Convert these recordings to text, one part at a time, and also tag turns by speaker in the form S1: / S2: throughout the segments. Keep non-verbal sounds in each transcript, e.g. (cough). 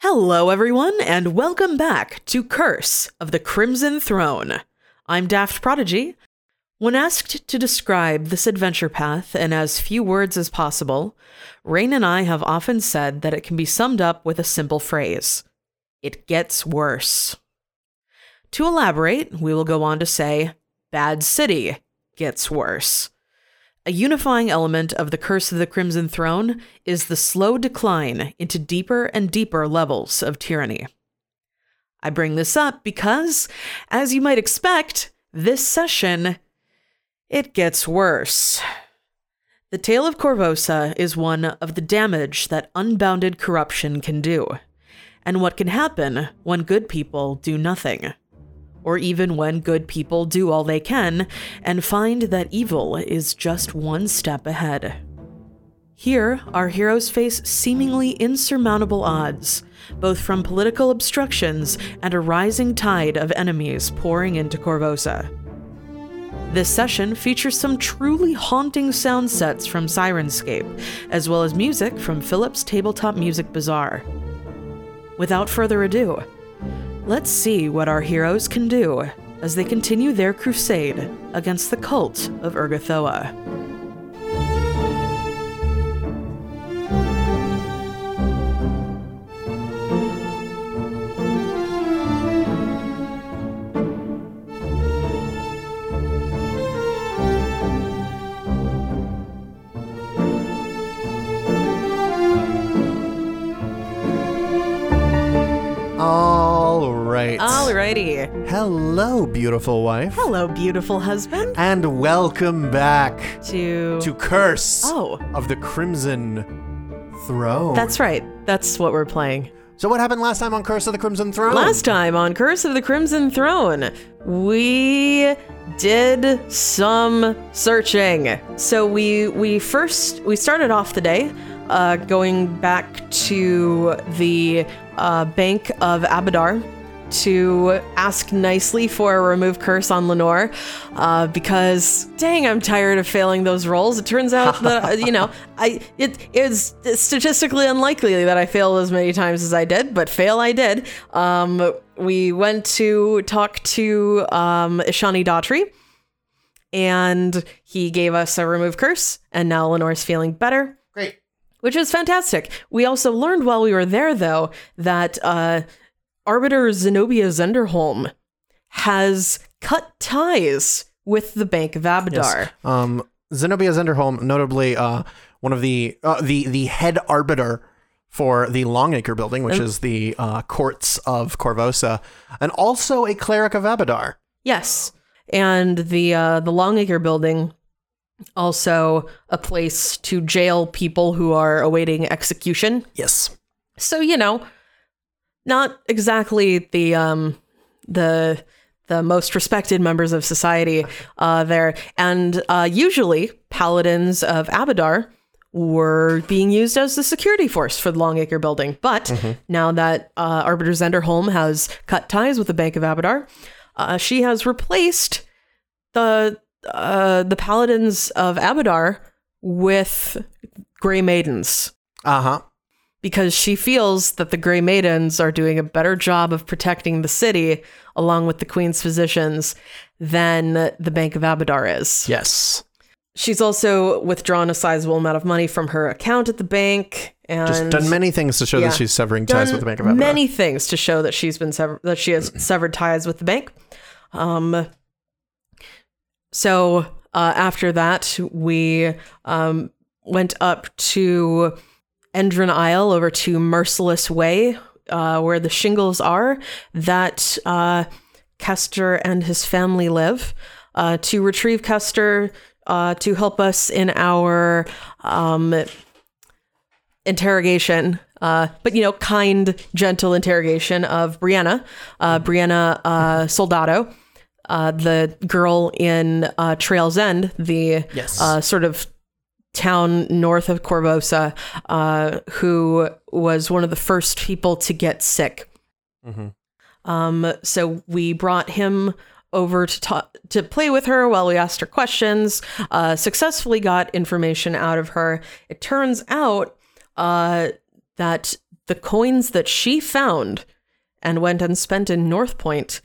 S1: Hello, everyone, and welcome back to Curse of the Crimson Throne. I'm Daft Prodigy. When asked to describe this adventure path in as few words as possible, Rain and I have often said that it can be summed up with a simple phrase It gets worse. To elaborate, we will go on to say Bad City gets worse. A unifying element of the Curse of the Crimson Throne is the slow decline into deeper and deeper levels of tyranny. I bring this up because, as you might expect, this session, it gets worse. The tale of Corvosa is one of the damage that unbounded corruption can do, and what can happen when good people do nothing or even when good people do all they can and find that evil is just one step ahead. Here, our heroes face seemingly insurmountable odds, both from political obstructions and a rising tide of enemies pouring into Corvosa. This session features some truly haunting sound sets from Sirenscape, as well as music from Philip's Tabletop Music Bazaar. Without further ado, Let's see what our heroes can do as they continue their crusade against the cult of Urgothoa.
S2: All right.
S1: Alrighty.
S2: Hello, beautiful wife.
S1: Hello, beautiful husband.
S2: And welcome back
S1: To.
S2: to Curse
S1: Oh.
S2: of the Crimson Throne.
S1: That's right. That's what we're playing.
S2: so, what happened last time on Curse of the Crimson Throne?
S1: Last time on Curse of the Crimson Throne, we did some searching. So we we first we started off the day uh, going back to the uh, bank of Abadar to ask nicely for a remove curse on Lenore uh, because dang I'm tired of failing those rolls it turns out that uh, you know I it it's statistically unlikely that I failed as many times as I did but fail I did um, we went to talk to um, Ishani Daughtry and he gave us a remove curse and now Lenore's feeling better
S2: Great.
S1: which is fantastic. We also learned while we were there, though, that uh, Arbiter Zenobia Zenderholm has cut ties with the Bank of Abadar.
S2: Um, Zenobia Zenderholm, notably uh, one of the uh, the the head arbiter for the Longacre Building, which is the uh, courts of Corvosa, and also a cleric of Abadar.
S1: Yes, and the uh, the Longacre Building, also a place to jail people who are awaiting execution.
S2: Yes.
S1: So you know, not exactly the um the the most respected members of society uh, there, and uh, usually paladins of Abadar were being used as the security force for the Longacre Building. But now that uh, Arbiter Zenderholm has cut ties with the Bank of Abadar, uh, she has replaced the uh, the paladins of Abadar with Grey Maidens
S2: Uh huh.
S1: because she feels that the Grey Maidens are doing a better job of protecting the city, along with the Queen's physicians, than the Bank of Abadar is.
S2: Yes.
S1: She's also withdrawn a sizable amount of money from her account at the bank, and
S2: Just done many things to show
S1: Yeah.
S2: that she's severing
S1: done
S2: ties with the Bank of Abadar.
S1: many things to show that she's been sever- that she has (clears throat) severed ties with the bank. Um, so uh, after that, we um, went up to Endron Isle over to Merciless Way, uh, where the shingles are that uh, Kester and his family live, uh, to retrieve Kester uh, to help us in our um, interrogation. Uh, but you know, kind, gentle interrogation of Brianna, uh, Brianna uh, Soldado, uh, the girl in uh, Trails End, the
S2: Yes.
S1: uh, sort of town north of Corvosa, uh, who was one of the first people to get sick.
S2: Mhm.
S1: Um, so we brought him over to ta- to play with her while we asked her questions. Uh, successfully got information out of her. It turns out uh, that the coins that she found and went and spent in North Point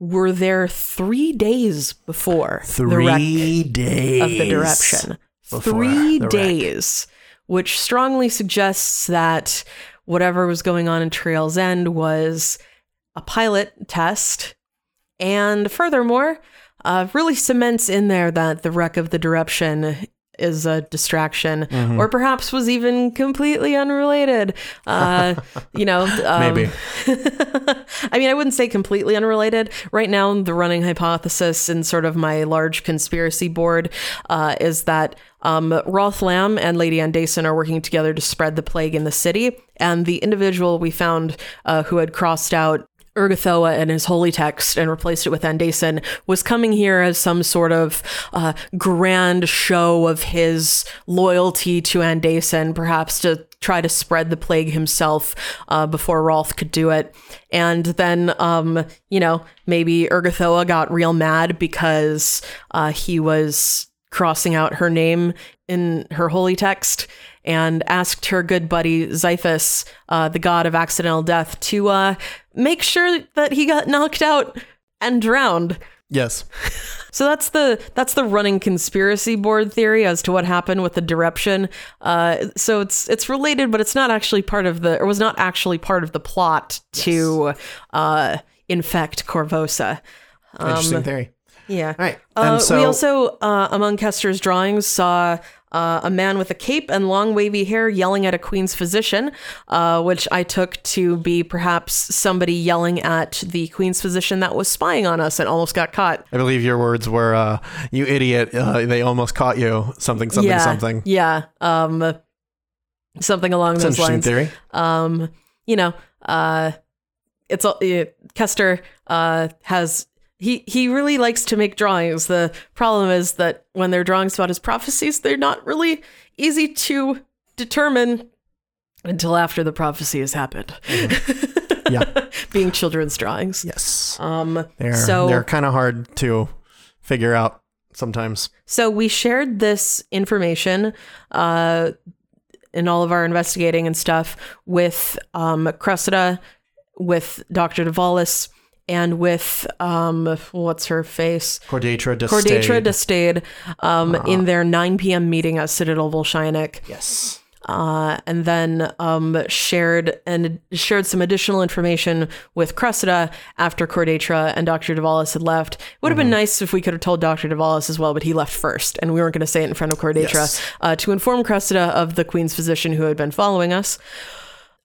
S1: were there three days before the wreck
S2: Three days
S1: of the direction.
S2: before
S1: Three
S2: the wreck.
S1: days, which strongly suggests that whatever was going on in Trail's End was a pilot test. And furthermore, uh, really cements in there that the wreck of the direction is a distraction, or perhaps was even completely unrelated. Uh, you know, um,
S2: Maybe.
S1: (laughs) I mean, I wouldn't say completely unrelated. Right now, the running hypothesis in sort of my large conspiracy board uh, is that um, Roth Lamb and Lady Anne Dayson are working together to spread the plague in the city. And the individual we found uh, who had crossed out Urgathoa and his holy text and replaced it with Andason was coming here as some sort of uh, grand show of his loyalty to Andason, perhaps to try to spread the plague himself uh, before Rolf could do it. And then, um, you know, maybe Urgathoa got real mad because uh, he was crossing out her name in her holy text and asked her good buddy Xiphus, uh, the god of accidental death, to uh, make sure that he got knocked out and drowned.
S2: Yes.
S1: So that's the that's the running conspiracy board theory as to what happened with the direction. Uh, so it's it's related, but it's not actually part of the or was not actually part of the plot to uh, infect Corvosa.
S2: Interesting theory.
S1: Yeah.
S2: All right.
S1: Um, Uh,
S2: and so
S1: we also, uh, among Kester's drawings, saw uh, a man with a cape and long wavy hair yelling at a queen's physician, uh, which I took to be perhaps somebody yelling at the queen's physician that was spying on us and almost got caught.
S2: I believe your words were, uh, "You idiot! Uh, they almost caught you." Something, something,
S1: yeah,
S2: something.
S1: Yeah. Um, something along
S2: It's
S1: those
S2: interesting
S1: lines.
S2: theory.
S1: um, you know, uh, it's all uh, Kester uh, has he he really likes to make drawings. The problem is that when they're drawings about his prophecies, they're not really easy to determine until after the prophecy has happened. (laughs)
S2: Yeah.
S1: being children's drawings.
S2: Yes.
S1: Um,
S2: They're
S1: so
S2: they're kind of hard to figure out sometimes.
S1: So we shared this information uh, in all of our investigating and stuff with um, Cressida, with Dr. Davalis, and with um, what's her face?
S2: Cordatra de
S1: Cordatra Destade um, in their 9 p.m. meeting at Citadel Volshynik
S2: Yes.
S1: uh, and then um, shared and shared some additional information with Cressida after Cordatra and Dr. Davalis had left. It would have been nice if we could have told Dr. Davalis as well, but he left first, and we weren't going to say it in front of Cordatra
S2: Yes.
S1: uh, to inform Cressida of the Queen's physician who had been following us.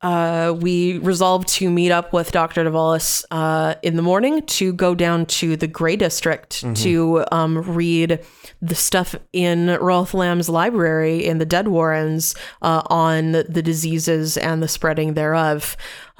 S1: Uh, we resolved to meet up with Dr. Davalis uh, in the morning to go down to the Grey District to um, read the stuff in Rolf Lamb's library in the Dead Warrens uh, on the diseases and the spreading thereof.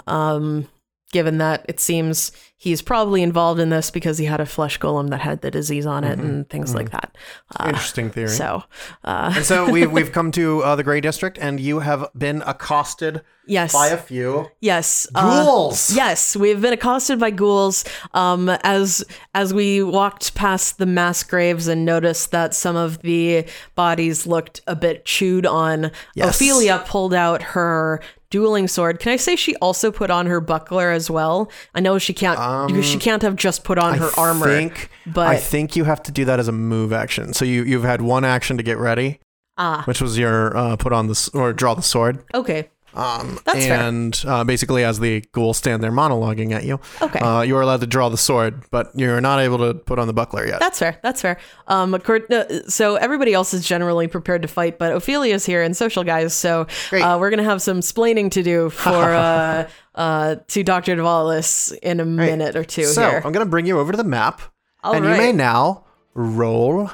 S1: Um, given that it seems he's probably involved in this because he had a flesh golem that had the disease on it and things like that.
S2: Mm-hmm.
S1: Uh,
S2: Interesting theory.
S1: so,
S2: and so we've we've come to uh, the Gray District, and you have been accosted
S1: (laughs) yes.
S2: by a few
S1: Yes. uh,
S2: ghouls.
S1: Yes, we've been accosted by ghouls um, as as we walked past the mass graves and noticed that some of the bodies looked a bit chewed on.
S2: Yes.
S1: Ophelia pulled out her dueling sword. Can I say she also put on her buckler as well? I know she can't she can't have just put on her armor.
S2: Um, Think,
S1: but-
S2: I think you have to do that as a move action. So you you've had one action to get ready,
S1: Ah.
S2: which was your uh, put on the s- or draw the sword.
S1: Okay.
S2: Um,
S1: That's fair.
S2: and uh, basically, as the ghouls stand there monologuing at you,
S1: Okay.
S2: uh, you are allowed to draw the sword, but you're not able to put on the buckler yet.
S1: That's fair. That's fair. Um, accord- no, so everybody else is generally prepared to fight, but Ophelia's here and social guys. So uh, we're gonna have some splaining to do
S2: (laughs)
S1: for uh, uh, to Doctor Dvalis in a minute or two
S2: so um,
S1: here.
S2: I'm gonna bring you over to the map,
S1: All
S2: and you
S1: right.
S2: may now roll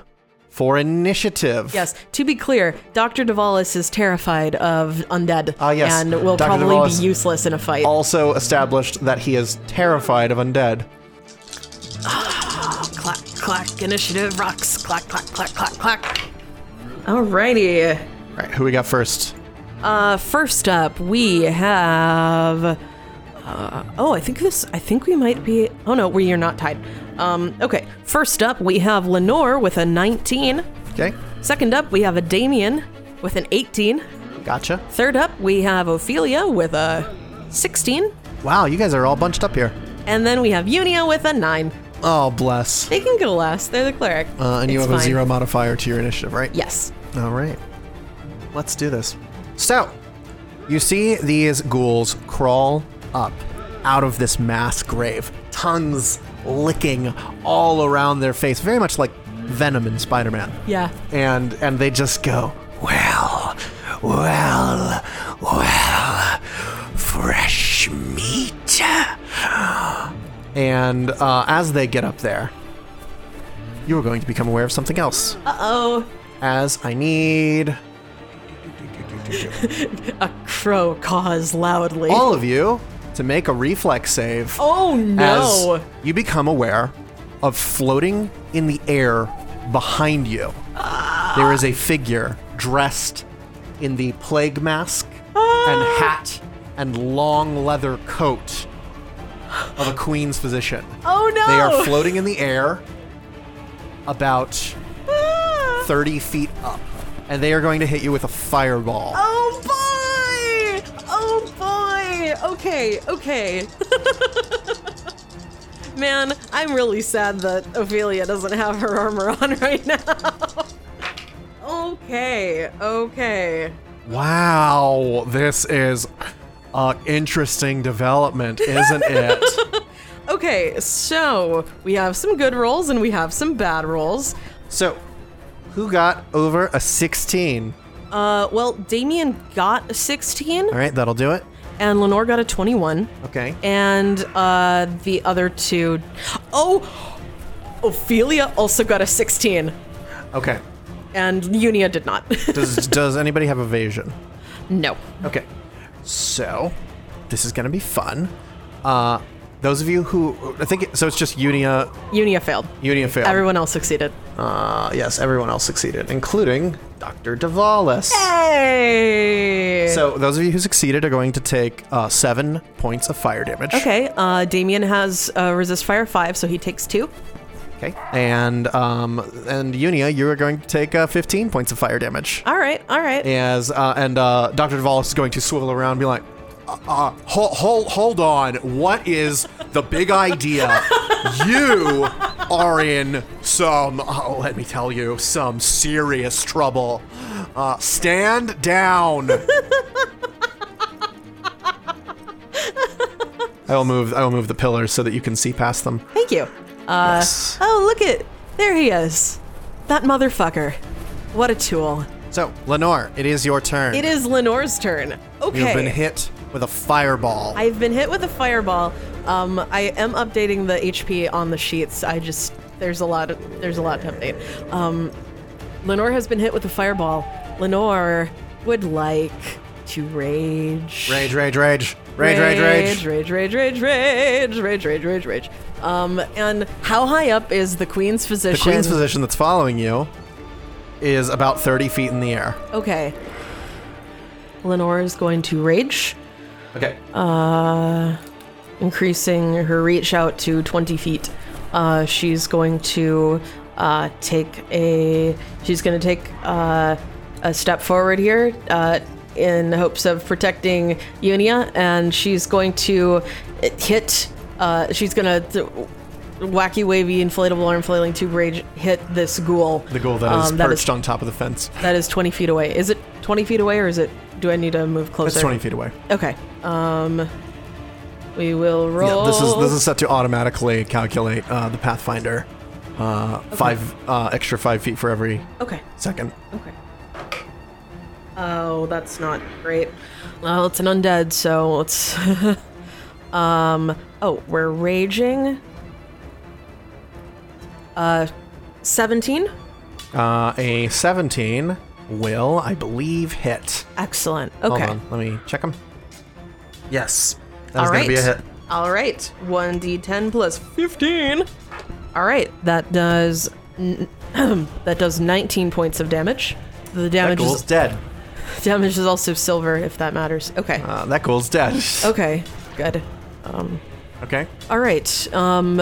S2: for initiative.
S1: Yes. To be clear, Doctor Dvalis is terrified of undead
S2: Ah, yes.
S1: and will
S2: Dr.
S1: probably
S2: Dvalis-
S1: be useless in a fight.
S2: Also established that he is terrified of undead.
S1: clack, clack, initiative rocks. Clack, clack, clack, clack, clack. Alrighty.
S2: All right, who we got first?
S1: Uh, first up, we have. uh, oh, I think this. I think we might be. Oh no, we are not tied. Um, okay. First up, we have Lenore with a 19.
S2: Okay.
S1: Second up, we have a Damien with an 18.
S2: Gotcha.
S1: Third up, we have Ophelia with a 16,
S2: Wow, you guys are all bunched up here.
S1: and then we have Unia with a 9.
S2: Oh, bless.
S1: They can go last. They're the cleric.
S2: Uh, and you
S1: It's
S2: have a
S1: fine.
S2: zero modifier to your initiative, right?
S1: Yes.
S2: All right. Let's do this. So, you see these ghouls crawl up out of this mass grave, tongues licking all around their face, very much like Venom in Spider Man.
S1: Yeah.
S2: And, and they just go, well, well, well, fresh meat. And uh, as they get up there, you are going to become aware of something else
S1: Uh oh.
S2: as I need
S1: A crow caws loudly.
S2: all of you to make a reflex save
S1: oh no.
S2: as you become aware of floating in the air behind you. There is a figure dressed in the plague mask
S1: Ah.
S2: and hat and long leather coat of a queen's physician.
S1: oh no.
S2: They are floating in the air about 30 feet up, and they are going to hit you with a fireball.
S1: Oh boy! Oh boy! Okay, okay. (laughs) Man, I'm really sad that Ophelia doesn't have her armor on right now. (laughs) okay, okay.
S2: Wow, this is an interesting development, isn't
S1: (laughs)
S2: it?
S1: Okay, so we have some good rolls and we have some bad rolls.
S2: so, who got over a 16?
S1: Uh, well, Damien got a 16
S2: All right, that'll do it.
S1: and Lenore got a 21.
S2: Okay.
S1: and uh, the other two oh ophelia also got a 16
S2: Okay.
S1: and unia did not (laughs)
S2: Does does anybody have evasion?
S1: no
S2: Okay. So, this is going to be fun. Uh those of you who I think it, so it's just Unia
S1: unia failed
S2: Unia failed.
S1: everyone else succeeded
S2: Uh yes, everyone else succeeded, including Dr. Davalis.
S1: hey
S2: So, those of you who succeeded are going to take uh, 7 points of fire damage.
S1: okay uh, damien has uh, resist fire 5 so he takes 2
S2: Okay. And um, and Unia, you are going to take uh, 15 points of fire damage.
S1: all right all right
S2: As uh, and uh, Doctor Dvalis is going to swivel around, and be like, uh, uh, hold, hold, hold on. What is the big idea? You are in some. Oh, let me tell you, some serious trouble. Uh, stand down. (laughs) I will move. I will move the pillars so that you can see past them.
S1: thank you uh,
S2: Yes.
S1: oh look at there he is that motherfucker what a tool
S2: So, Lenore, it is your turn.
S1: it is lenore's turn okay
S2: You've been hit with a fireball.
S1: I've been hit with a fireball. Um, I am updating the HP on the sheets. I just there's a lot of, there's a lot to update. Um, Lenore has been hit with a fireball. Lenore would like to rage.
S2: rage, rage, rage. Rage, rage, rage.
S1: Rage, rage, rage, rage, rage, rage, rage, rage. Um, and how high up is the queen's
S2: The
S1: physician?
S2: queen's position that's following you is about 30 feet in the air.
S1: Okay. Lenore is going to rage,
S2: Okay.
S1: Uh, increasing her reach out to 20 feet. Uh, she's going to uh, take a she's going to take uh, a step forward here uh, in hopes of protecting Unia, and she's going to hit. Uh, she's going to. Wacky, wavy, inflatable arm flailing tube rage hit this ghoul.
S2: the goal that is
S1: Um,
S2: perched on top of the fence.
S1: that is 20 feet away. Is it 20 feet away or is it. Do I need to move closer?
S2: It's 20 feet away.
S1: Okay. Um, we will roll.
S2: Yeah, this is this is set to automatically calculate uh, the pathfinder. Uh, Five uh, extra five feet for every
S1: Okay.
S2: second.
S1: Okay. Oh, that's not great. Well, it's an undead, so it's. (laughs) um. Oh, we're raging. Uh, seventeen.
S2: Uh, a 17 will, I believe, hit.
S1: Excellent.
S2: Hold
S1: Okay.
S2: on, let me check them. Yes, that
S1: All
S2: is going
S1: right.
S2: to be a hit.
S1: All right. One d10 plus fifteen. All right. That does. N- (clears throat) that does nineteen points of damage. The damage is
S2: dead.
S1: (laughs) Damage is also silver, if that matters. Okay.
S2: Uh, that ghoul's dead.
S1: Okay. Good.
S2: (laughs) Okay.
S1: All right. Um,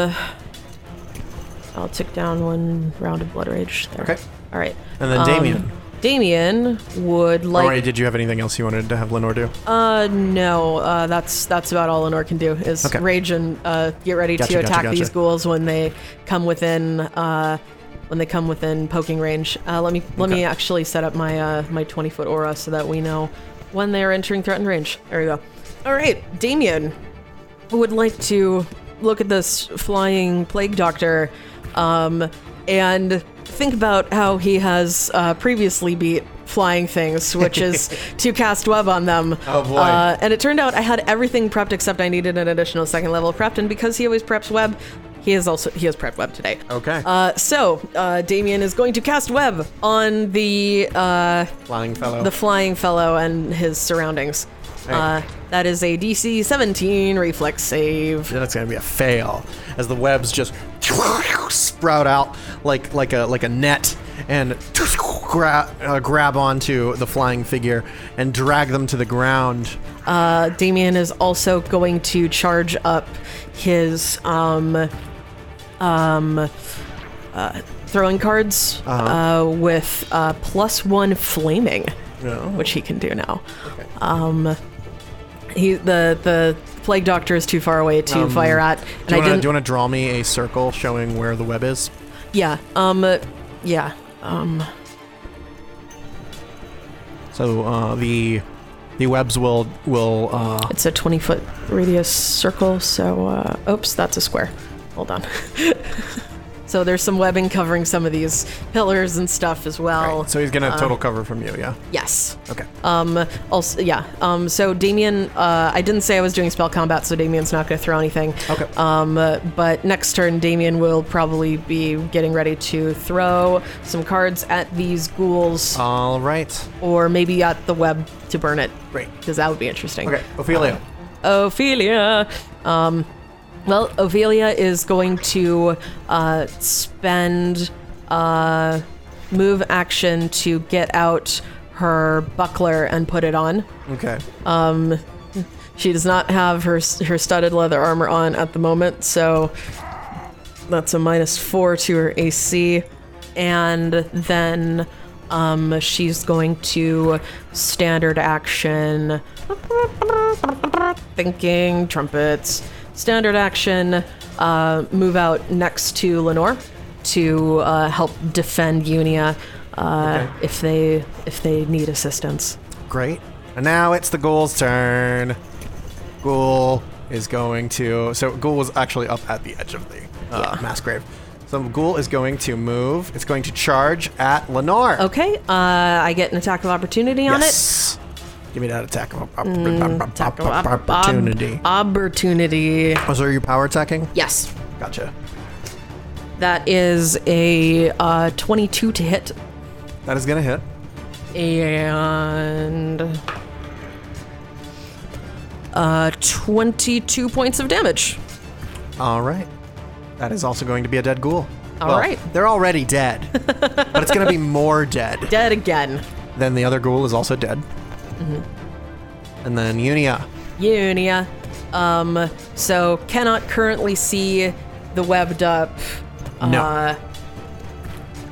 S1: I'll take down one round of blood rage. There.
S2: Okay.
S1: All right.
S2: And then Damien.
S1: Damien would Um, like.
S2: Alright, did you have anything else you wanted to have Lenore do?
S1: Uh, no. Uh, that's that's about all Lenore can do is
S2: Okay.
S1: rage and uh, get ready to
S2: Gotcha, gotcha,
S1: attack
S2: gotcha.
S1: these ghouls when they come within uh, when they come within poking range. Uh, let me let me
S2: Okay.
S1: actually set up my uh, my twenty foot aura so that we know when they are entering threatened range. There we go. All right, Damien would like to look at this flying plague doctor um, and think about how he has uh, previously beat flying things, which
S2: (laughs)
S1: is to cast web on them.
S2: Oh, boy.
S1: Uh, and it turned out I had everything prepped except I needed an additional second level of prepped, and because he always preps web, he is also he has prepped web today.
S2: Okay.
S1: Uh, so uh, Damien is going to cast web on the uh,
S2: Flying fellow.
S1: the flying fellow and his surroundings.
S2: Hey.
S1: Uh, that is a DC 17 reflex save.
S2: That's gonna be a fail as the webs just sprout out like like a like a net and gra- uh, grab onto the flying figure and drag them to the ground.
S1: Uh, Damien is also going to charge up his um, um, uh, throwing cards uh
S2: Uh-huh.
S1: with uh, plus one flaming,
S2: Oh.
S1: which he can do now. Um, he the the plague doctor is too far away to fire at, and
S2: Um, Do you
S1: I
S2: wanna-
S1: didn't.
S2: do you want to draw me a circle showing where the web is?
S1: yeah, um, uh, yeah, um,
S2: So uh, the the webs will will uh,
S1: it's a twenty foot radius circle. So, uh, oops, that's a square. Hold on. (laughs) so there's some webbing covering some of these pillars and stuff as well.
S2: so he's
S1: uh,
S2: gonna have total cover from you. Yeah.
S1: Yes.
S2: Okay.
S1: Um, also, yeah. Um, so Damien, uh, I didn't say I was doing spell combat, so Damien's not going to throw anything.
S2: Okay.
S1: Um, uh, but next turn, Damien will probably be getting ready to throw some cards at these ghouls,
S2: All right.
S1: or maybe at the web to burn it,
S2: Great.
S1: because that would be interesting.
S2: Okay, Ophelia.
S1: Ophelia. Um, well, Ophelia is going to uh, spend uh, move action to get out her buckler and put it on.
S2: okay.
S1: She does not have her her studded leather armor on at the moment, so that's a minus four to her AC. And then um, she's going to standard action, thinking trumpets. Standard action, uh, move out next to Lenore to uh, help defend Unia uh,
S2: Okay.
S1: if they if they need assistance.
S2: Great. And now it's the ghoul's turn. Ghoul is going to. So ghoul was actually up at the edge of the uh, mass grave. So ghoul is going to move. It's going to charge at Lenore.
S1: Okay, uh, I get an attack of opportunity on it. Mm,
S2: yes. Give me that attack of opp-
S1: Attack of op- op-
S2: opportunity.
S1: opportunity.
S2: Oh, so are you power attacking?
S1: Yes.
S2: Gotcha.
S1: That is a uh, 22 to hit.
S2: That is gonna hit.
S1: And. Uh, 22 points of damage.
S2: All right. That is also going to be a dead ghoul.
S1: All
S2: All well,
S1: right.
S2: They're
S1: (laughs)
S2: already dead, but it's gonna be more dead.
S1: Dead again.
S2: Then the other ghoul is also dead. And then Unia.
S1: Unia. Um, so cannot currently see the webbed up
S2: No.
S1: uh,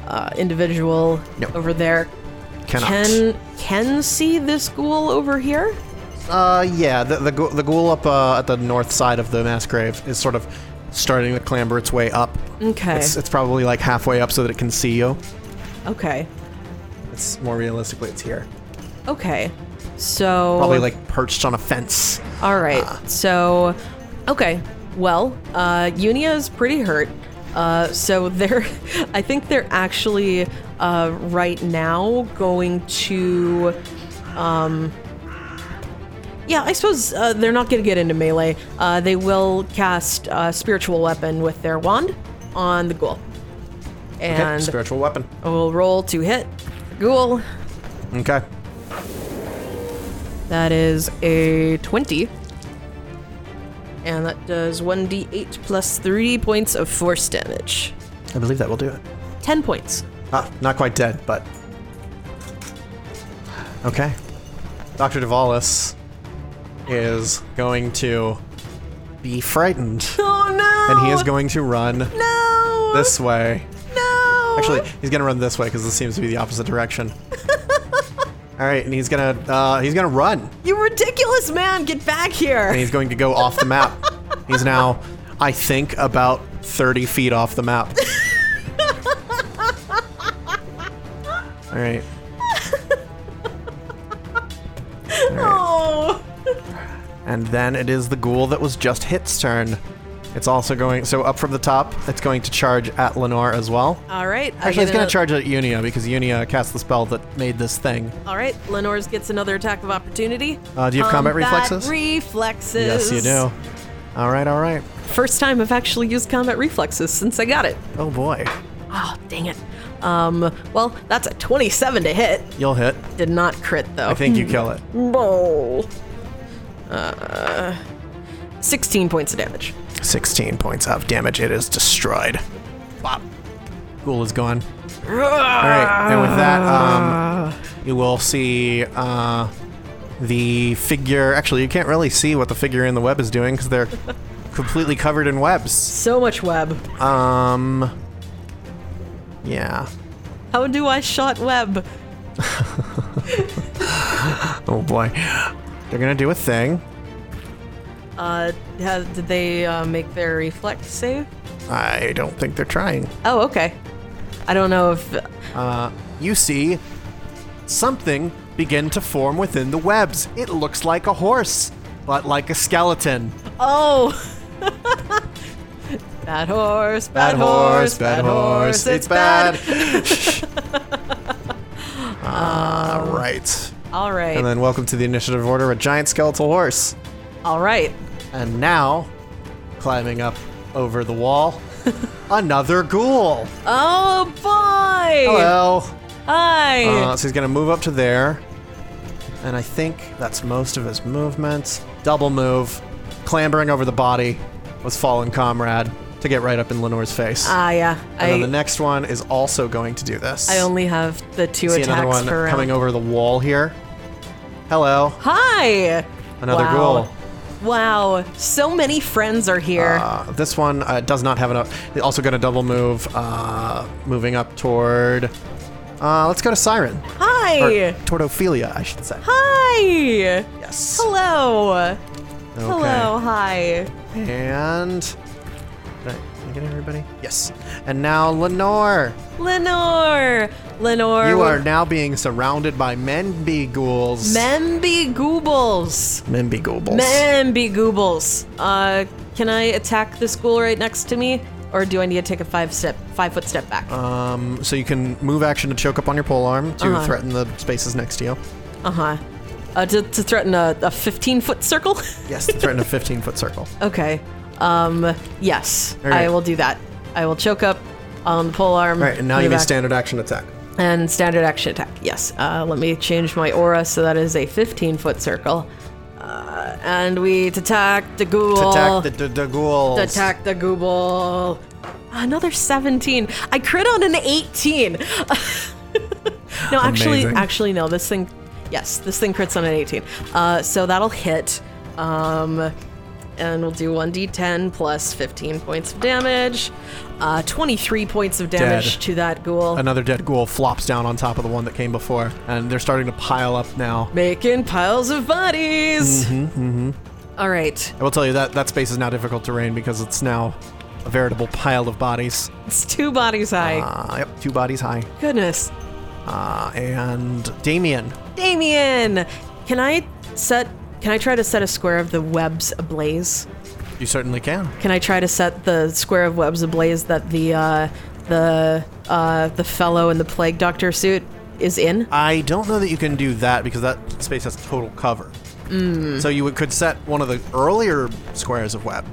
S1: uh, individual
S2: No.
S1: over there.
S2: Cannot.
S1: Can can see this ghoul over here?
S2: Uh, yeah, the, the, ghoul- the ghoul up uh, at the north side of the mass grave is sort of starting to clamber its way up.
S1: Okay.
S2: It's, it's probably like halfway up so that it can see you.
S1: Okay.
S2: It's more realistically, it's here.
S1: Okay. So
S2: Probably like uh. perched on a fence.
S1: all right. So okay. Well, uh Unia is pretty hurt. Uh so (laughs) they're I think they're actually uh right now going to um yeah, I suppose uh, they're not going to get into melee. Uh, they will cast uh, spiritual weapon with their wand on the ghoul, and
S2: spiritual weapon.
S1: I will roll to hit ghoul.
S2: Okay.
S1: That is a 20. And that does 1d8 plus 3 points of force damage.
S2: I believe that will do it.
S1: 10 points.
S2: Ah, not quite dead, but. Okay. Dr. Davalis is going to be frightened,
S1: Oh no!
S2: and he is going to run
S1: No!
S2: this way.
S1: No! (laughs)
S2: Actually, he's gonna run this way because this seems to be the opposite direction. All right, and he's gonna uh, he's gonna run,
S1: You ridiculous man, get back
S2: and
S1: here.
S2: he's going to go off the map. he's now, I think, about thirty feet off
S1: (laughs)
S2: the map. All right. All right.
S1: Oh.
S2: And then it is the ghoul that was just hit's turn. It's also going so up from the top. It's going to charge at Lenore as well.
S1: All right. I
S2: Actually,
S1: get
S2: it's going
S1: a-
S2: to charge at Unia because Unia cast the spell that made this thing.
S1: All right. Lenore's gets another attack of opportunity.
S2: Uh, do you have combat reflexes?
S1: Reflexes.
S2: Yes, you do. All right, all right.
S1: First time I've actually used combat reflexes since I got it.
S2: Oh boy,
S1: Oh, dang it. Um, well, that's a 27 to hit.
S2: you'll hit.
S1: Did not crit though.
S2: I think you kill it.
S1: Roll. Uh, 16 points of damage.
S2: Sixteen points of damage. It is destroyed. Bop. Ghoul is gone. All right, and with that, um, you will see uh, the figure. Actually, you can't really see what the figure in the web is doing because they're (laughs) completely covered in webs.
S1: So much web.
S2: Um, yeah.
S1: How do I shot web?
S2: Oh boy, they're gonna do a thing.
S1: Uh, ha- did they uh, make their reflex save?
S2: I don't think they're trying.
S1: Oh, okay. I don't know if.
S2: You see something begin to form within the webs. It looks like a horse, but like a skeleton.
S1: Oh! (laughs) bad horse, bad, horse, bad horse,
S2: It's bad.
S1: (laughs)
S2: All
S1: Um,
S2: right.
S1: All right.
S2: And then welcome to the initiative order, a giant skeletal horse.
S1: All right.
S2: And now, climbing up over
S1: (laughs)
S2: the wall, another ghoul.
S1: Oh boy!
S2: Hello.
S1: Hi.
S2: Uh, so he's going to move up to there. And I think that's most of his movements. Double move, clambering over the body with fallen comrade to get right up in Lenore's face.
S1: ah, yeah.
S2: and then the
S1: I,
S2: next one is also going to do this.
S1: I only have the two
S2: see
S1: attacks um,
S2: another one
S1: per round.
S2: coming over the wall here. Hello,
S1: Hi.
S2: another
S1: wow.
S2: ghoul.
S1: Wow. So many friends are here.
S2: Uh, this one uh, does not have enough. They're also going to double move, uh, moving up toward. Uh, let's go to Siren. Or
S1: Hi.
S2: toward Ophelia, I should say.
S1: Hi.
S2: Yes.
S1: Hello.
S2: Okay.
S1: Hello. Hi.
S2: And. Did I, did I get everybody? Yes. And now Lenore.
S1: Lenore. Lenore.
S2: You are now being surrounded by Menby ghouls.
S1: Memby Goobles.
S2: Menby ghouls.
S1: Memby Goobles. Uh, can I attack this ghoul right next to me, or do I need to take a five step, five foot step back?
S2: Um, so you can move action to choke up on your pole arm to
S1: Uh-huh.
S2: threaten the spaces next to you.
S1: Uh-huh. Uh To, to threaten a, a 15 foot circle? (laughs)
S2: Yes, to threaten a 15 foot circle.
S1: okay. Um, yes,
S2: All right.
S1: I will do that. I will choke up on the pole arm.
S2: All right, and now you
S1: move
S2: get
S1: ac-
S2: standard action attack.
S1: And standard action attack. Yes. Uh, let me change my aura so that is a 15 foot circle. Uh, and we attack the
S2: To
S1: ghoul.
S2: attack the, the, the ghouls.
S1: Attack the Google. Another 17. I crit on an 18. (laughs) no, actually,
S2: Amazing.
S1: actually, no. This thing, yes, this thing crits on an 18. Uh, so that'll hit. Um, and we'll do 1d10 plus 15 points of damage. Uh, 23 points of damage
S2: Dead.
S1: to that ghoul.
S2: Another dead ghoul flops down on top of the one that came before, and they're starting to pile up now.
S1: Making piles of bodies. Mm-hmm, right.
S2: I will tell you that that space is now difficult terrain because it's now a veritable pile of bodies.
S1: It's two bodies high.
S2: Uh, yep, two bodies high.
S1: Goodness.
S2: Uh, and Damien.
S1: Damien, can I set? Can I try to set a square of the webs ablaze?
S2: You certainly can.
S1: Can I try to set the square of webs ablaze that the uh, the uh, the fellow in the plague doctor suit is in?
S2: I don't know that you can do that because that space has total cover.
S1: Mm.
S2: So you would- could set one of the earlier squares of web,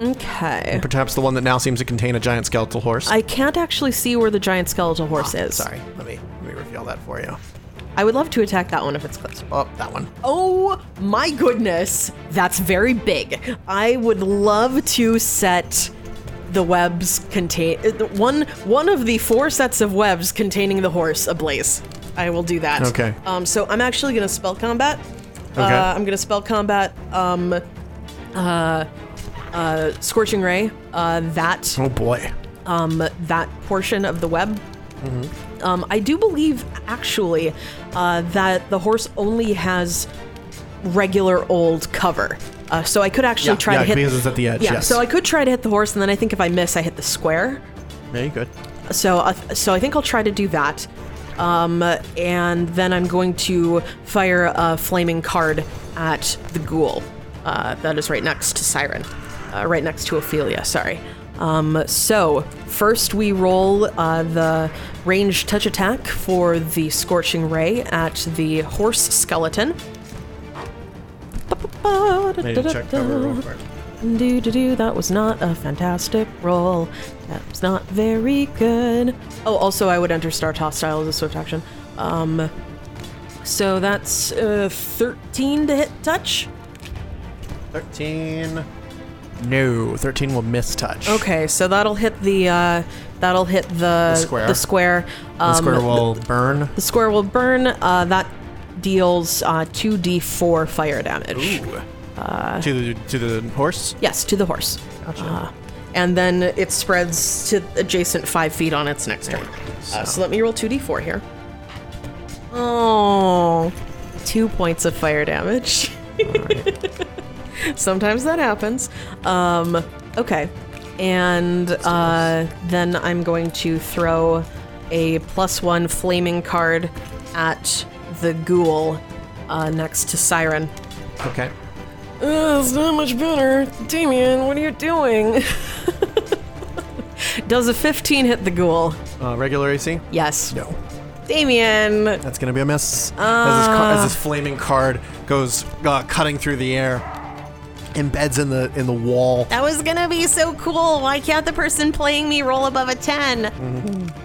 S1: Okay.
S2: perhaps the one that now seems to contain a giant skeletal horse.
S1: I can't actually see where the giant skeletal horse is.
S2: Ah, Sorry, let me let me reveal that for you.
S1: I would love to attack that one if it's closer.
S2: Oh, that one.
S1: Oh my goodness, that's very big. I would love to set the webs contain uh, the- one one of the four sets of webs containing the horse ablaze. I will do that.
S2: Okay.
S1: Um, so I'm actually gonna spell combat. Uh,
S2: Okay.
S1: I'm gonna spell combat. Um, uh, uh, scorching ray. Uh, that
S2: Oh boy.
S1: um that portion of the web. Um, I do believe, actually, uh, that the horse only has regular old cover. Uh, so I could actually
S2: Yeah,
S1: try
S2: yeah,
S1: to hit
S2: because it's at the edge,
S1: Yeah,
S2: yes.
S1: so I could try to hit the horse, and then I think if I miss, I hit the square.
S2: Very good.
S1: So, uh, so I think I'll try to do that, um, and then I'm going to fire a flaming card at the ghoul uh, that is right next to Siren, uh, right next to Ophelia. Sorry. Um, so first we roll uh, the range touch attack for the scorching ray at the horse skeleton. Do do do. That was not a fantastic roll. That was not very good. Oh, also I would enter Star Toss style as a swift action. Um, so that's uh, thirteen to hit touch.
S2: 13. No, 13 will miss touch.
S1: Okay, so that'll hit the uh, that'll hit the the
S2: square.
S1: The square, um,
S2: The square will burn.
S1: the square will burn. Uh, that deals uh, two d four fire damage. Uh,
S2: to, the, to the horse.
S1: Yes, to the horse. Gotcha. and then it spreads to adjacent five feet on its next turn. Uh, so let me roll 2d4 here. Oh, two points of fire damage. (laughs) Sometimes that happens. Um, okay. And uh, then I'm going to throw a plus one flaming card at the ghoul uh, next to Siren.
S2: Okay.
S1: Ugh, it's not much better. Damien, what are you doing? (laughs) Does a 15 hit the ghoul?
S2: Uh, regular AC?
S1: Yes.
S2: No.
S1: Damien!
S2: That's going to be a miss. as, this, ca- as
S1: Uh.
S2: this flaming card goes uh, cutting through the air, embeds in the in the wall.
S3: That was gonna be so cool. Why can't the person playing me roll above a 10?
S2: Mm.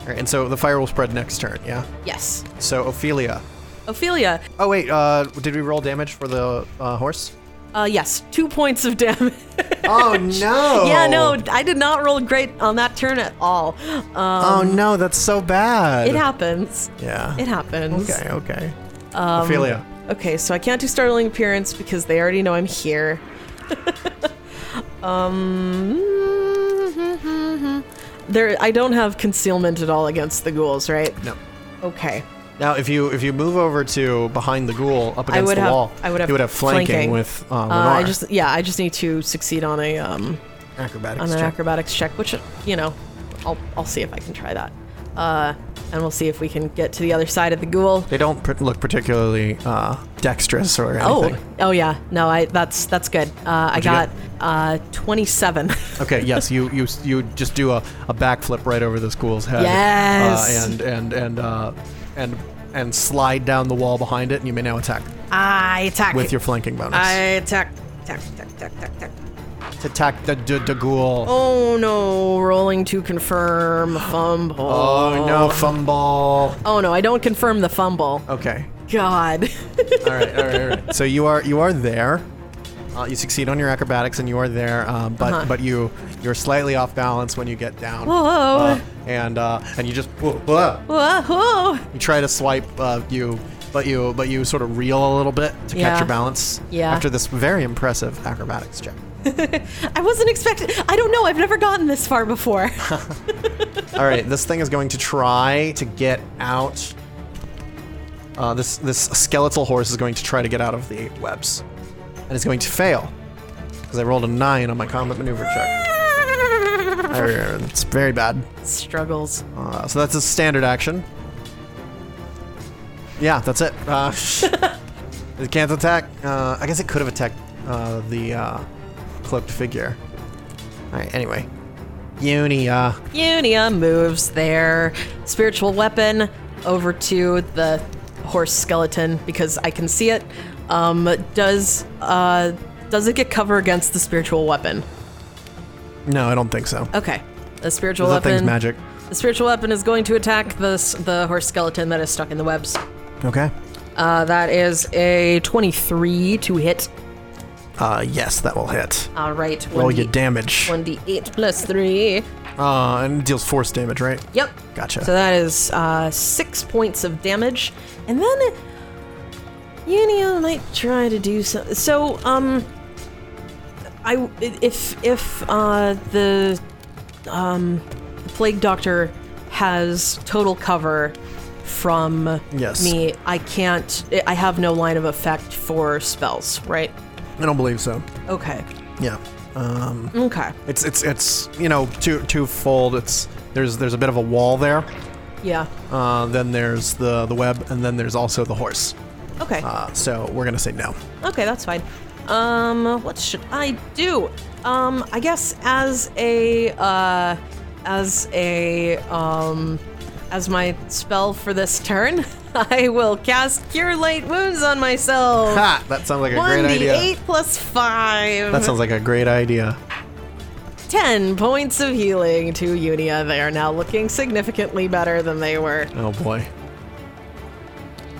S2: All right, and so the fire will spread next turn, yeah?
S1: Yes.
S2: So Ophelia.
S1: Ophelia,
S2: Oh, wait, uh, did we roll damage for the uh, horse?
S1: uh, yes, two points of (laughs) damage.
S2: Oh, no.
S1: (laughs) yeah, no, I did not roll great on that turn at all. Uh,
S2: Oh, no, that's so bad.
S1: it happens.
S2: Yeah.
S1: It Um, happens.
S2: Okay, okay. Ophelia.
S1: Okay, so I can't do startling appearance because they already know I'm here. (laughs) um, (laughs) there, I don't have concealment at all against the ghouls, right?
S2: No. Oh,
S1: Okay.
S2: Now, if you if you move over to behind the ghoul up
S1: I
S2: against
S1: would
S2: the
S1: have.
S2: wall,
S1: I would have.
S2: you would have flanking, with uh, Lenore.
S1: I just yeah. I just need to succeed on a um
S2: acrobatics.
S1: on an
S2: check.
S1: acrobatics check, which you know, I'll I'll see if I can try that. Uh, and we'll see if we can get to the other side of the ghoul.
S2: they don't pr- look particularly uh, dexterous or
S1: Oh,
S2: anything.
S1: oh yeah. No, I that's that's good. Uh, I
S2: What'd you
S1: got
S2: get?
S1: uh 27. (laughs)
S2: Okay. Yes. You you you just do a, a backflip right over this ghoul's head.
S1: Yes.
S2: Uh, and and and uh, and and slide down the wall behind it, and you may now attack
S3: I attack.
S2: with your flanking bonus
S3: I attack. Attack, attack, attack, attack, attack.
S2: to attack the the, the ghoul.
S1: Oh no, rolling to confirm fumble.
S2: Oh, no, Oh. fumble.
S1: Oh no, I don't confirm the fumble. (laughs)
S2: Okay.
S1: God.
S2: all right, all right, all right. So you are you are there. Uh, you succeed on your acrobatics, and you are there, um, but but you you're slightly off balance when you get down.
S1: Uh-huh. Whoa.
S2: Uh, and uh, and you just whoa, whoa.
S1: Whoa.
S2: you try to swipe uh, you, but you but you sort of reel a little bit to
S1: Yeah.
S2: catch your balance.
S1: Yeah.
S2: After this very impressive acrobatics check.
S1: I wasn't expecting I don't know, I've never gotten this far
S2: (laughs)
S1: before. (laughs)
S2: All right, this thing is going to try to get out. Uh, this this skeletal horse is going to try to get out of the webs, and it's going to fail because I rolled a nine on my combat maneuver check. Arr, It's very bad.
S1: Struggles.
S2: Uh, so that's a standard action. Yeah, that's it. Uh, (laughs) it can't attack. Uh, I guess it could have attacked uh, the uh, cloaked figure. All right. Anyway, uh, Unia.
S1: Unia moves their spiritual weapon over to the horse skeleton because I can see it. Um, does uh, does it get cover against the spiritual weapon?
S2: No, I don't think so.
S1: Okay. The spiritual
S2: That thing's
S1: weapon.
S2: magic.
S1: The spiritual weapon is going to attack the s- the horse skeleton that is stuck in the webs.
S2: Okay.
S1: Uh, that is a 23 to hit.
S2: Uh, yes, that will hit.
S1: All right.
S2: Roll
S1: 1D
S2: your damage.
S1: 1d8 plus 3.
S2: Uh, and it deals force damage, right?
S1: Yep.
S2: Gotcha.
S1: So that is uh, six points of damage, and then Unio might try to do so. So, um, I if if uh, the um, the plague doctor has total cover from
S2: Yes.
S1: me. I can't. I have no line of effect for spells, right?
S2: I don't believe so.
S1: Okay.
S2: Yeah. Um,
S1: Okay.
S2: it's it's it's you know two twofold. It's there's there's a bit of a wall there.
S1: Yeah.
S2: Uh, then there's the the web, and then there's also the horse.
S1: Okay.
S2: Uh, so we're gonna
S1: (laughs)
S2: say no.
S1: Okay, that's fine. Um, what should I do? Um, I guess as a uh, as a um, as my spell for this turn, (laughs) I will cast Cure Light Wounds on myself. (laughs)
S2: Ha! That sounds like a
S1: One
S2: great
S1: d
S2: idea.
S1: eight plus five.
S2: That sounds like a great idea.
S1: ten points of healing to Unia. They are now looking significantly better than they were.
S2: Oh boy.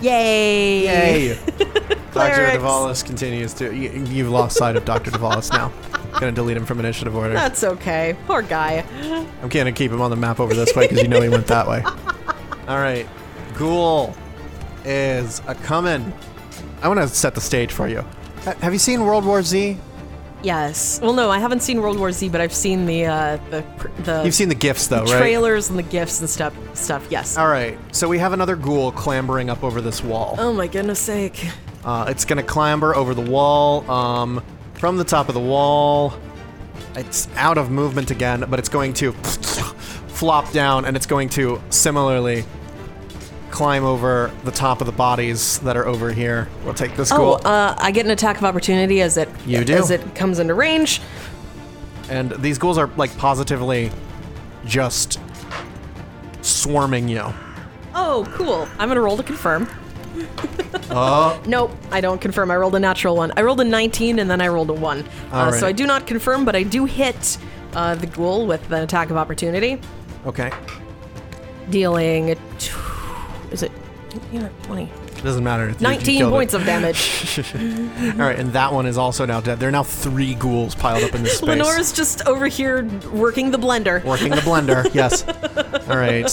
S1: Yay! (laughs)
S2: Yay! Dr.
S1: Clerics.
S2: Davalis continues to. You, you've lost sight of Dr. Davalis now. Gonna delete him from initiative
S1: (laughs)
S2: order.
S1: That's okay. Poor guy.
S2: I'm gonna keep him on the map over this way because you know he went that way. All right, Ghoul is a coming. I want to set the stage for you. Ha- Have you seen World War Z?
S1: Yes. Well, no, I haven't seen World War Z, but I've seen the uh, the pr- the
S2: You've seen the gifts though, right?
S1: trailers and the gifts and stuff stuff. Yes.
S2: All right, so we have another Ghoul clambering up over this wall.
S1: Oh my goodness sake.
S2: Uh, it's gonna clamber over the wall. Um, from the top of the wall, it's out of movement again, but it's going to (laughs) flop down, and it's going to similarly climb over the top of the bodies that are over here. We'll take this
S1: Oh,
S2: ghoul,
S1: uh, I get an attack of opportunity as it
S2: You do.
S1: as it comes into range.
S2: and these ghouls are like positively just swarming you.
S1: Oh, cool. I'm gonna roll to
S2: (laughs)
S1: confirm. (laughs)
S2: Uh-huh.
S1: nope, I don't confirm. I rolled a natural one. I rolled a 19 and then I rolled a one. Uh,
S2: Alright.
S1: So I do not confirm, but I do hit uh, the ghoul with an attack of opportunity,
S2: Okay,
S1: dealing. a T- is it? Yeah, 20.
S2: it doesn't matter. You- you
S1: 19
S2: killed it.
S1: points of
S2: (laughs)
S1: damage.
S2: All right, and that one is also now dead. There are now three ghouls piled up
S1: (laughs)
S2: in this space.
S1: Lenore's just over here working the blender.
S2: Working the blender, yes. All right.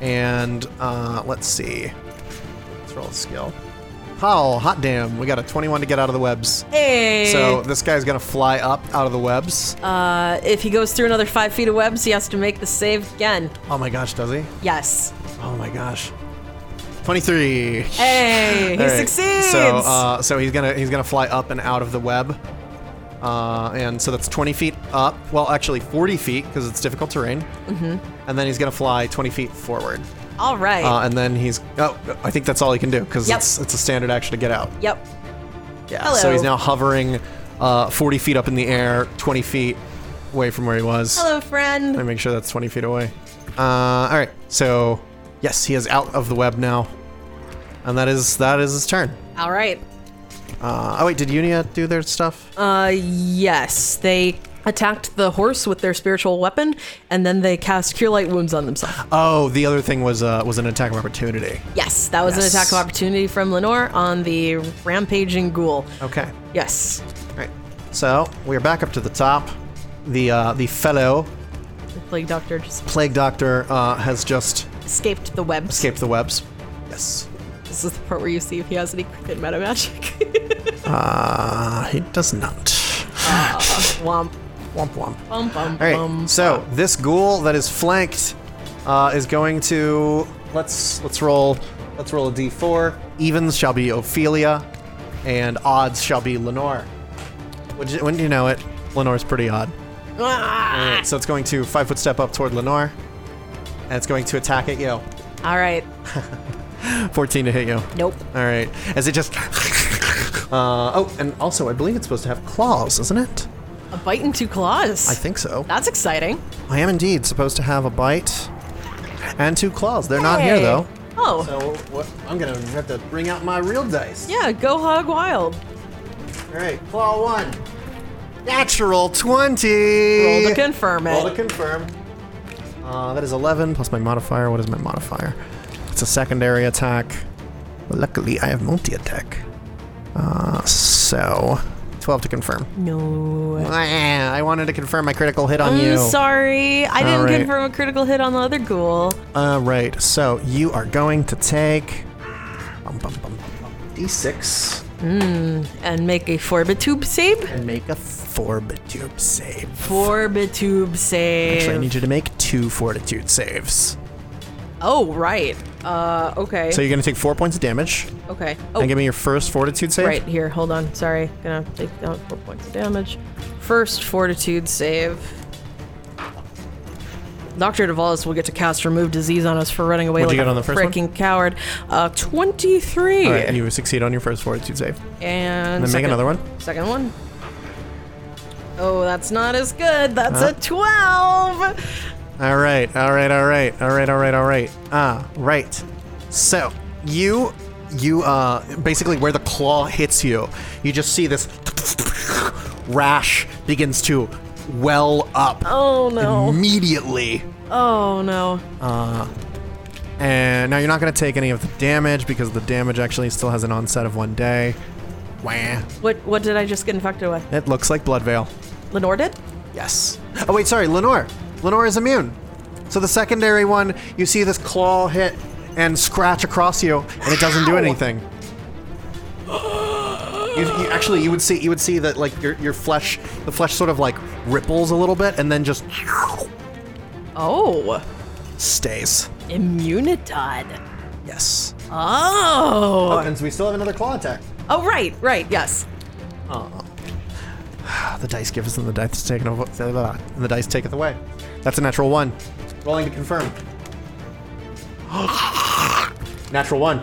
S2: And uh, let's see. Let's roll a skill. Oh, hot damn. We got a 21 to get out of the webs.
S1: Hey.
S2: So this guy's going to fly up out of the webs.
S1: Uh, if he goes through another five feet of webs, he has to make the save again.
S2: oh my gosh, does he?
S1: Yes.
S2: Oh my gosh. 23. (laughs)
S1: Hey, he
S2: All right.
S1: succeeds.
S2: So, uh, so he's gonna he's gonna fly up and out of the web, uh, and so that's 20 feet up. Well, actually 40 feet because it's difficult terrain. Mm-hmm. And then he's gonna fly 20 feet forward.
S1: All right.
S2: Uh, and then he's. Oh, I think that's all he can do because
S1: Yep.
S2: it's, it's a standard action to get out.
S1: yep.
S2: Yeah.
S1: Hello.
S2: So he's now hovering uh, 40 feet up in the air, 20 feet away from where he was.
S3: Hello, friend.
S2: Let me make sure that's 20 feet away. Uh, all right. So yes, he is out of the web now, and that is that is his turn.
S1: All right.
S2: Uh, oh wait, did Unia do their stuff?
S1: Uh, yes, they attacked the horse with their spiritual weapon, and then they cast Cure Light Wounds on themselves.
S2: oh, the other thing was uh, was an attack of opportunity.
S1: Yes, that was
S2: Yes.
S1: an attack of opportunity from Lenore on the rampaging ghoul.
S2: Okay.
S1: Yes.
S2: All right. So we are back up to the top. The uh, the fellow
S1: Plague Doctor just
S2: plague doctor uh, has just
S1: escaped the webs.
S2: escaped the webs. Yes.
S1: This is the part where you see if he has any cricket meta magic.
S2: (laughs) Uh, he does not.
S1: Womp.
S2: Womp womp. All
S1: Bum, bum,
S2: right.
S1: bum.
S2: so this ghoul that is flanked uh, is going to let's let's roll let's roll a d4. Evens shall be Ophelia, and odds shall be Lenore. Would you, wouldn't you know it? Lenore's pretty odd. All
S1: Ah!
S2: right, so it's going to five foot step up toward Lenore, and it's going to attack at you.
S1: All right.
S2: 14 to hit you.
S1: Nope.
S2: All right. As it just. Uh, oh, and also, I believe it's supposed to have claws, isn't it?
S1: A bite and two claws.
S2: I think so.
S1: That's exciting.
S2: I am indeed supposed to have a bite and two claws. They're not here,
S1: Hey.
S2: though.
S1: Oh,
S2: So what, I'm going to have to bring out my real dice.
S1: yeah, go hog wild.
S2: All right, claw one. Natural 20.
S1: Roll to confirm it.
S2: Eh. Roll to confirm. Uh, that is 11 plus my modifier. What is my modifier? It's a secondary attack. Luckily, I have multi attack. Uh, so, 12 to confirm.
S1: No.
S2: Ah, I wanted to confirm my critical hit on you.
S1: I'm sorry. I didn't
S2: Alright.
S1: confirm a critical hit on the other ghoul.
S2: All right, so you are going to take. bum, bum, bum, bum, bum, D6.
S1: and make a forbitube save.
S2: And make a fortitude save.
S1: Forbitube save.
S2: Actually, I need you to make two fortitude saves.
S1: oh, right. Uh, okay.
S2: So you're going to take four points of damage.
S1: okay. Oh,
S2: And give me your first fortitude save.
S1: right here. Hold on. Sorry. Gonna take down four points of damage. First fortitude save. Doctor Duvalius will get to cast remove disease on us for running away
S2: What'd
S1: like
S2: you get
S1: a
S2: on the first one?
S1: freaking coward. Uh, twenty-three.
S2: All right, you succeed on your first fortitude save.
S1: And
S2: Then
S1: second,
S2: make another one.
S1: Second one. Oh, that's not as good. That's
S2: Uh-huh.
S1: a twelve.
S2: All right, all right, all right, all right, all right, all right. Ah, right. So you, you, uh, basically where the claw hits you, you just see this rash begins to well up
S1: Oh no.
S2: immediately.
S1: Oh no.
S2: And now you're not going to take any of the damage because the damage actually still has an onset of one day. Wah.
S1: What what did I just get infected with?
S2: It looks like Blood Veil.
S1: Lenore did?
S2: Yes. Oh wait, sorry, Lenore. Lenore is immune. So the secondary one, you see this claw hit and scratch across you, and it doesn't do anything. You, you- actually, you would see you would see that like your, your flesh, the flesh sort of like ripples a little bit, and then just
S1: Oh.
S2: stays.
S1: Immunitad.
S2: Yes.
S1: Oh.
S2: and so we still have another claw attack.
S1: Oh right, right, yes. (laughs)
S2: The dice giveth and the dice taketh over, and the dice taketh away. That's a natural one. Rolling to confirm. (gasps) natural one.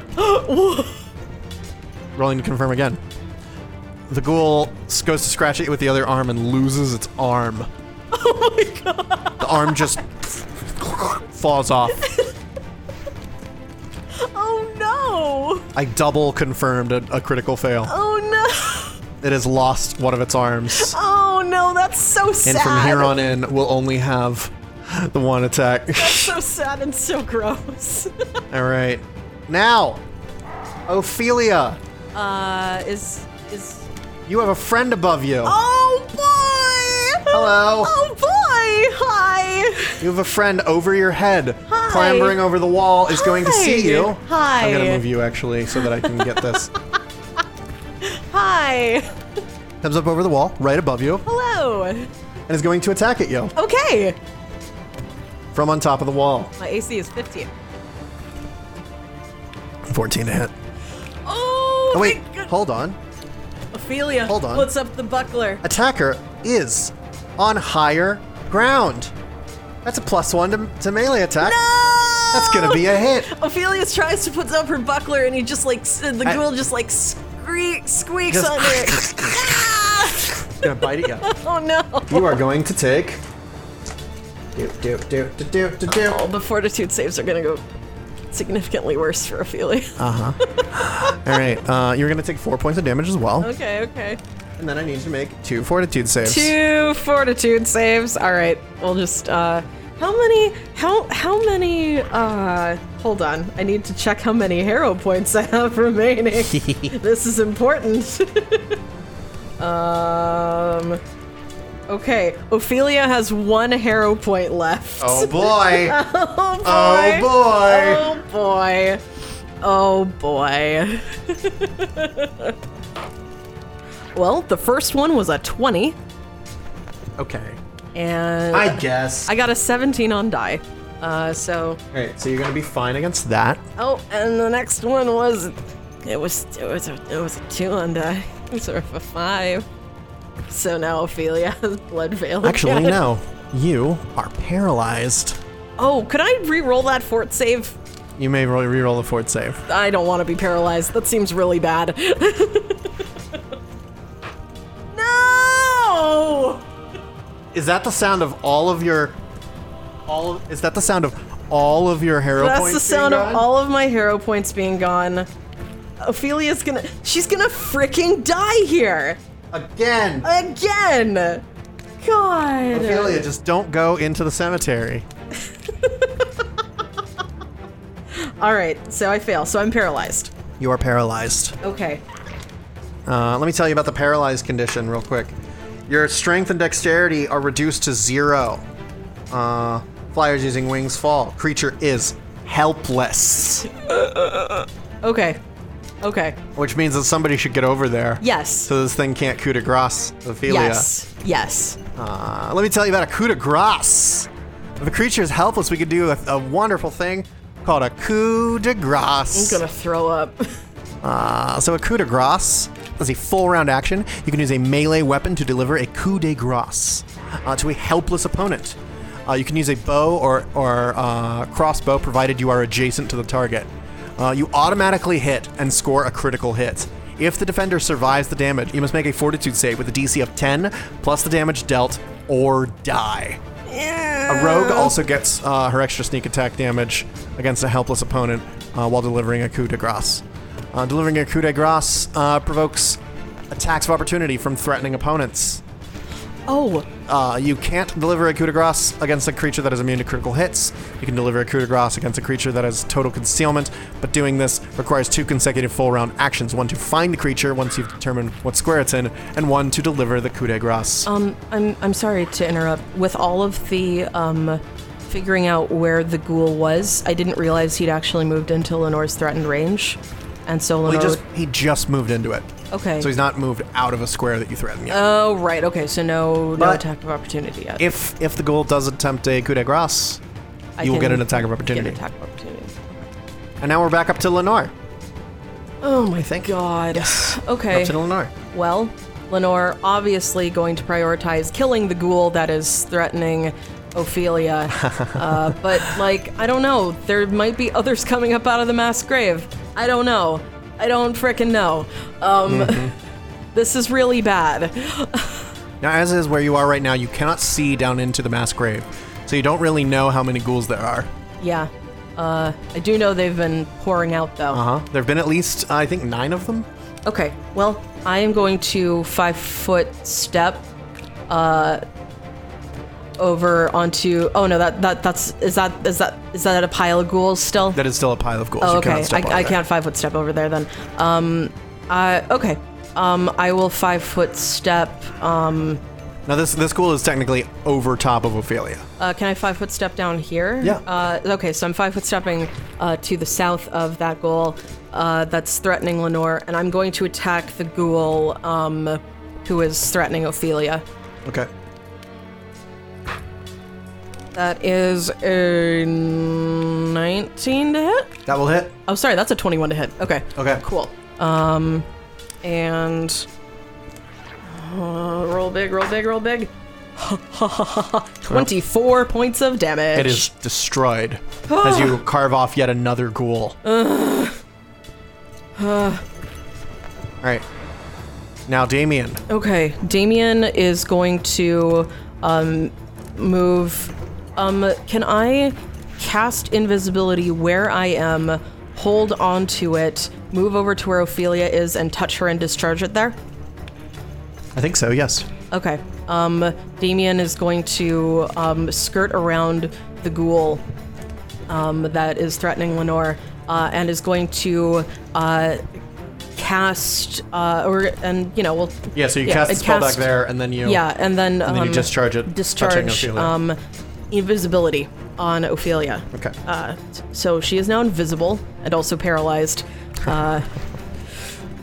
S2: Rolling to confirm again. The ghoul s- goes to scratch it with the other arm and loses its arm. Oh my god! The arm just (laughs) falls off.
S1: Oh no.
S2: I double confirmed a, a critical fail.
S1: Oh no.
S2: It has lost one of its arms.
S1: Oh no, that's so sad.
S2: And from here on in, we'll only have the one attack. (laughs)
S1: so sad and so gross.
S2: All right. Now, Ophelia,
S1: (laughs) Uh is is
S2: you have a friend above you.
S1: Oh boy.
S2: Hello.
S1: Oh boy. Hi.
S2: You have a friend over your head,
S1: Hi.
S2: clambering over the wall, is going to
S1: Hi.
S2: see you.
S1: Hi.
S2: I'm going to move you actually so that I can get
S1: (laughs)
S2: this.
S1: Hi.
S2: Comes up over the wall, right above you,
S1: Hello.
S2: and is going to attack at you
S1: Okay.
S2: from on top of the wall.
S1: My AC is 15.
S2: 14 to hit.
S1: Oh,
S2: Oh, wait,
S1: thank good-
S2: hold on.
S1: Ophelia.
S2: hold on.
S1: What's up, the buckler?
S2: Attacker is on higher ground. That's a plus one to, to melee attack.
S1: No!
S2: That's going to be a hit.
S1: Ophelia tries to put up her buckler, and he just like s- the
S2: I-
S1: ghoul just like squeak, squeaks
S2: Just-
S1: on
S2: (laughs)
S1: it. Ah!
S2: Gonna bite it, yeah.
S1: oh no!
S2: You are going to take. Do, do, do, do, do, do, do.
S1: Oh, the fortitude saves are gonna go significantly worse for Ophelia.
S2: Ah. All right, uh, you're gonna take four points of damage as well,
S1: okay, okay.
S2: and then I need to make two fortitude saves.
S1: Two fortitude saves. All right, we'll just. uh How many? How how many? uh Hold on, I need to check how many hero points I have (laughs) remaining. this is important. (laughs) um. Okay, Ophelia has one hero point left.
S2: Oh boy!
S1: (laughs) Oh boy!
S2: Oh, boy.
S1: Oh boy! Oh boy! Oh, (laughs) well, the first one was a twenty,
S2: okay,
S1: and
S2: I guess.
S1: Oh. I got a seventeen on die. Uh, so
S2: All right, so you're gonna be fine against that.
S1: oh, and the next one was it was it was a, it was a two on die, (laughs) sort of a five. So now Ophelia (laughs) has blood veil. (laughs)
S2: Actually,
S1: again.
S2: no. You are paralyzed.
S1: Oh, could I re-roll that fort save?
S2: You may roll, re-roll a fort save.
S1: I don't want to be paralyzed. That seems really bad. (laughs) no!
S2: Is that the sound of all of your? All of, is that the sound of all of your hero
S1: That's
S2: points?
S1: the sound
S2: being
S1: of
S2: gone?
S1: all of my hero points being gone. Ophelia's gonna. She's gonna freaking die here!
S2: Again,
S1: Again! God!
S2: Ophelia, just don't go into the cemetery.
S1: Alright, so I fail, so I'm paralyzed.
S2: You are paralyzed.
S1: Okay.
S2: Uh, let me tell you about the paralyzed condition real quick. Your strength and dexterity are reduced to zero. Uh, flyers using wings fall. Creature is helpless.
S1: Okay. Okay.
S2: which means that somebody should get over there.
S1: Yes.
S2: So this thing can't coup de grace Ophelia.
S1: yes. Yes.
S2: Uh, let me tell you about a coup de grace. If a creature is helpless, we could do a, a wonderful thing called a coup de grace.
S1: I'm gonna throw up.
S2: Uh, so a coup de grace is a full round action. You can use a melee weapon to deliver a coup de grace uh, to a helpless opponent. Uh, you can use a bow or, or uh, crossbow provided you are adjacent to the target. Uh, you automatically hit and score a critical hit. If the defender survives the damage, you must make a fortitude save with a DC of 10 plus the damage dealt or die. A rogue also gets uh, her extra sneak attack damage against a helpless opponent uh, while delivering a coup de grace. Uh, delivering a coup de grace uh, provokes attacks of opportunity from threatening opponents.
S1: Oh,
S2: Uh, you can't deliver a coup de grace against a creature that is immune to critical hits. You can deliver a coup de grace against a creature that has total concealment, but doing this requires two consecutive full round actions one to find the creature once you've determined what square it's in, and one to deliver the coup de grace.
S1: um, I'm I'm sorry to interrupt. With all of the um, figuring out where the ghoul was, I didn't realize he'd actually moved into Lenore's threatened range, and so Lenore.
S2: He just he just moved into it.
S1: Okay.
S2: So he's not moved out of a square that you threatened yet.
S1: oh right. Okay. So no no
S2: But-
S1: attack of opportunity yet.
S2: if if the ghoul does attempt a coup de grace,
S1: I
S2: you will
S1: can
S2: get an attack of
S1: Get an
S2: opportunity.
S1: attack of opportunity.
S2: And now we're back up to Lenore.
S1: Oh my
S2: think.
S1: god. Yes. Okay.
S2: Up to Lenore.
S1: Well, Lenore obviously going to prioritize killing the ghoul that is threatening Ophelia. uh, but, like, I don't know. There might be others coming up out of the mass grave. I don't know. I don't frickin' know. Um, (laughs) This is really bad.
S2: Now, as is where you are right now, you cannot see down into the mass grave, so you don't really know how many ghouls there are.
S1: Yeah. Uh, I do know they've been pouring out, though.
S2: Uh huh. There have been at least uh, I think nine of them.
S1: Okay, well, I am going to five foot step uh, over onto. Oh no, that that that's is that is that is that a pile of ghouls still?
S2: That is still a pile of ghouls.
S1: oh,
S2: you
S1: okay,
S2: cannot step over
S1: I, I
S2: there.
S1: can't five foot step over there then. Um, I okay. Um, I will five foot step. Um,
S2: Now this this ghoul is technically over top of Ophelia.
S1: uh, can I five foot step down here?
S2: Yeah.
S1: Uh, okay, so I'm five foot stepping uh, to the south of that ghoul uh, that's threatening Lenore, and I'm going to attack the ghoul um, who is threatening Ophelia.
S2: Okay.
S1: That is a 19 to hit.
S2: That will hit.
S1: Oh, sorry, that's a 21 to hit. Okay.
S2: Okay.
S1: Cool. Um, and uh, roll big, roll big, roll big. (laughs) 24 points of damage.
S2: It
S1: (sighs)
S2: is destroyed as you carve off yet another ghoul. All right. Now, Damien.
S1: Okay, Damien is going to um, move. Um, can I cast invisibility where I am, hold on to it, move over to where Ophelia is, and touch her and discharge it there?
S2: I think so, yes.
S1: Okay. Um, Damien is going to um, skirt around the ghoul um, that is threatening Lenore uh, and is going to uh, cast, uh, or and you know, we'll
S2: Yeah, so you cast the
S1: and
S2: spell back there, and then you.
S1: yeah, and then
S2: then you
S1: um,
S2: discharge it, touching
S1: Discharge
S2: Ophelia.
S1: um, invisibility on Ophelia.
S2: Okay.
S1: Uh, so she is now invisible and also paralyzed. Uh,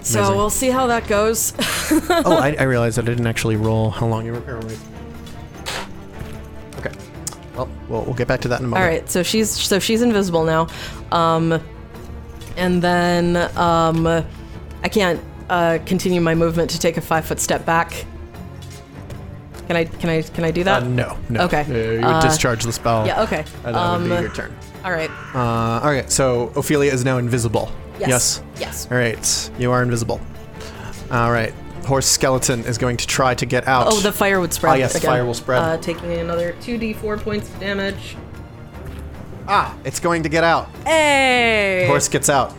S1: so
S2: Amazing.
S1: we'll see how that goes.
S2: oh, I, I realized I didn't actually roll how long you were. or wait. Okay. Well, well, we'll get back to that in a
S1: All
S2: moment.
S1: right, so she's so she's invisible now, um, and then um, I can't uh, continue my movement to take a five foot step back. Can I? Can I? Can I do that?
S2: Uh, no, no.
S1: Okay.
S2: Uh, you would
S1: Uh,
S2: discharge the spell.
S1: yeah. Okay.
S2: And that
S1: Um,
S2: would be your turn.
S1: all right.
S2: Uh, all right, so Ophelia is now invisible.
S1: Yes.
S2: yes.
S1: Yes.
S2: All right, you are invisible. All right, horse skeleton is going to try to get out.
S1: Oh, the fire would spread.
S2: Ah, yes,
S1: again.
S2: fire will spread.
S1: Uh, taking another two d four points of damage.
S2: ah, it's going to get out.
S1: Hey.
S2: Horse gets out.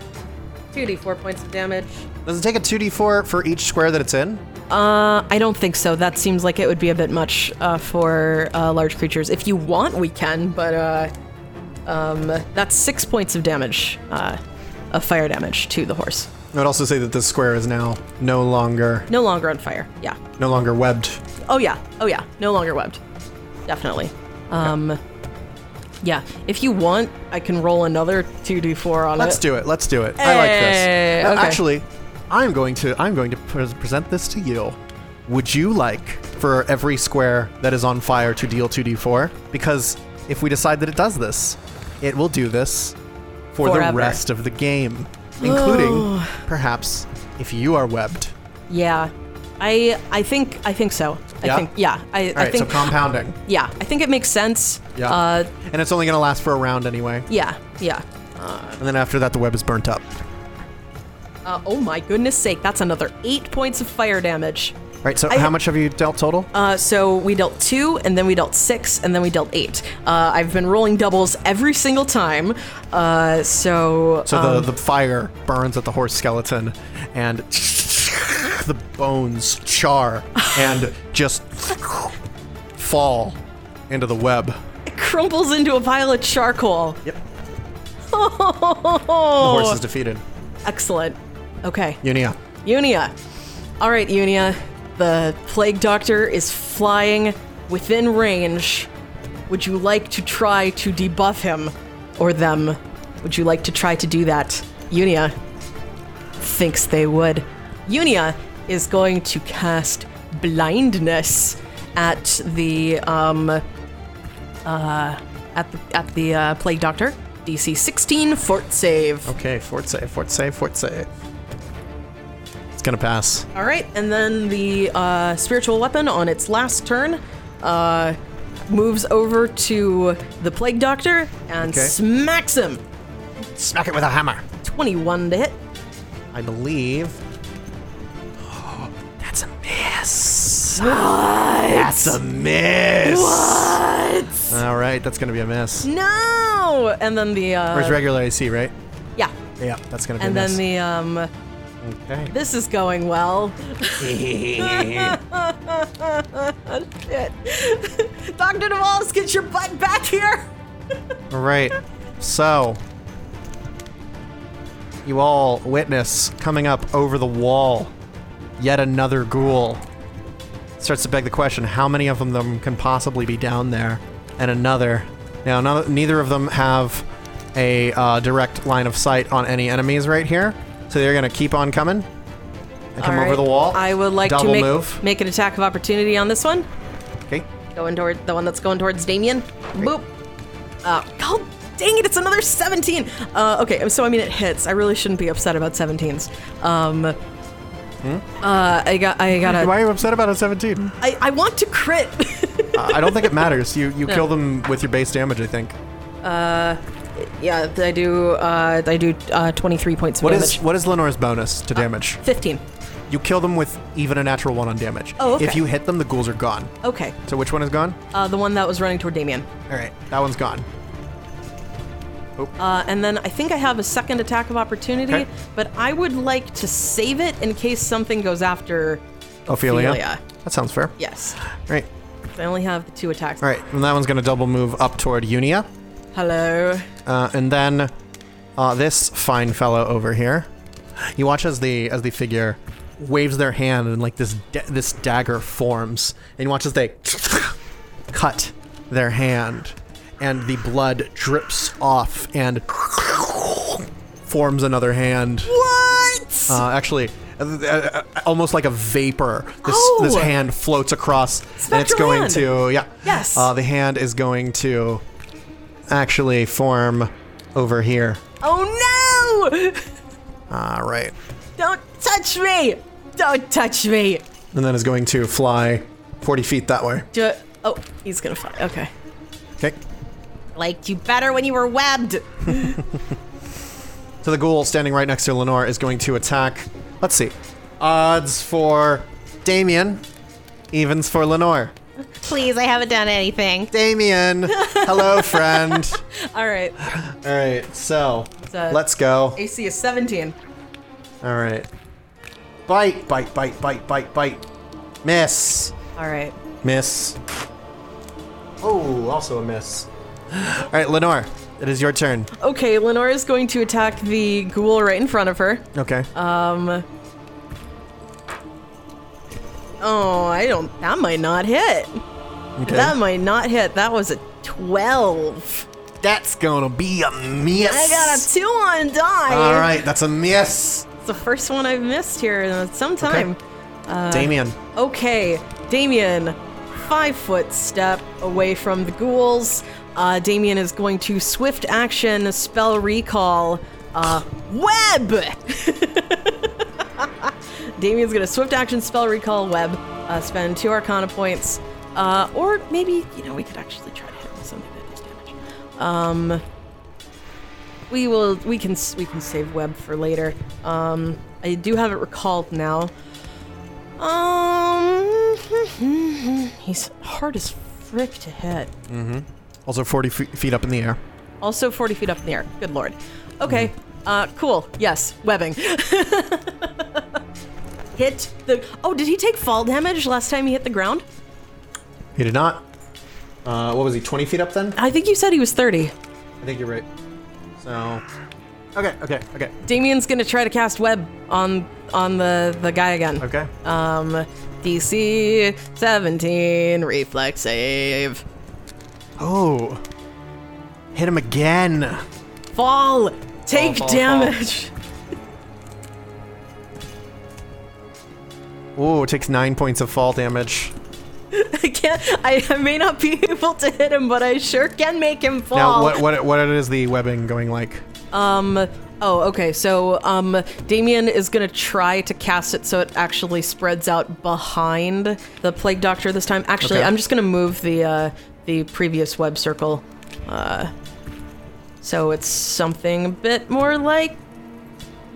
S1: Two d four points of damage.
S2: Does it take a two d four for each square that it's in?
S1: Uh, I don't think so. That seems like it would be a bit much uh, for uh, large creatures. If you want, we can, but uh, um, that's six points of damage, uh, of fire damage to the horse.
S2: I would also say that this square is now no longer
S1: No longer on fire. Yeah.
S2: no longer webbed.
S1: Oh yeah. Oh yeah. No longer webbed. Definitely. Um, Yeah. If you want, I can roll another 2d4 on
S2: Let's
S1: it.
S2: do it. Let's do it. I like
S1: Hey,
S2: this. Uh,
S1: Uh, eh, okay.
S2: Actually, I'm going to I'm going to pre- present this to you. Would you like for every square that is on fire to deal 2d4? Because if we decide that it does this, it will do this for the
S1: Forever.
S2: rest of the game, including perhaps if you are webbed.
S1: yeah. I I think I think so. I
S2: Yeah?
S1: think yeah. I,
S2: All
S1: I
S2: right,
S1: think
S2: so compounding.
S1: yeah. I think it makes sense.
S2: Yeah.
S1: Uh,
S2: and it's only going to last for a round anyway.
S1: yeah. Yeah.
S2: And then after that, the web is burnt up.
S1: Uh, oh my goodness sake! That's another eight points of fire damage.
S2: All right, so
S1: I-
S2: how much have you dealt total?
S1: Uh, so we dealt two, and then we dealt six, and then we dealt eight. Uh, I've been rolling doubles every single time. Uh, so (laughs)
S2: So the, the fire burns at the horse skeleton, and (laughs) the bones char and just fall into the web.
S1: it crumples into a pile of charcoal.
S2: Yep. The
S1: Oh,
S2: horse is defeated.
S1: excellent. Okay,
S2: Unia.
S1: Unia. All right, Unia. The plague doctor is flying within range. Would you like to try to debuff him or them? Would you like to try to do that? Unia thinks they would. Unia is going to cast blindness at the um uh at the at the uh, plague doctor. DC 16 fort save.
S2: Okay, fort save, fort save, fort save. It's gonna pass.
S1: All right, and then the uh, spiritual weapon on its last turn uh, moves over to the plague doctor and
S2: Okay.
S1: smacks him.
S2: Smack it with a hammer.
S1: Twenty-one to hit.
S2: I believe. (gasps) that's a miss. That's a miss.
S1: What?
S2: All right, that's gonna be a miss.
S1: No! And then the uh,
S2: Where's regular AC, right?
S1: yeah,
S2: Yeah, that's gonna be
S1: and
S2: a miss.
S1: then the um.
S2: okay.
S1: This is going well. (laughs)
S2: (laughs)
S1: Shit, Doctor DeWalls, get your butt back here.
S2: All right. So, you all witness coming up over the wall yet another ghoul. Starts to beg the question how many of them can possibly be down there? And another. Now, no- neither of them have a uh, direct line of sight on any enemies right here. So, they're going to keep on coming. They come
S1: All
S2: over
S1: right,
S2: the wall.
S1: I would like
S2: Double
S1: to make
S2: move.
S1: make an attack of opportunity on this one.
S2: Okay.
S1: Going toward the one that's going towards Damien. Boop. Uh, oh, dang it! It's another 17. Uh, okay, so I mean it hits. I really shouldn't be upset about 17s. Um, uh, I got. I got
S2: Why
S1: to
S2: are Hmm? you upset about a 17?
S1: I, I want to crit. (laughs)
S2: I I don't think it matters. You you kill them with your base damage, I think.
S1: yeah, I do. Uh, I do uh, 23 points of
S2: What
S1: damage. Uh,
S2: is what is Lenore's bonus to damage?
S1: 15.
S2: You kill them with even a natural one on damage.
S1: Oh, okay.
S2: If you hit them, the ghouls are gone.
S1: Okay.
S2: So which one is gone?
S1: Uh, the one that was running toward Damien.
S2: All right, that one's gone.
S1: Uh, and then I think I have a second attack of opportunity,
S2: Okay.
S1: but I would like to save it in case something goes after.
S2: Ophelia.
S1: Ophelia.
S2: That sounds fair.
S1: Yes.
S2: All right,
S1: I only have the two attacks.
S2: all right. And that one's gonna double move up toward Unia,
S1: Hello.
S2: uh, and then uh, this fine fellow over here. You watch as the as the figure waves their hand and like this da- this dagger forms, and you watch as they (laughs) cut their hand, and the blood drips off and (laughs) forms another hand.
S1: What?
S2: Uh, actually, uh, uh, uh, almost like a vapor, this
S1: Oh!
S2: this hand floats across, and it's
S1: Spectral
S2: going
S1: hand.
S2: to yeah.
S1: Yes.
S2: Uh, the hand is going to actually form over here.
S1: Oh no! (laughs)
S2: All right,
S1: Don't touch me! Don't touch me!
S2: and then is going to fly forty feet that way.
S1: Do oh, he's gonna fly. Okay.
S2: Okay.
S3: Liked you better when you were webbed.
S2: So the ghoul standing right next to Lenore is going to attack. Let's see. Odds for Damien, evens for Lenore.
S3: Please, I haven't done anything.
S2: Damien, hello, friend.
S1: (laughs) All right.
S2: All right, so
S1: So-
S2: let's go.
S1: AC is 17.
S2: All right. Bite, bite, bite, bite, bite, bite. Miss.
S1: All right.
S2: Miss. Oh, also a miss. All right, Lenore, it is your turn.
S1: Okay, Lenore is going to attack the ghoul right in front of her.
S2: Okay.
S3: Uh,
S1: Oh, I don't. That might not hit.
S2: okay.
S1: That might not hit. That was a 12.
S2: That's gonna be a miss.
S3: I got a two on die.
S2: All right, that's a miss.
S3: It's the first one I've missed here in some time.
S2: Okay.
S3: uh,
S2: Damien.
S1: Okay, Damien, five foot step away from the ghouls. Uh, Damien is going to swift action spell recall uh, web. (laughs) Damien's going to swift action spell recall web, uh, spend two Arcana points, uh, or maybe you know we could actually try to hit him with something that does damage. Um, we will. We can. s- We can save web for later. Um, I do have it recalled now. Um, (laughs) he's hard as frick to hit.
S2: Also 40 fe- feet up in the air.
S1: Also, forty feet up in the air. Good lord. Okay. Uh, cool. Yes, webbing. (laughs) hit the. Oh, did he take fall damage last time he hit the ground?
S2: He did not. Uh, what was he, 20 feet up then?
S1: I think you said he was thirty.
S2: I think you're right. So. Okay, okay, okay,
S1: Damien's gonna try to cast web on on the the guy again.
S2: okay.
S3: Uh,
S1: Um, DC seventeen reflex save.
S2: oh. Hit him again.
S1: Fall. Take
S2: fall, fall.
S1: damage.
S2: Oh, it takes nine points of fall damage.
S1: (laughs) I can't. I, I may not be (laughs) able to hit him, but I sure can make him fall.
S2: Now, what, what, what is the webbing going like?
S1: Um. Oh, okay. So, um, Damien is gonna try to cast it so it actually spreads out behind the plague doctor this time. Actually,
S2: Okay.
S1: I'm just gonna move the uh, the previous web circle, uh, so it's something a bit more like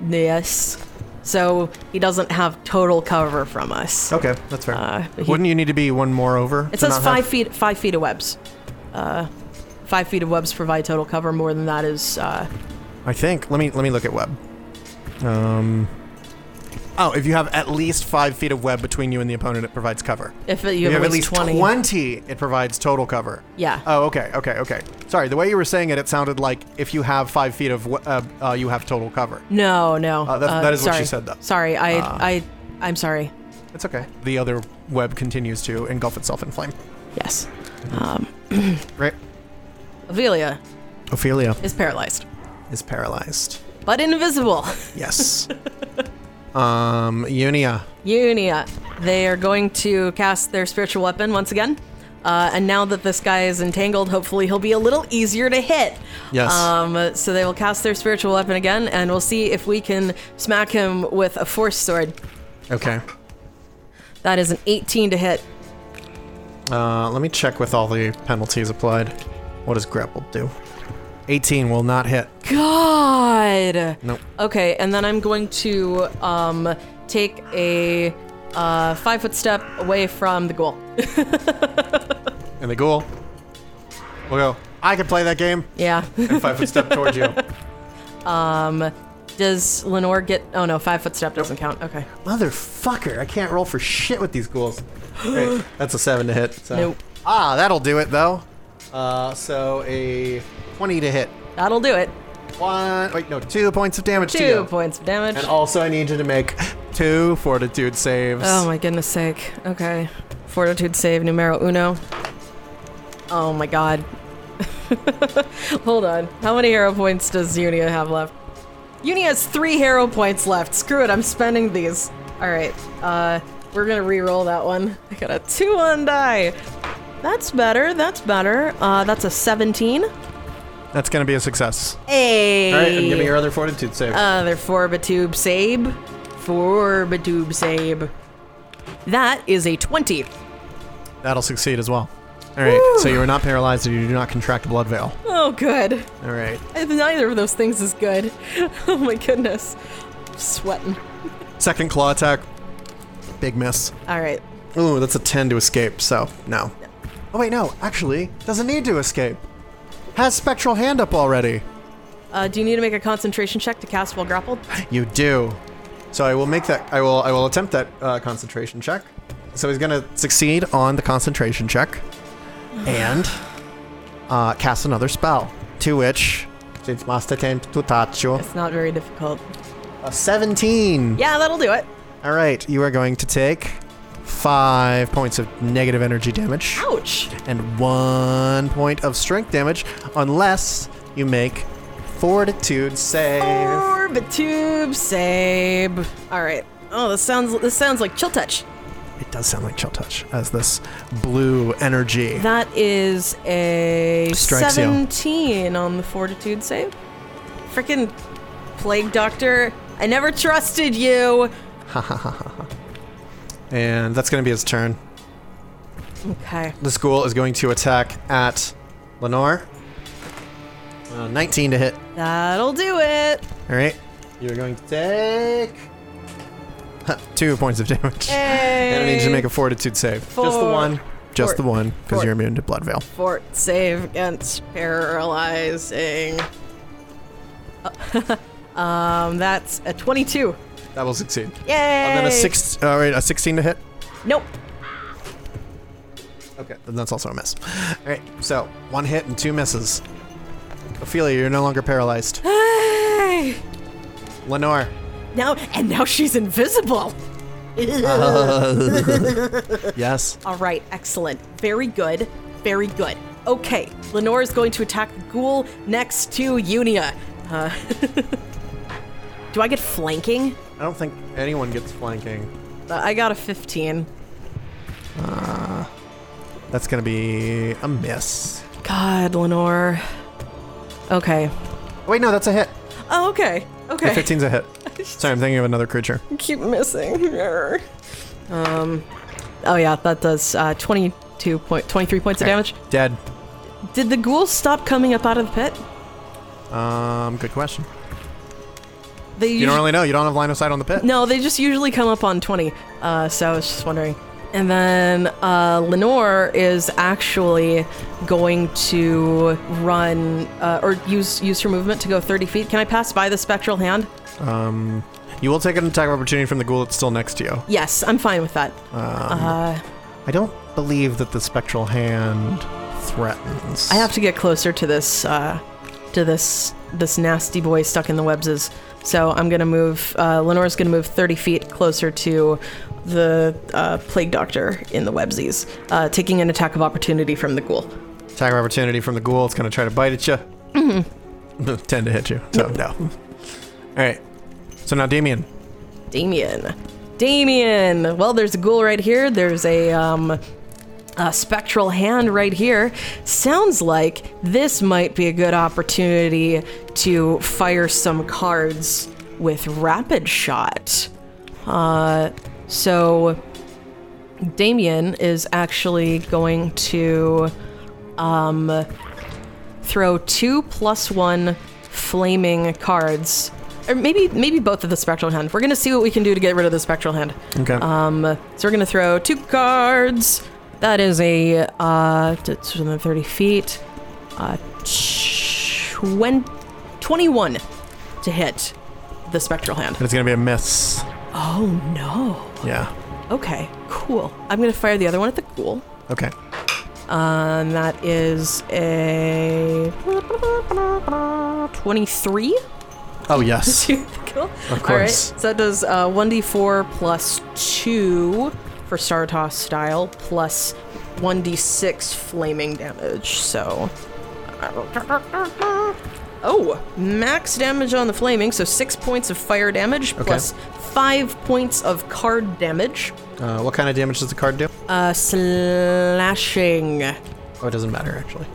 S1: this. So he doesn't have total cover from us.
S2: Okay, that's fair.
S1: Uh, but he-
S2: Wouldn't you need to be one more over?
S1: It says five feet. Five feet of webs. Uh, five feet of webs provide total cover. More than that is. Uh,
S2: I think. Let me let me look at web. Um. Oh, if you have at least five feet of web between you and the opponent, it provides cover.
S1: if it, you have, at least 20.
S2: it provides total cover.
S1: Yeah.
S2: Oh, okay, okay, okay. Sorry, the way you were saying it, it sounded like if you have five feet of, we- uh, uh, you have total cover.
S1: No, no.
S2: Uh, that's- that is what
S1: sorry.
S2: she said, though. Uh.
S1: Sorry, I, I, I'm sorry.
S2: It's okay. The other web continues to engulf itself in flame.
S1: Yes,
S2: Right.
S1: Avelia
S2: Ophelia
S1: is paralyzed,
S2: is paralyzed.
S1: but invisible. (laughs)
S2: Yes. um, Unia.
S1: Unia, they are going to cast their spiritual weapon once again. Uh, and now that this guy is entangled, hopefully he'll be a little easier to hit.
S2: Yes.
S1: Um, so they will cast their spiritual weapon again, and we'll see if we can smack him with a force sword.
S2: Okay.
S1: That is an 18 to hit.
S2: Uh, let me check with all the penalties applied. What does grappled do? 18 will not hit.
S1: God.
S2: Nope.
S1: Okay, and then I'm going to um, take a uh, five foot step away from the goal.
S2: And the ghoul will go, I can play that game.
S1: Yeah. (laughs)
S2: And five foot step towards you.
S1: Does Lenore get? Oh no, five foot step doesn't count. Okay.
S2: (laughs) Motherfucker, I can't roll for shit with these ghouls. Great. That's a seven to hit. So.
S1: Nope.
S2: Ah, that'll do it though. Uh, so a 20 to hit.
S1: That'll do it.
S2: One, wait, no, two points of damage to
S1: Two
S2: you.
S1: points of damage.
S2: And also, I need you to make two fortitude saves.
S1: oh my goodness sake. Okay. Fortitude save numero uno. Oh my god. (laughs) Hold on. How many hero points does Unia have left? Unia has three hero points left. Screw it, I'm spending these. Alright, uh, we're gonna re-roll that one. (laughs) I got a 2-1 die. That's better, that's better. Uh, that's a 17.
S2: That's going to be a success.
S1: Hey! Uh,
S2: All right, and give me your other fortitude save.
S1: Other Forbatube Sabe. Forbatube Sabe. That is a 20.
S2: That'll succeed as well. All right, so you are not paralyzed and you do not contract blood veil.
S1: Oh, good.
S2: All right.
S1: Neither of those things is good. (laughs) oh my goodness. sweating.
S2: Second claw attack. Big miss.
S1: All right.
S2: Ooh, that's a 10 to escape, so no. Oh, wait, no. Actually, doesn't need to escape. Has spectral hand up already.
S1: Uh, do you need to make a concentration check to cast while grappled?
S2: You do. So I will make that. I will. I will attempt that uh, concentration check. So he's gonna succeed on the concentration check, and uh, cast another spell. To which, since master tend to touch you,
S1: It's not very difficult.
S2: a seventeen.
S1: Yeah, that'll do it.
S2: All right, you are going to take five points of negative energy damage
S4: Ouch.
S2: and one point of strength damage unless you make fortitude save.
S1: Orbit tube save.
S3: All right. Oh, this sounds this sounds like chill touch.
S2: It does sound like chill touch as this blue energy.
S1: That is a
S2: Strikes you.
S1: 17 on the fortitude save.
S3: Freaking plague doctor. I never trusted you.
S2: And that's going to be his turn.
S1: Okay.
S2: The school is going to attack at Lenore. Uh, 19 to hit.
S1: That'll do it.
S2: All right. You're going to take huh, two points of damage. And I need you to make a fortitude save. Just the
S3: Four.
S2: one. Just the
S3: Four.
S2: one, because
S3: Four.
S2: you're immune to blood veil.
S3: Fort save against paralyzing.
S1: (laughs) Um, that's a 22.
S2: That will succeed.
S3: Yay!
S2: And then a six. All right, a 16 to hit.
S1: Nope.
S2: Okay, then that's also a miss. All right, so one hit and two misses. Ophelia, you're no longer paralyzed.
S1: Hey!
S2: Lenore.
S1: Now and now she's invisible.
S2: Uh-huh. yes.
S1: (laughs) All right, excellent. Very good. Very good. Okay, Lenore is going to attack the ghoul next to Unia. Uh, (laughs) do I get flanking?
S2: I don't think anyone gets flanking.
S1: Uh, I got a 15.
S2: That's gonna be a miss.
S1: God, Lenore. Okay.
S2: Wait, no, that's a hit.
S1: Oh, okay. (laughs)
S2: The
S1: Okay.
S2: 15's a hit. Sorry, I'm thinking of another creature.
S1: Keep missing. Grr. Um. Oh yeah, that does uh, 22 point, 23 points of damage.
S2: Dead.
S1: Did the ghoul stop coming up out of the pit?
S2: Um, good question.
S1: They
S2: You don't really know. You don't have line of sight on the pit.
S1: No, they just usually come up on 20. Uh, so I was just wondering. And then uh, Lenore is actually going to run uh, or use use her movement to go 30 feet. Can I pass by the spectral hand?
S2: Um, you will take an attack of opportunity from the ghoul that's still next to you. Um,
S1: Yes, I'm fine with that. uh,
S2: I don't believe that the spectral hand threatens.
S1: I have to get closer to this uh, to this this nasty boy stuck in the webses. So I'm gonna move. Uh, Lenore's gonna move 30 feet closer to the uh, plague doctor in the websies, uh, taking an attack of opportunity from the ghoul.
S2: Attack of opportunity from the ghoul. It's going to try to bite at you.
S1: Mm-hmm.
S2: (laughs) Tend to hit you. So, no. All right. So now, Damien.
S1: Damien. Damien. Well, there's a ghoul right here. There's a um a spectral hand right here. Sounds like this might be a good opportunity to fire some cards with rapid shot. Uh so Damien is actually going to um throw two plus one flaming cards. Or maybe maybe both of the spectral hand. We're gonna see what we can do to get rid of the spectral hand.
S2: Okay.
S1: Um, so we're gonna throw two cards. That is a uh, t- it's within 30 feet. Uh, twen- 21 to hit the spectral hand.
S2: and it's going to be a miss.
S1: Oh no.
S2: Yeah.
S1: Okay, cool. I'm gonna fire the other one at the ghoul.
S2: Okay.
S1: Um, that is a 23 (laughs)
S2: Oh, yes.
S1: to the ghoul.
S2: Of
S1: All right,
S2: course.
S1: so that does uh, 1d4 plus 2 for Sartos style, plus 1d6 flaming damage. So. (laughs) Oh, max damage on the flaming, so 6 points of fire damage, plus 5 points of card damage.
S2: Uh, what kind of damage does the card do?
S1: Uh, slashing.
S2: Oh, it doesn't matter, actually.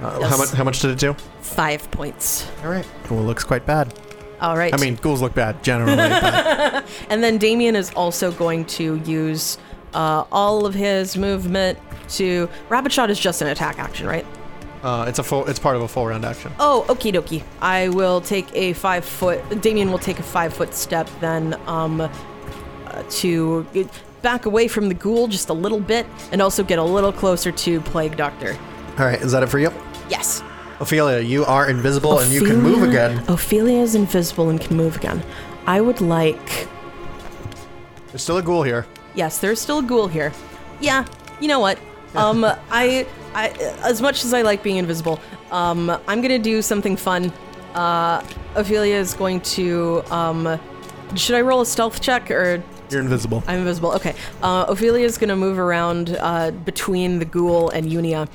S2: Uh, how,
S1: Yes.
S2: much, how much did it do?
S1: 5 points.
S2: All right. Ghoul looks quite bad.
S1: All right.
S2: I mean, ghouls look bad, (laughs) generally. but
S1: And then Damien is also going to use uh, all of his movement to. Rapid Shot is just an attack action, right?
S2: uh, it's, a full, it's part of a full round action.
S1: Oh, okie dokie. I will take a five foot. Damien will take a five foot step then um, uh, to get back away from the ghoul just a little bit and also get a little closer to Plague Doctor.
S2: All right. Is that it for you?
S1: Yes.
S2: Ophelia, you are invisible and you can
S1: Ophelia-
S2: move again.
S1: Ophelia is invisible and can move again. I would like.
S2: There's still a ghoul here.
S1: Yes, there's still a ghoul here. Yeah, you know what? Um, I, I, as much as I like being invisible, um, I'm gonna do something fun. Uh, Ophelia is going to. Um, should I roll a stealth check or
S2: You're invisible.
S1: I'm invisible. Okay. Uh, Ophelia is going to move around uh, between the ghoul and Unia.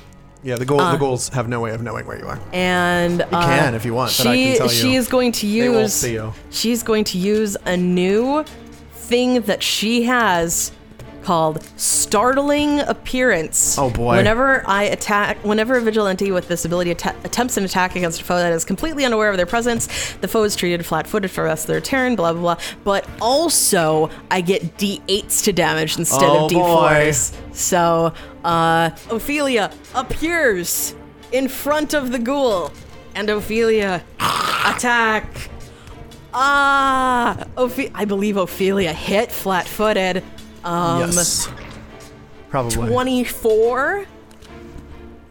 S2: Yeah, the
S1: uh,
S2: goal, the goals have no way of knowing where you are.
S1: And uh,
S2: can if you want,
S1: She,
S2: but I can tell
S1: she
S2: you
S1: is going to use.
S2: they won't see you.
S1: She's going to use a new thing that she has called startling appearance.
S2: Oh, boy.
S1: Whenever I attack, whenever a vigilante with this ability atta- attempts an attack against a foe that is completely unaware of their presence, the foe is treated flat-footed for the rest of their turn. Blah blah blah. But also, I get d8s to damage instead
S2: Oh,
S1: of
S2: boy.
S1: d4s. So, uh, Ophelia appears in front of the ghoul, and Ophelia attack. Ah, Ophe- I believe Ophelia hit flat-footed. Um,
S2: yes. Probably.
S1: 24.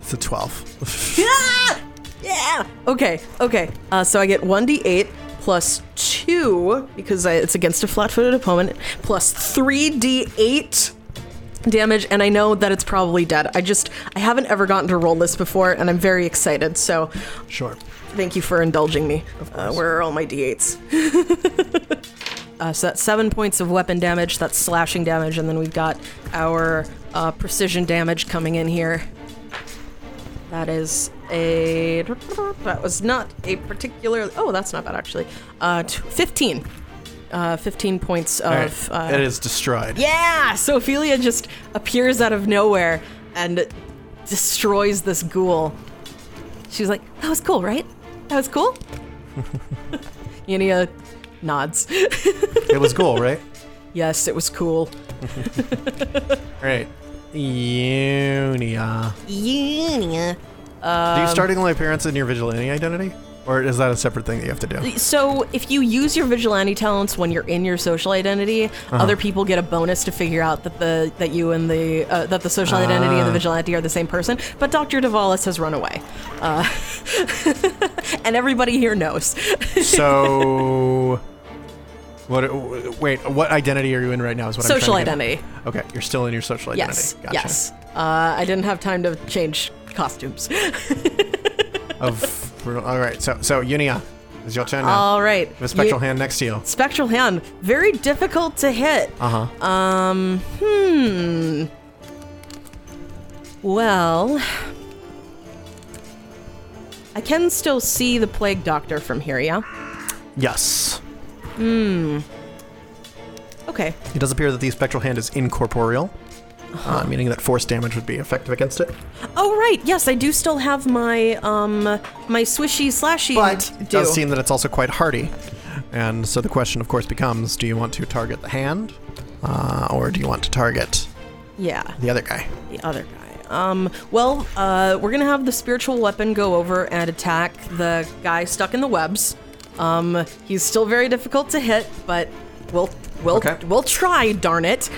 S2: It's a 12.
S1: Ah! Yeah. Okay. Okay. Uh, so I get one d8 plus two because I, it's against a flat-footed opponent plus three d8 damage, and I know that it's probably dead. I just I haven't ever gotten to roll this before, and I'm very excited. So
S2: (laughs) sure.
S1: thank you for indulging me. Uh, where are all my d8s? (laughs) uh, so that's seven points of weapon damage. That's slashing damage, and then we've got our uh, precision damage coming in here. That is a. That was not a particular. Oh, that's not bad actually. Uh, t- fifteen. Uh, fifteen points
S2: All right.
S1: of. Uh,
S2: it is destroyed.
S1: yeah! So Ophelia just appears out of nowhere and destroys this ghoul. She's like, that was cool, right? That was cool? Yenia nods.
S2: It was cool, right?
S1: yes, it was cool.
S2: All right. Unia.
S3: Yeah.
S2: do
S1: Um,
S2: you starting only appearance in your vigilante identity? Or is that a separate thing that you have
S1: (laughs)
S2: to do?
S1: So if you use your vigilante talents when you're in your social identity, other people get a bonus to figure out that the that you and the uh, that the social identity and the vigilante are the same person. But Dr. Davalis has run away, uh, (laughs) and everybody here knows.
S2: So. What? Wait, what identity are you in right now? Is what
S1: Social
S2: I'm trying to
S1: identity.
S2: get- Okay, you're still in your social identity.
S1: Yes.
S2: Gotcha.
S1: Yes. Uh, I didn't have time to change costumes.
S2: Of, all right, so so Unia, it's your turn now.
S1: All right.
S2: the spectral
S1: Um, You-
S2: hand next to you.
S1: Spectral hand. Very difficult to hit.
S2: Uh huh.
S1: Um, hmm. Well, I can still see the plague doctor from here, yeah?
S2: Yes.
S1: Okay.
S2: It does appear that the spectral hand is incorporeal, uh,
S1: Uh-huh.
S2: meaning that force damage would be effective against it.
S1: Oh right, yes, I do still have my um my swishy slashy
S2: But it
S1: do.
S2: does seem that it's also quite hardy. And so the question, of course, becomes do you want to target the hand, uh, or do you want to target
S1: yeah.
S2: the other guy?
S1: the other guy. Um, well, uh, we're gonna have the spiritual weapon go over and attack the guy stuck in the webs. Um, he's still very difficult to hit, but we'll we'll
S2: Okay.
S1: we'll try. Darn
S2: (laughs)
S1: it!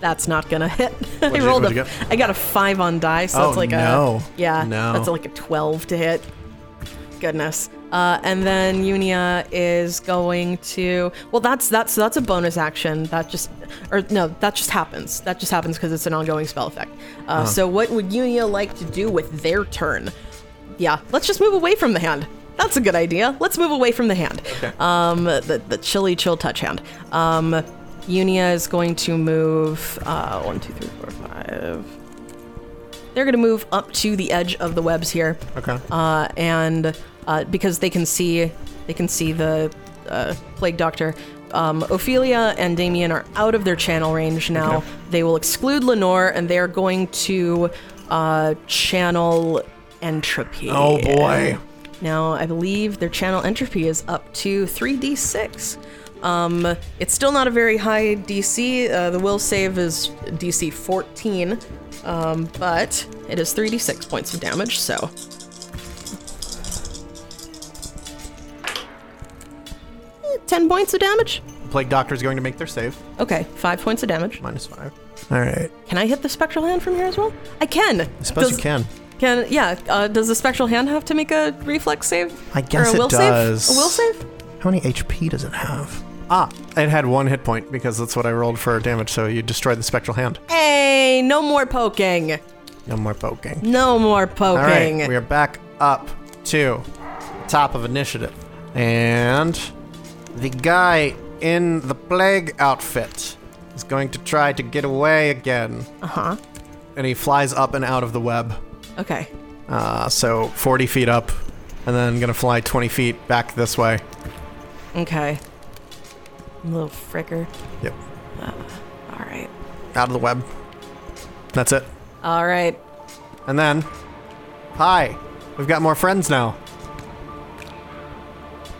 S1: That's not gonna hit. (laughs) I
S2: you-
S1: rolled
S2: what'd
S1: a,
S2: you
S1: I got a five on die, so
S2: Oh,
S1: that's like a
S2: no.
S1: yeah,
S2: No.
S1: that's like a twelve to hit. Goodness. Uh, and then Unia is going to. Well, that's that's that's a bonus action. That just, or no, that just happens. That just happens because it's an ongoing spell effect. Uh, So, what would Unia like to do with their turn? Yeah, let's just move away from the hand. That's a good idea. Let's move away from the hand. Um, the the chilly chill touch hand. Um, Unia is going to move. Uh, one, two, three, four, five. They're going to move up to the edge of the webs here
S2: Okay.
S1: uh, and uh, because they can see they can see the uh, plague doctor um, ophelia and damien are out of their channel range now
S2: Okay.
S1: they will exclude lenore and they are going to uh, channel entropy
S2: oh boy.
S1: now i believe their channel entropy is up to 3d6 um, it's still not a very high DC. Uh, the will save is DC 14, um, but it is 3d6 points of damage, so Eh, 10 points of damage.
S2: Plague Doctor is going to make their save.
S1: Okay, 5 points of damage.
S2: Minus five. All right.
S1: Can I hit the spectral hand from here as well? I can.
S2: I suppose
S1: Does-
S2: you can.
S1: Can yeah? Uh, does the spectral hand have to make a reflex save?
S2: I guess
S1: or a
S2: it
S1: will
S2: does.
S1: Save? A will save?
S2: How many HP does it have? Ah, it had one hit point because that's what I rolled for damage, so you destroyed the spectral hand.
S1: Hey, no more poking.
S2: No more poking.
S1: No more
S2: All right,
S1: poking.
S2: we are back up to top of initiative. And the guy in the plague outfit is going to try to get away again.
S3: Uh huh.
S2: And he flies up and out of the web.
S1: Uh-huh. Okay.
S2: Uh, so 40 feet up, and then gonna fly 20 feet back this way.
S1: Okay. Little fricker.
S2: Yep.
S1: All right.
S2: Out of the web. That's it.
S1: All right.
S2: And then, hi, we've got more friends now.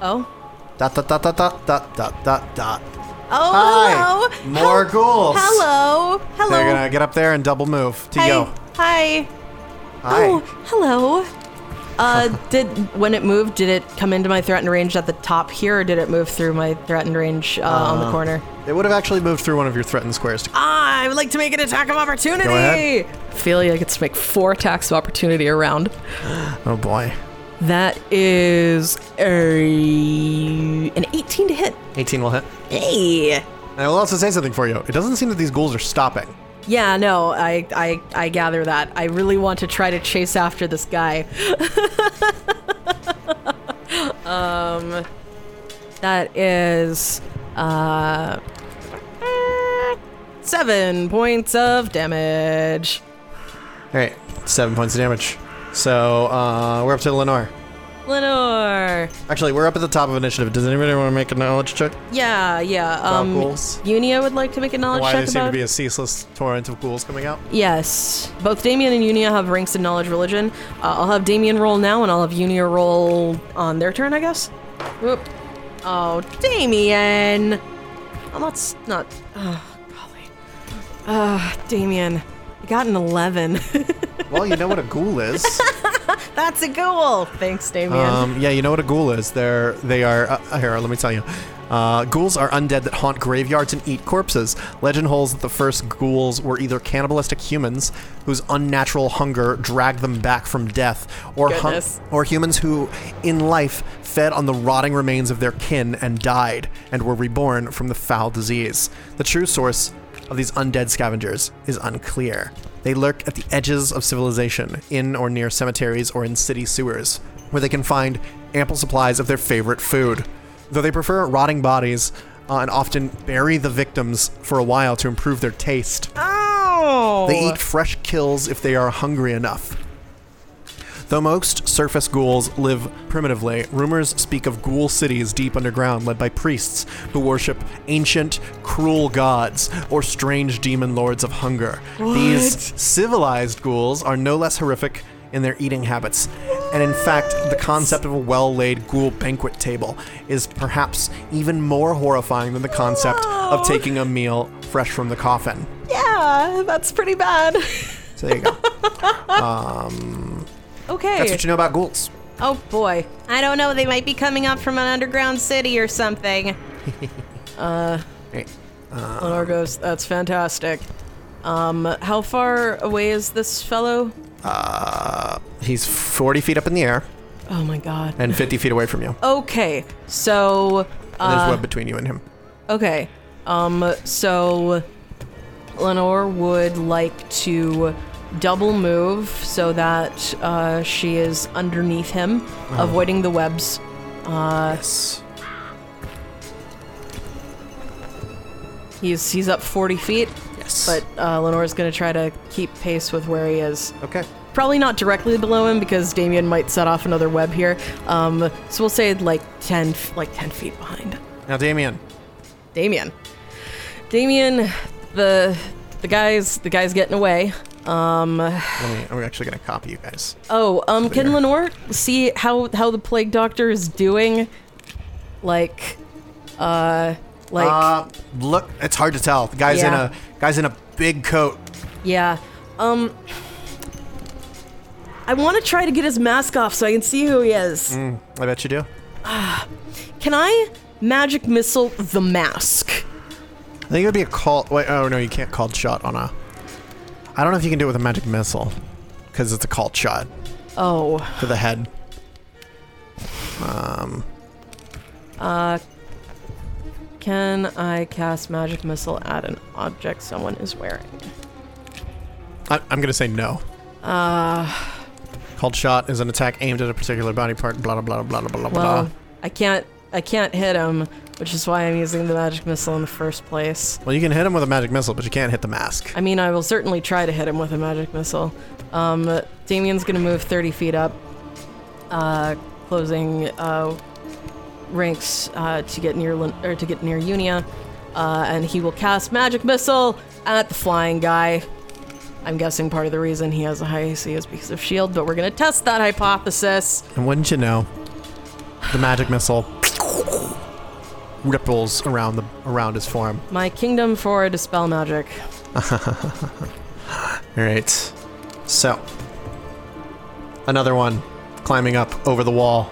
S1: Oh.
S2: Dot dot dot dot dot dot dot dot dot.
S3: Oh,
S2: Hi,
S3: hello.
S2: more
S3: Hel-
S2: ghouls.
S3: Hello. Hello.
S2: They're gonna get up there and double move to
S3: Hi.
S2: yo.
S3: Hi.
S2: Hi.
S1: Oh, hello.
S2: (laughs)
S1: Uh, did when it moved, did it come into my threatened range at the top here, or did it move through my threatened range uh, on the corner?
S2: It would have actually moved through one of your threatened squares. To-
S1: Ah, I would like to make an attack of opportunity.
S2: ahead.
S1: Ophelia gets to make four attacks of opportunity around.
S2: oh boy.
S1: That is a an 18 to hit.
S2: 18 will hit.
S3: Hey.
S2: And I will also say something for you. It doesn't seem that these ghouls are stopping.
S1: Yeah, no, I, I I gather that. I really want to try to chase after this guy. (laughs) um Um, that is uh 7 points of damage.
S2: All right, seven points of damage. So uh, we're up to Lenore.
S1: Lenore.
S2: Actually, we're up at the top of initiative. Does anybody want to make a knowledge check?
S1: Yeah, yeah. Um
S2: ghouls.
S1: Unia would like to make a knowledge
S2: Why
S1: check
S2: there seem to
S1: about
S2: be a ceaseless torrent of ghouls coming out?
S1: Yes. Both Damien and Unia have ranks in knowledge religion. Uh, I'll have Damien roll now, and I'll have Unia roll on their turn, I guess. Whoop. Oh, Damien! Oh, that's not. Oh, golly. Ah, Damien. I got an 11.
S2: Well, you know what a ghoul is.
S1: (laughs) that's a ghoul! Thanks, Damien.
S2: Um, yeah, you know what a ghoul is. They're they are uh, here. Let me tell you. Uh, ghouls are undead that haunt graveyards and eat corpses. Legend holds that the first ghouls were either cannibalistic humans whose unnatural hunger dragged them back from death, or hun-
S1: Goodness.
S2: or humans who, in life, fed on the rotting remains of their kin and died, and were reborn from the foul disease. The true source of these undead scavengers is unclear. They lurk at the edges of civilization, in or near cemeteries or in city sewers, where they can find ample supplies of their favorite food. Though they prefer rotting bodies uh, and often bury the victims for a while to improve their taste,
S1: oh!
S2: they eat fresh kills if they are hungry enough. Though most surface ghouls live primitively, rumors speak of ghoul cities deep underground led by priests who worship ancient, cruel gods or strange demon lords of hunger. These civilized ghouls are no less horrific in their eating habits. And in fact, the concept of a well laid ghoul banquet table is perhaps even more horrifying than the concept of taking a meal fresh from the coffin.
S1: yeah, that's pretty bad. (laughs)
S2: So there you go.
S1: okay.
S2: That's what you know about ghouls.
S1: oh, boy.
S3: I don't know. They might be coming up from an underground city or something.
S1: Lenore goes, that's fantastic. Um, how far away is this fellow?
S2: He's 40 feet up in the air
S1: Oh my god.
S2: and 50 feet away from you.
S1: Okay, so
S2: And
S1: Uh,
S2: there's web between you and him.
S1: okay, um, so Lenore would like to double move so that uh, she is underneath him, avoiding the webs. uh,
S2: yes.
S1: He's he's up forty feet,
S2: Yes.
S1: but uh, Lenore's gonna try to keep pace with where he is.
S2: okay.
S1: Probably not directly below him because Damien might set off another web here. Um, so we'll say like ten, f- like ten feet behind.
S2: Now, Damien.
S1: Damien. Damien, the the guys the guys getting away. Um,
S2: Let me, I'm actually going to copy you guys.
S1: Oh, um, can
S2: There.
S1: Lenore see how how the plague doctor is doing? Like, uh, like
S2: uh, look, it's hard to tell. The guy's
S1: Yeah.
S2: in a guy's in a big coat.
S1: yeah. Um, I want to try to get his mask off so I can see who he is.
S2: I bet you do.
S1: Can I magic missile the mask?
S2: I think it would be a call. Wait, oh no, you can't called shot on a. I don't know if you can do it with a magic missile, because it's a called shot
S1: Oh,
S2: for the head. Um,
S1: uh, can I cast magic missile at an object someone is wearing?
S2: I, I'm gonna say no. Uh. Called shot is an attack aimed at a particular body part. Blah blah blah blah blah blah blah.
S1: Well, I can't I can't hit him, which is why I'm using the magic missile in the first place.
S2: Well, you can hit him with a magic missile, but you can't hit the mask.
S1: I mean, I will certainly try to hit him with a magic missile. Um, Damien's gonna move 30 feet up, uh, closing uh, ranks uh, to get near Lin- or to get near Unia, uh, and he will cast magic missile at the flying guy. I'm guessing part of the reason he has a high AC is because of shield, but we're gonna test that hypothesis.
S2: And wouldn't you know, the magic missile ripples around the around his form.
S1: My kingdom for dispel magic.
S2: All right. So, another one climbing up over the wall.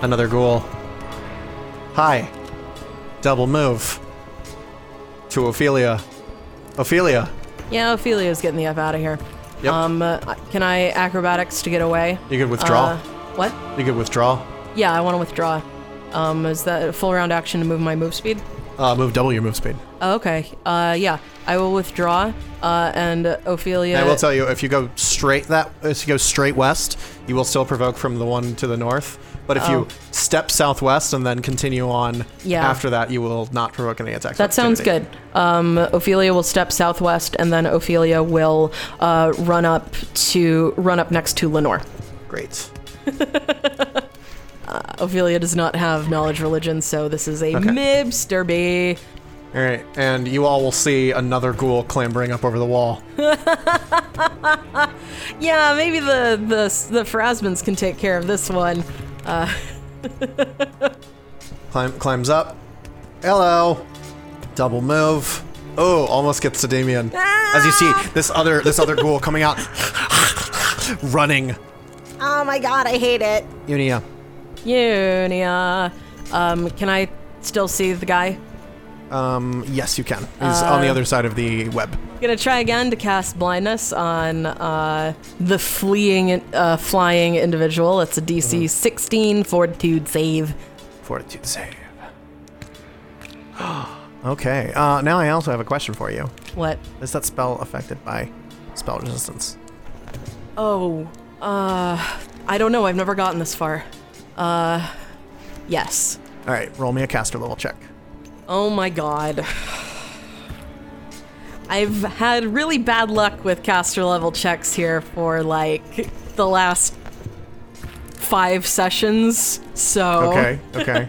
S2: Another ghoul. Hi. Double move to Ophelia. Ophelia.
S1: Yeah, Ophelia's getting the f out of here.
S2: Yep.
S1: Um, uh, can I acrobatics to get away?
S2: you could withdraw.
S1: Uh, what?
S2: you could withdraw.
S1: Yeah, I want to withdraw. Um, is that a full round action to move my move speed?
S2: Uh, move double your move speed.
S1: Oh, okay. Uh, yeah, I will withdraw. Uh, and Ophelia.
S2: And I will tell you, if you go straight that, if you go straight west, you will still provoke from the one to the north. But if you step southwest and then continue on
S1: Oh. Yeah.
S2: after that, you will not provoke any attacks. of
S1: That sounds
S2: opportunity.
S1: good. Um, Ophelia will step southwest, and then Ophelia will uh, run up to run up next to Lenore.
S2: Great.
S1: Ophelia does not have knowledge religion, so this is a
S2: Okay.
S1: mibs derby.
S2: All right, and you all will see another ghoul clambering up over
S1: (laughs)
S2: the wall.
S1: Yeah, maybe the the the Phrasmans can take care of this one.
S2: Climb, climbs up. Hello. Double move. Oh, almost gets to Damien. As you see
S1: Ah.
S2: this other
S1: (laughs)
S2: this other ghoul coming out, running.
S3: Oh my god, I hate it.
S2: Unia.
S1: Unia, um, can I still see the guy?
S2: Um, yes, you can. He's on the other side of the web.
S1: Gonna try again to cast blindness on uh, the fleeing, uh, flying individual. That's a DC 16 Fortitude save.
S2: Fortitude save. (gasps) okay. Uh, now I also have a question for you.
S1: What?
S2: Is that spell affected by spell resistance?
S1: Oh, uh, I don't know. I've never gotten this far. Uh, yes.
S2: All right, roll me a caster level check.
S1: Oh my god. I've had really bad luck with caster level checks here for like the last five sessions. So
S2: Okay. Okay.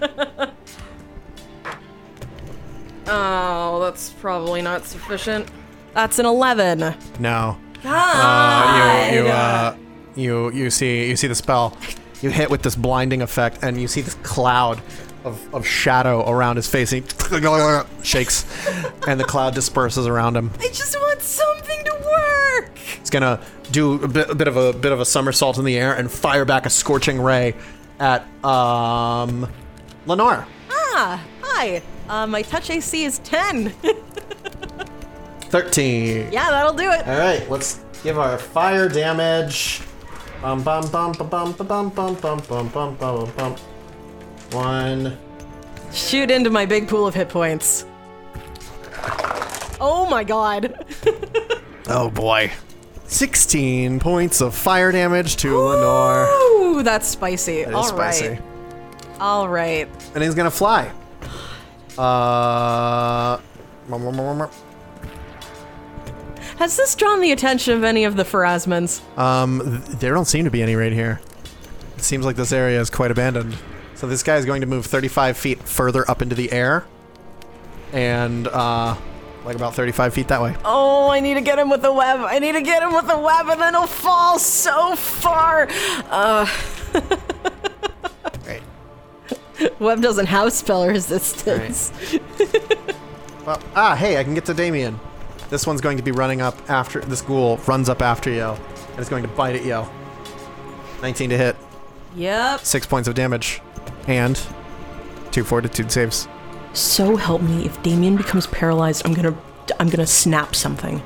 S1: Oh, that's probably not sufficient. That's an 11.
S2: No. Uh, you you uh, you you see you see the spell. You hit with this blinding effect, and you see this cloud of, of shadow around his face. And he (laughs) shakes, and the cloud disperses around him.
S1: I just want something to work.
S2: It's gonna do a bit, a bit of a bit of a somersault in the air and fire back a scorching ray at um Lenore.
S1: Ah, hi. Uh, my touch AC is 10. (laughs)
S2: Thirteen.
S1: yeah, that'll do it.
S2: All right, let's give our fire damage. Bum bum bum bum bum bum bum bum bum bum bum bum. One.
S1: Shoot into my big pool of hit points. Oh my god.
S2: Oh boy. 16 points of fire damage to Lenore.
S1: Ooh, that's spicy.
S2: That is
S1: All right.
S2: spicy.
S1: All right.
S2: And he's gonna fly. Uh. mum, mum, mum, mum,
S1: Has this drawn the attention of any of the Pharasmans?
S2: mum. Um, th- there don't seem to be any right here. It seems like this area is quite abandoned. So this guy is going to move 35 feet further up into the air. And, uh, like about 35 feet that way.
S1: Oh, I need to get him with a web. I need to get him with a web, and then he'll fall so far. Uh,
S2: Great.
S1: web doesn't have spell resistance.
S2: Well, ah, hey, I can get to Damien. This one's going to be running up after. This ghoul runs up after you, and it's going to bite at you. 19 to hit,
S1: Yep.
S2: 6 points of damage, and 2 fortitude saves.
S1: So help me, if Damien becomes paralyzed, I'm gonna, I'm gonna snap something.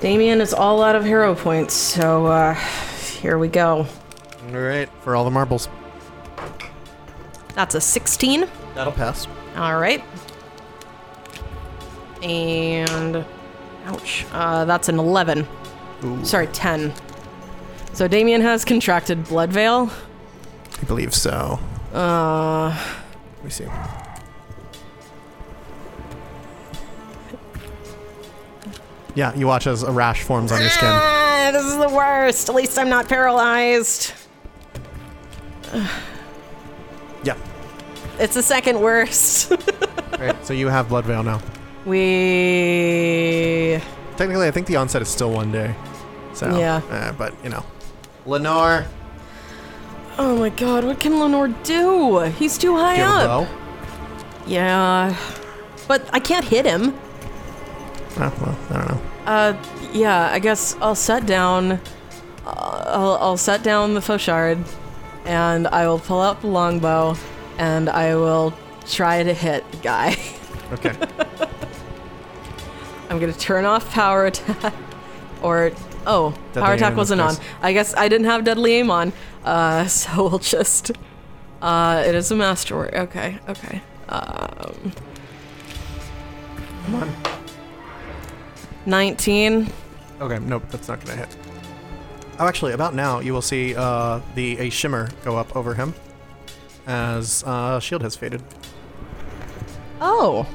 S1: Damien is all out of hero points, so uh, here we go.
S2: Alright. For all the marbles.
S1: That's a 16.
S2: That'll pass.
S1: All right. And ouch, uh, that's an 11. Sorry, 10. So Damien has contracted blood veil.
S2: I believe so.
S1: Uh,
S2: Let me see. Yeah, you watch as a rash forms on your skin.
S1: (laughs)
S2: (laughs)
S3: Ah, this is the worst. At least I'm not paralyzed.
S2: Yeah.
S3: It's the
S1: (laughs)
S3: second worst.
S2: Right. So you have blood veil now.
S1: we.
S2: Technically, I think the onset is still one day. So
S1: Yeah.
S2: uh, but you know, Lenore,
S1: Oh my god, what can Lenore do? He's too high
S2: give a
S1: up.
S2: blow.
S1: Yeah. But I can't hit him.
S2: Ah, well, I don't know.
S1: Uh, yeah, I guess I'll set down. uh, I'll, I'll set down the Fauchard, and I will pull out the longbow, and I will try to hit the guy. (laughs)
S2: Okay.
S1: I'm gonna turn off power attack, (laughs) or oh,
S2: Deadly
S1: power
S2: aim in
S1: attack
S2: this
S1: wasn't on.
S2: case.
S1: I guess I didn't have deadly aim on, uh, (laughs) so we'll just. Uh, it is a masterwork. Okay, okay. Um,
S2: Come on.
S1: 19.
S2: (laughs) Okay, nope, that's not gonna hit. Oh, actually, about now you will see uh, the a shimmer go up over him as uh, shield has faded. (laughs)
S1: Oh.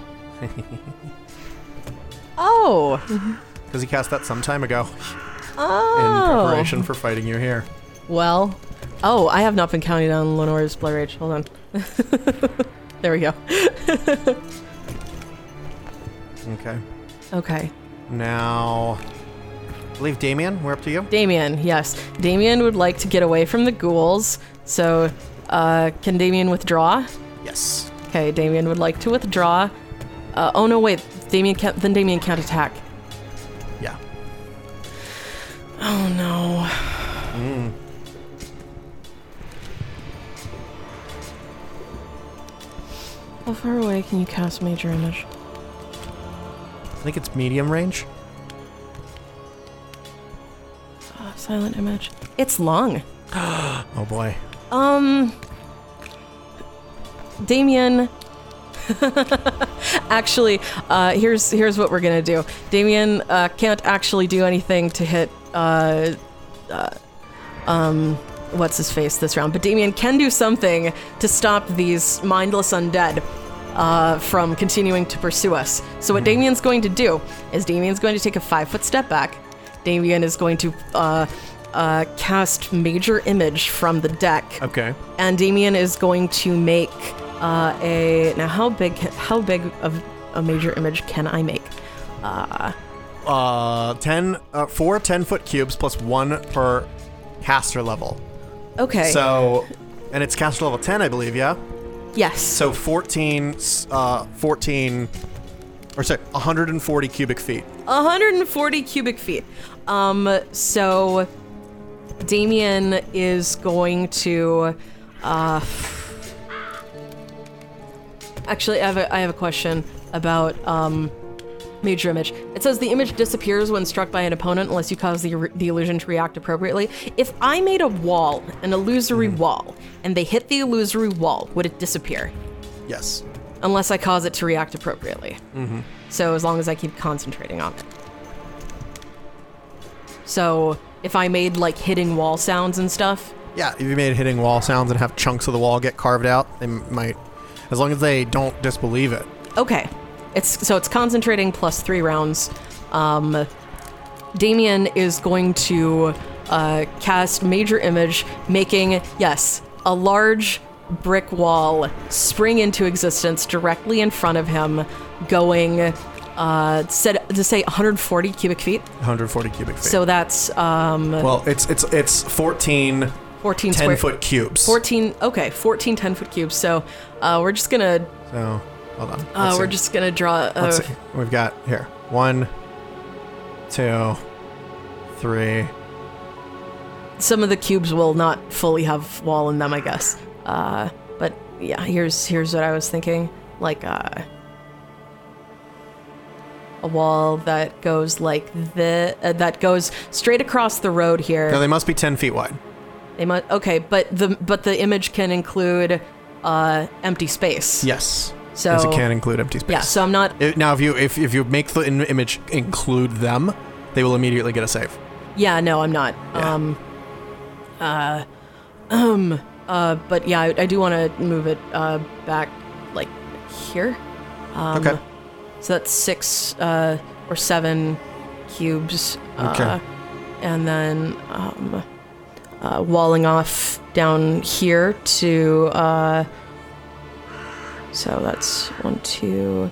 S1: oh.
S2: Because he cast that some time ago in
S1: Oh.
S2: preparation for fighting you here.
S1: Well, oh, I have not been counting down Lenore's blood rage. Hold on. (laughs) there we go.
S2: Okay.
S1: Okay.
S2: Now, I believe Damien, we're up to you.
S1: Damien, yes. Damien would like to get away from the ghouls. So, uh, can Damien withdraw?
S2: Yes.
S1: Okay, Damien would like to withdraw. Uh, oh no, wait. Damien can't, then Damien can't attack.
S2: Yeah.
S1: Oh no. How far away can you cast major image?
S2: I think it's medium range.
S1: Uh, silent image. It's long.
S2: Oh boy.
S1: Um, Damien. (laughs) actually, uh, here's here's what we're gonna do. Damien uh, can't actually do anything to hit. Uh, uh, um, what's his face this round? But Damien can do something to stop these mindless undead. Uh, from continuing to pursue us. So, what Damien's going to do is Damien's going to take a five foot step back. Damien is going to uh, uh, cast Major Image from the deck
S2: Okay.
S1: and Damien is going to make uh, a now how big how big of a major image can I make? Uh,
S2: Uh, ten, uh, four 10 foot cubes plus one per caster level.
S1: okay.
S2: So, and it's caster level 10, I believe, yeah?
S1: yes.
S2: So 14, uh, 14, or sorry, 140 cubic feet.
S1: 140 cubic feet. Um, so Damien is going to. Uh, actually, I have a, I have a question about um, major image. It says the image disappears when struck by an opponent unless you cause the, the illusion to react appropriately. If I made a wall, an illusory wall, and they hit the illusory wall, would it disappear?
S2: Yes.
S1: unless I cause it to react appropriately. So as long as I keep concentrating on it. So if I made like hitting wall sounds and stuff,
S2: Yeah, if you made hitting wall sounds and have chunks of the wall get carved out, they m- might, as long as they don't disbelieve it.
S1: okay. It's so it's concentrating plus three rounds. Um, Damien is going to uh, cast major image, making yes a large brick wall spring into existence directly in front of him, going uh, said to say 140 cubic feet.
S2: 140 cubic feet.
S1: So that's um,
S2: well, it's it's it's 14
S1: 14
S2: 10
S1: square
S2: foot cubes.
S1: 14 okay, 14 10 foot cubes. So uh, we're just gonna
S2: So, hold on.
S1: uh,
S2: Let's
S1: we're
S2: see.
S1: just gonna draw. Uh,
S2: Let's see. We've got here one, two, three.
S1: some of the cubes will not fully have wall in them, I guess. Uh, but yeah, here's here's what I was thinking, like uh, a wall that goes like the uh, that goes straight across the road here.
S2: No, they must be 10 feet wide.
S1: they must okay, but the but the image can include uh, empty space.
S2: Yes.
S1: So-
S2: Because it can include empty space.
S1: Yeah, so I'm not
S2: It- now, if you if, if you make the in- image include them, they will immediately get a save.
S1: Yeah, no, I'm not.
S2: Yeah.
S1: (clears throat) Um, uh, um, Uh, but yeah, I, I do want to move it uh, back like here. Um,
S2: okay.
S1: So that's six uh, or seven cubes. Uh,
S2: Okay.
S1: and then um, uh, walling off down here to. Uh, so that's one, two,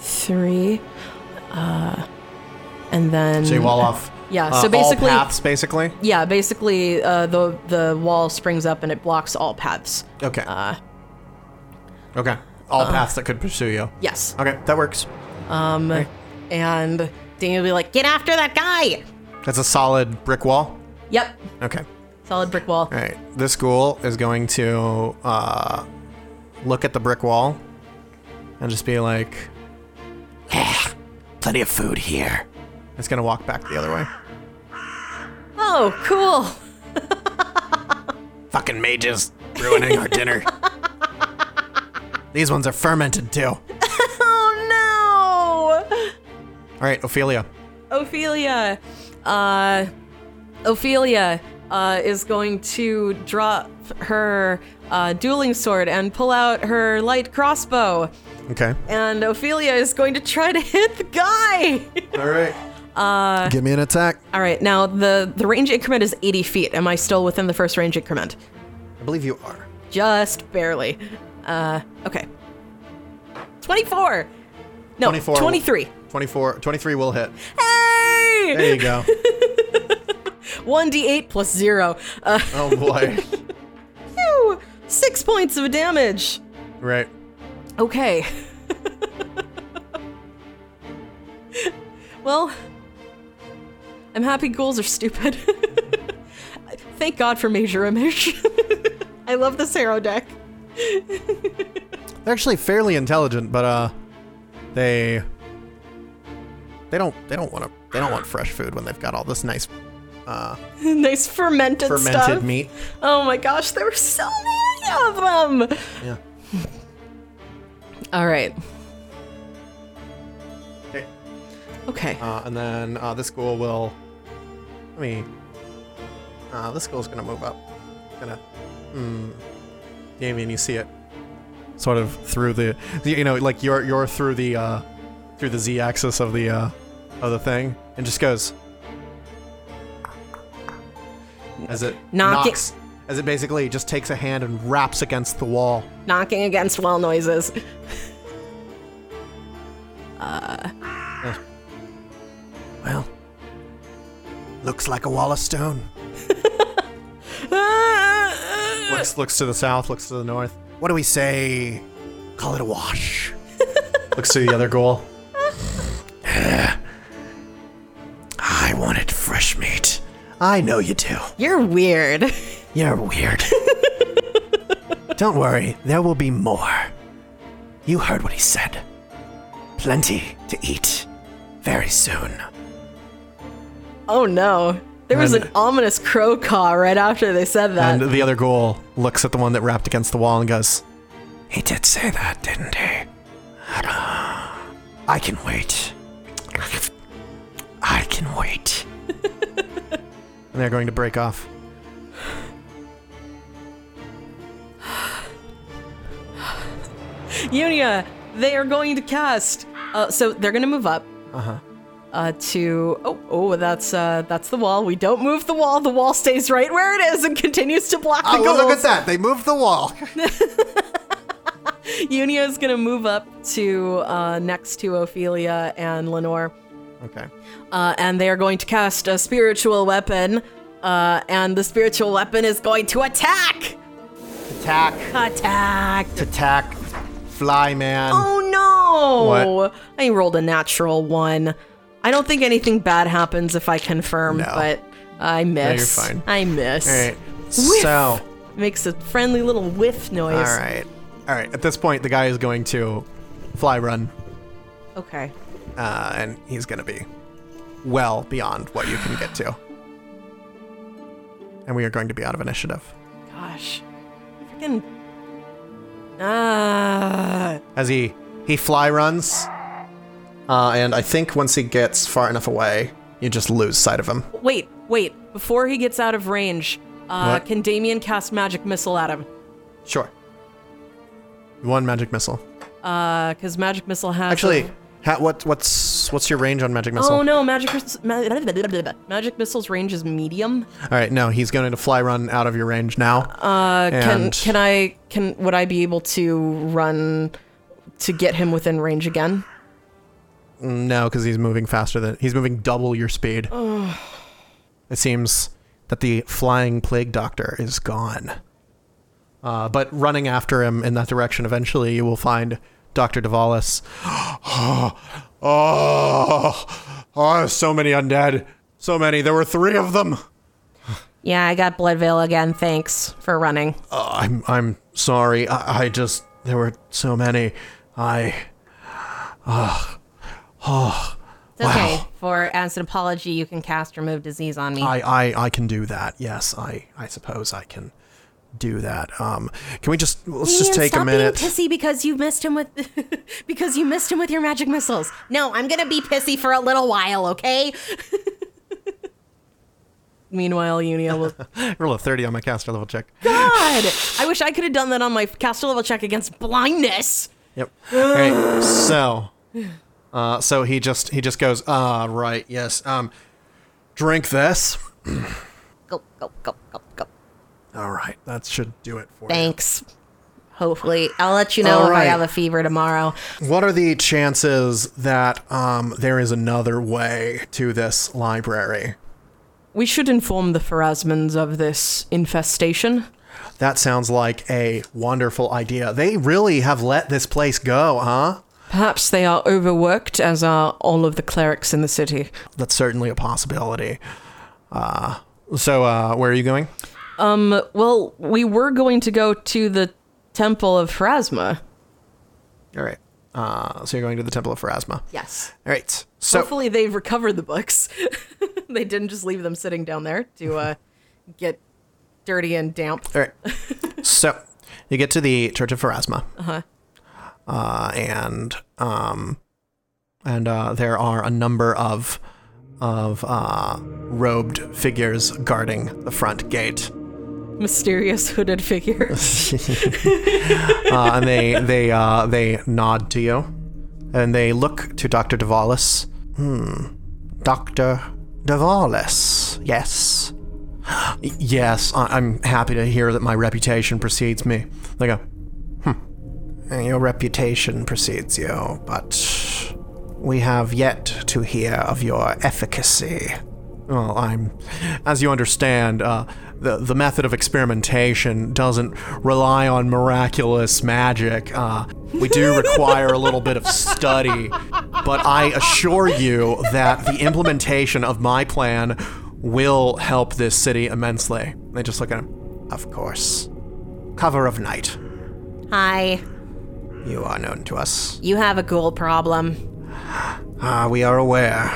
S1: three. Uh, and then.
S2: So you wall off.
S1: Yeah,
S2: uh,
S1: so basically-
S2: all paths basically.
S1: Yeah, basically, uh, the the wall springs up and it blocks all paths.
S2: Okay.
S1: Uh,
S2: okay. All paths that could pursue you.
S1: yes,
S2: Okay, that works.
S1: Um, and Daniel will be like,
S3: Get after that guy.
S2: That's a solid brick wall.
S1: "Yep,
S2: Okay.
S1: solid brick wall."
S2: All right. This ghoul is going to uh, look at the brick wall and just be like, "Ah, plenty of food here. It's going to walk back the other way.
S1: Oh, cool.
S2: Fucking mages ruining our dinner. These ones are fermented too. All
S1: (laughs) Oh no.
S2: right, Ophelia.
S1: Ophelia, uh, Ophelia uh, is going to drop her uh, dueling sword and pull out her light crossbow,
S2: Okay.
S1: and Ophelia is going to try to (laughs) hit the guy.
S2: All right. Uh, Give me an attack.
S1: All right, now the the range increment is 80 feet. Am I still within the first range increment?
S2: I believe you are.
S1: Just barely. Uh, okay. 24. No,
S2: 24.
S1: 23.
S2: 24, 23 will hit.
S1: Hey!
S2: There you go.
S1: 1d8 plus 0. Uh,
S2: oh boy.
S1: phew, 6 points of damage.
S2: Right.
S1: Okay. (laughs) well, I'm happy ghouls are stupid. (laughs) Thank God for Major Image. (laughs) I love this hero deck.
S2: They're actually fairly intelligent, but uh, they they don't they don't want to they don't want fresh food when they've got all this nice
S1: (laughs) nice fermented,
S2: fermented
S1: stuff.
S2: meat.
S1: Oh my gosh, there were so many of them.
S2: Yeah.
S1: All right.
S2: Okay.
S1: Okay.
S2: Uh, and then uh, this ghoul will. Let me. Uh, this ghoul's gonna move up. Gonna. Hmm. Damien, you see it. Sort of through the, you know, like you're you're through the, uh, through the z-axis of the, uh, of the thing, and just goes. As it
S1: Knock it-
S2: knocks, as it basically just takes a hand and raps against the wall.
S1: Knocking against wall noises. (laughs)
S2: Well, looks like a wall of stone. looks looks to the south, looks to the north. What do we say? Call it a (laughs) wash. looks to the other (sighs) goal. I wanted fresh meat. I know you do.
S1: You're weird. (laughs)
S2: You're (laughs) weird. Don't worry, there will be more. You heard what he said. Plenty to eat very soon.
S1: Oh no. There was an
S2: And-
S1: ominous crow caw right after they said that.
S2: And the other ghoul looks at the one that rapped against the wall and goes, He did say that, didn't he? (gasps) I can wait. I can wait. (laughs) and they're going to break off.
S1: Unia, they are going to cast. Uh, so they're going to move up. Uh-huh. to oh oh that's uh that's the wall. We don't move the wall. The wall stays right where it is and (laughs) continues to block the goals.
S2: Oh, that. They moved the wall.
S1: Unia is gonna move up to uh, next to Ophelia and Lenore,
S2: okay.
S1: uh, and they are going to cast a spiritual weapon. Uh, and the spiritual weapon is going to attack.
S2: Attack.
S1: Attack.
S2: Attack. Fly, man.
S1: Oh no!
S2: What?
S1: I rolled a natural one. I don't think anything bad happens if I confirm,
S2: No.
S1: but I miss.
S2: fine.
S1: I miss.
S2: All right.
S1: Whiff.
S2: So.
S1: Makes a friendly little whiff noise.
S2: All right. All right. At this point, the guy is going to fly run.
S1: Okay.
S2: uh, and he's going to be well beyond what you can get to. And we are going to be out of initiative.
S1: Gosh. Freaking. Ah.
S2: As he he fly runs, uh, and I think once he gets far enough away, you just lose sight of him.
S1: Wait, wait. Before he gets out of range, Uh,
S2: What?
S1: can Damien cast magic missile at him?
S2: Sure. One magic missile.
S1: Because Uh, magic missile has
S2: Actually, ha- what what's what's your range on magic missile?
S1: Oh no, magic mis- ma- (laughs) magic missile's range is medium.
S2: All right, no, he's going to fly run out of your range now. Uh,
S1: Can can I can would I be able to run to get him within range again?
S2: No, because he's moving faster than he's moving double your speed. it seems that the flying plague doctor is gone. Uh, but running after him in that direction, eventually you will find Doctor (gasps) Davalis. oh, oh, so many undead, so many. There were three of them.
S1: Yeah, I got blood veil again. Thanks for running.
S2: Uh, I'm I'm sorry. I, I just there were so many. I
S3: It's okay.
S2: Wow.
S3: For as an apology, you can cast remove disease on me.
S2: I, I, I can do that. Yes, I, I suppose I can do that. Um, can we just let's just
S3: Ian,
S2: take
S3: stop
S2: a minute?
S3: being pissy because you missed him with (laughs) because you missed him with your magic missiles. No, I'm gonna be pissy for a little while, okay? (laughs)
S1: Meanwhile, Unia
S3: oh,
S1: will.
S2: Roll a thirty on my caster level check.
S1: God, I wish I could have done that on my caster level check against blindness.
S2: Yep. All right. So, uh, so he just he just goes. Ah, right. Yes. Um, drink this.
S3: Go, go, go, go, go.
S2: All right. That should do it for you.
S3: Thanks. Hopefully, I'll let you know
S2: All
S3: if I
S2: right.
S3: have a fever tomorrow.
S2: What are the chances that um, there is another way to this library?
S1: We should inform the Pharasmans of this infestation.
S2: That sounds like a wonderful idea. They really have let this place go, huh?
S1: Perhaps they are overworked, as are all of the clerics in the city.
S2: that's certainly a possibility. Uh, so, uh, where are you going?
S1: Well, we were going to go to the Temple of Phrasma.
S2: All right. Uh, so you're going to the Temple of Pharasma.
S1: Yes.
S2: All right. So,
S1: Hopefully, they've recovered the books. (laughs) they didn't just leave them sitting down there to uh, get dirty and damp.
S2: all right. so you get to the Church of Pharasma. Uh-huh. and um, and uh, there are a number of of uh, robed figures guarding the front gate.
S1: Mysterious (laughs) hooded figure.
S2: (laughs) uh, and they they uh, they nod to you, and they look to Doctor Davalis. Hmm, Doctor Davalis. Yes, (gasps) Y- yes. I- I'm happy to hear that my reputation precedes me. They go, hmm. "Eh, Your reputation precedes you, but we have yet to hear of your efficacy. Well, I'm, as you understand, uh, the the method of experimentation doesn't rely on miraculous magic. Uh, we do require a little bit of study, but I assure you that the implementation of my plan will help this city immensely. They just look at him. Of course, cover of night.
S3: (laughs) Hi,
S2: You are known to us.
S3: you have a ghoul problem.
S2: Ah, we are aware.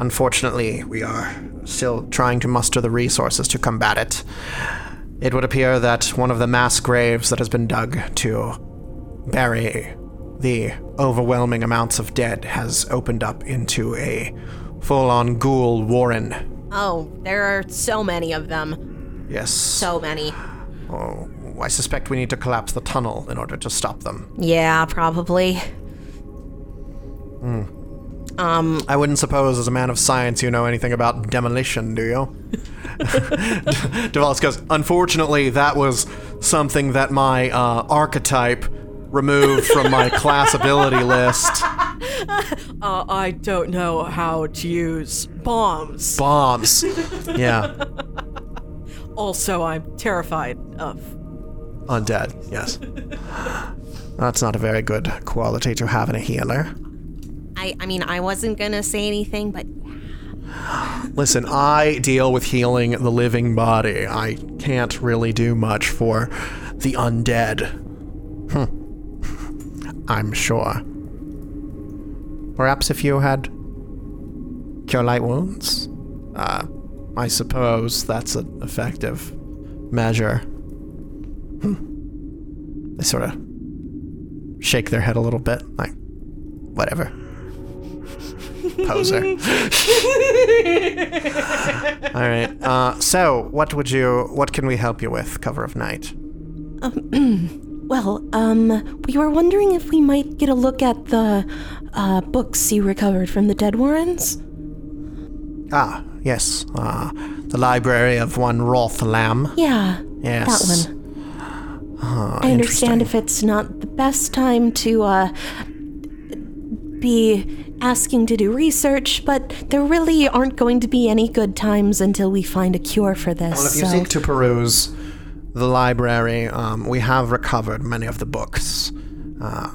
S2: Unfortunately, we are still trying to muster the resources to combat it. It would appear that one of the mass graves that has been dug to bury the overwhelming amounts of dead has opened up into a full on ghoul warren.
S3: Oh, there are so many of them.
S2: Yes.
S3: So many.
S2: Oh, I suspect we need to collapse the tunnel in order to stop them.
S3: Yeah, probably.
S2: I wouldn't suppose, as a man of science, you know anything about demolition, do you? (laughs) Davalis goes, Unfortunately, that was something that my uh, archetype removed from my class ability list.
S1: Uh, I don't know how to use bombs.
S2: Bombs. Yeah.
S1: also, I'm terrified of.
S2: Undead, yes. That's not a very good quality to have in a healer.
S3: I, I mean, I wasn't gonna say anything, but
S2: Listen, I deal with healing the living body. I can't really do much for the undead. Hmm. I'm sure. Perhaps if you had cure light wounds? Uh, I suppose that's an effective measure. Hmm. They sort of shake their head a little bit, like, whatever. Poser. All right.
S1: (laughs)
S2: Uh, so, what would you? What can we help you with? Cover of night.
S1: Well, um, we were wondering if we might get a look at the uh, books you recovered from the dead Warrens.
S2: Ah, yes. Uh, the library of one Roth Lamb.
S1: Yeah,
S2: Yes.
S1: that
S2: Ah,
S1: one. I understand if it's not the best time to uh, be asking to do research, but there really aren't going to be any good times until we find a cure for this.
S2: Well, if you
S1: so-
S2: seek to peruse the library, um, we have recovered many of the books. Uh,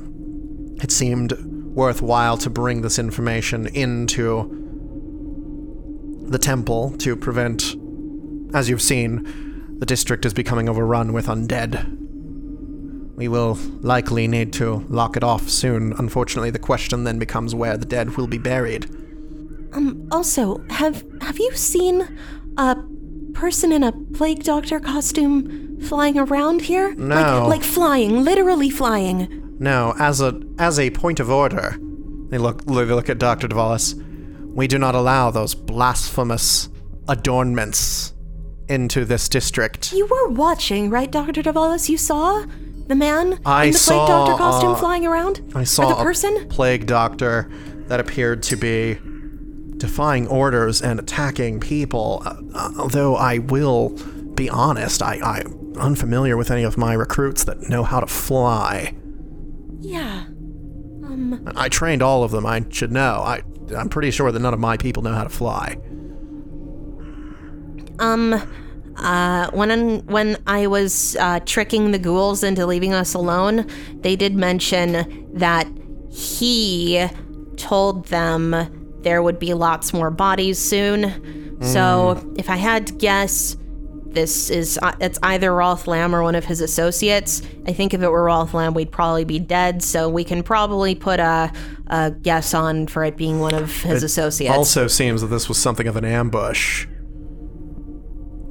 S2: it seemed worthwhile to bring this information into the temple to prevent, as you've seen, the district is becoming overrun with undead. We will likely need to lock it off soon. Unfortunately, the question then becomes where the dead will be buried.
S1: also, have have you seen a person in a plague doctor costume flying around here?
S2: No.
S1: Like, like flying, literally flying.
S2: No, as a as a point of order, they look they look at Doctor Dvalis. We do not allow those blasphemous adornments into this district.
S1: You were watching, right, Doctor Davalos? You saw the man
S2: I
S1: in the
S2: saw,
S1: plague doctor costume
S2: uh,
S1: flying around.
S2: I saw
S1: or the person.
S2: a plague doctor that appeared to be defying orders and attacking people. Uh, although I will be honest, I, I'm unfamiliar with any of my recruits that know how to fly.
S1: Yeah.
S2: I trained all of them. I should know. I I'm pretty sure that none of my people know how to fly.
S1: Uh, when when I was uh, tricking the ghouls into leaving us alone, they did mention that he told them there would be lots more bodies soon. So if I had to guess, this is uh, it's either Rolf Lamb or one of his associates. I think if it were Rolf Lamb, we'd probably be dead. So we can probably put a, a guess on for it being one of his associates.
S2: Also seems that this was something of an ambush.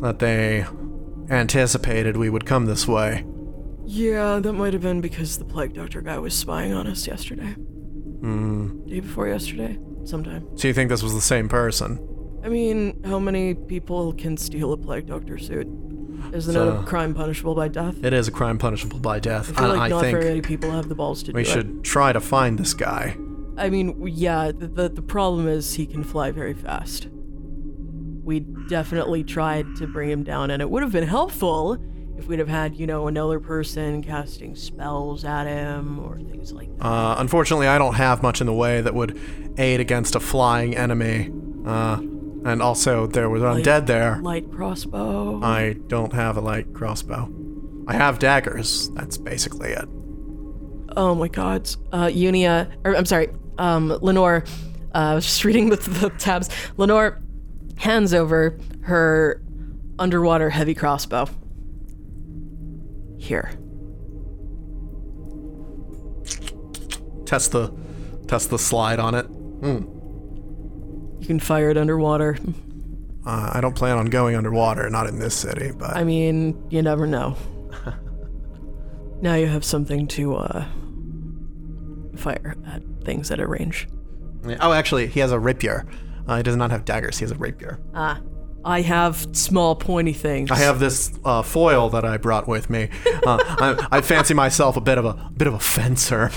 S2: That they anticipated we would come this way.
S3: Yeah, that might have been because the plague doctor guy was spying on us yesterday. Hmm. Day before yesterday, sometime.
S2: So you think this was the same person?
S3: I mean, how many people can steal a plague doctor suit? Isn't it a crime punishable by death?
S2: It is a crime punishable by death,
S3: I feel
S2: and
S3: like
S2: I
S3: not very many
S2: think
S3: people have the balls to
S2: we
S3: do it.
S2: should try to find this guy.
S3: I mean, w- yeah, the, the, the problem is he can fly very fast. We definitely tried to bring him down, and it would have been helpful if we'd have had, you know, another person casting spells at him or things like that.
S2: Uh, unfortunately, I don't have much in the way that would aid against a flying enemy. Uh, and also, there was undead there.
S3: Light crossbow.
S2: I don't have a light crossbow. I have daggers. That's basically it.
S3: Oh my god. Uh, Unia, or I'm sorry, um, Lenore, uh, I was just reading the, the tabs. Lenore hands over her underwater heavy crossbow. Here.
S2: Test the, test the slide on it.
S3: You can fire it underwater.
S2: Uh, I don't plan on going underwater, not in this city, but
S3: I mean, you
S2: (laughs)
S3: never know. now you have something to uh, fire at things at a range.
S2: oh, actually, he has a rapier. Uh, he does not have daggers. He has a rapier.
S3: I have small pointy things.
S2: I have this uh, foil that I brought with me. Uh, I, I fancy myself a bit of a bit of a fencer. (laughs)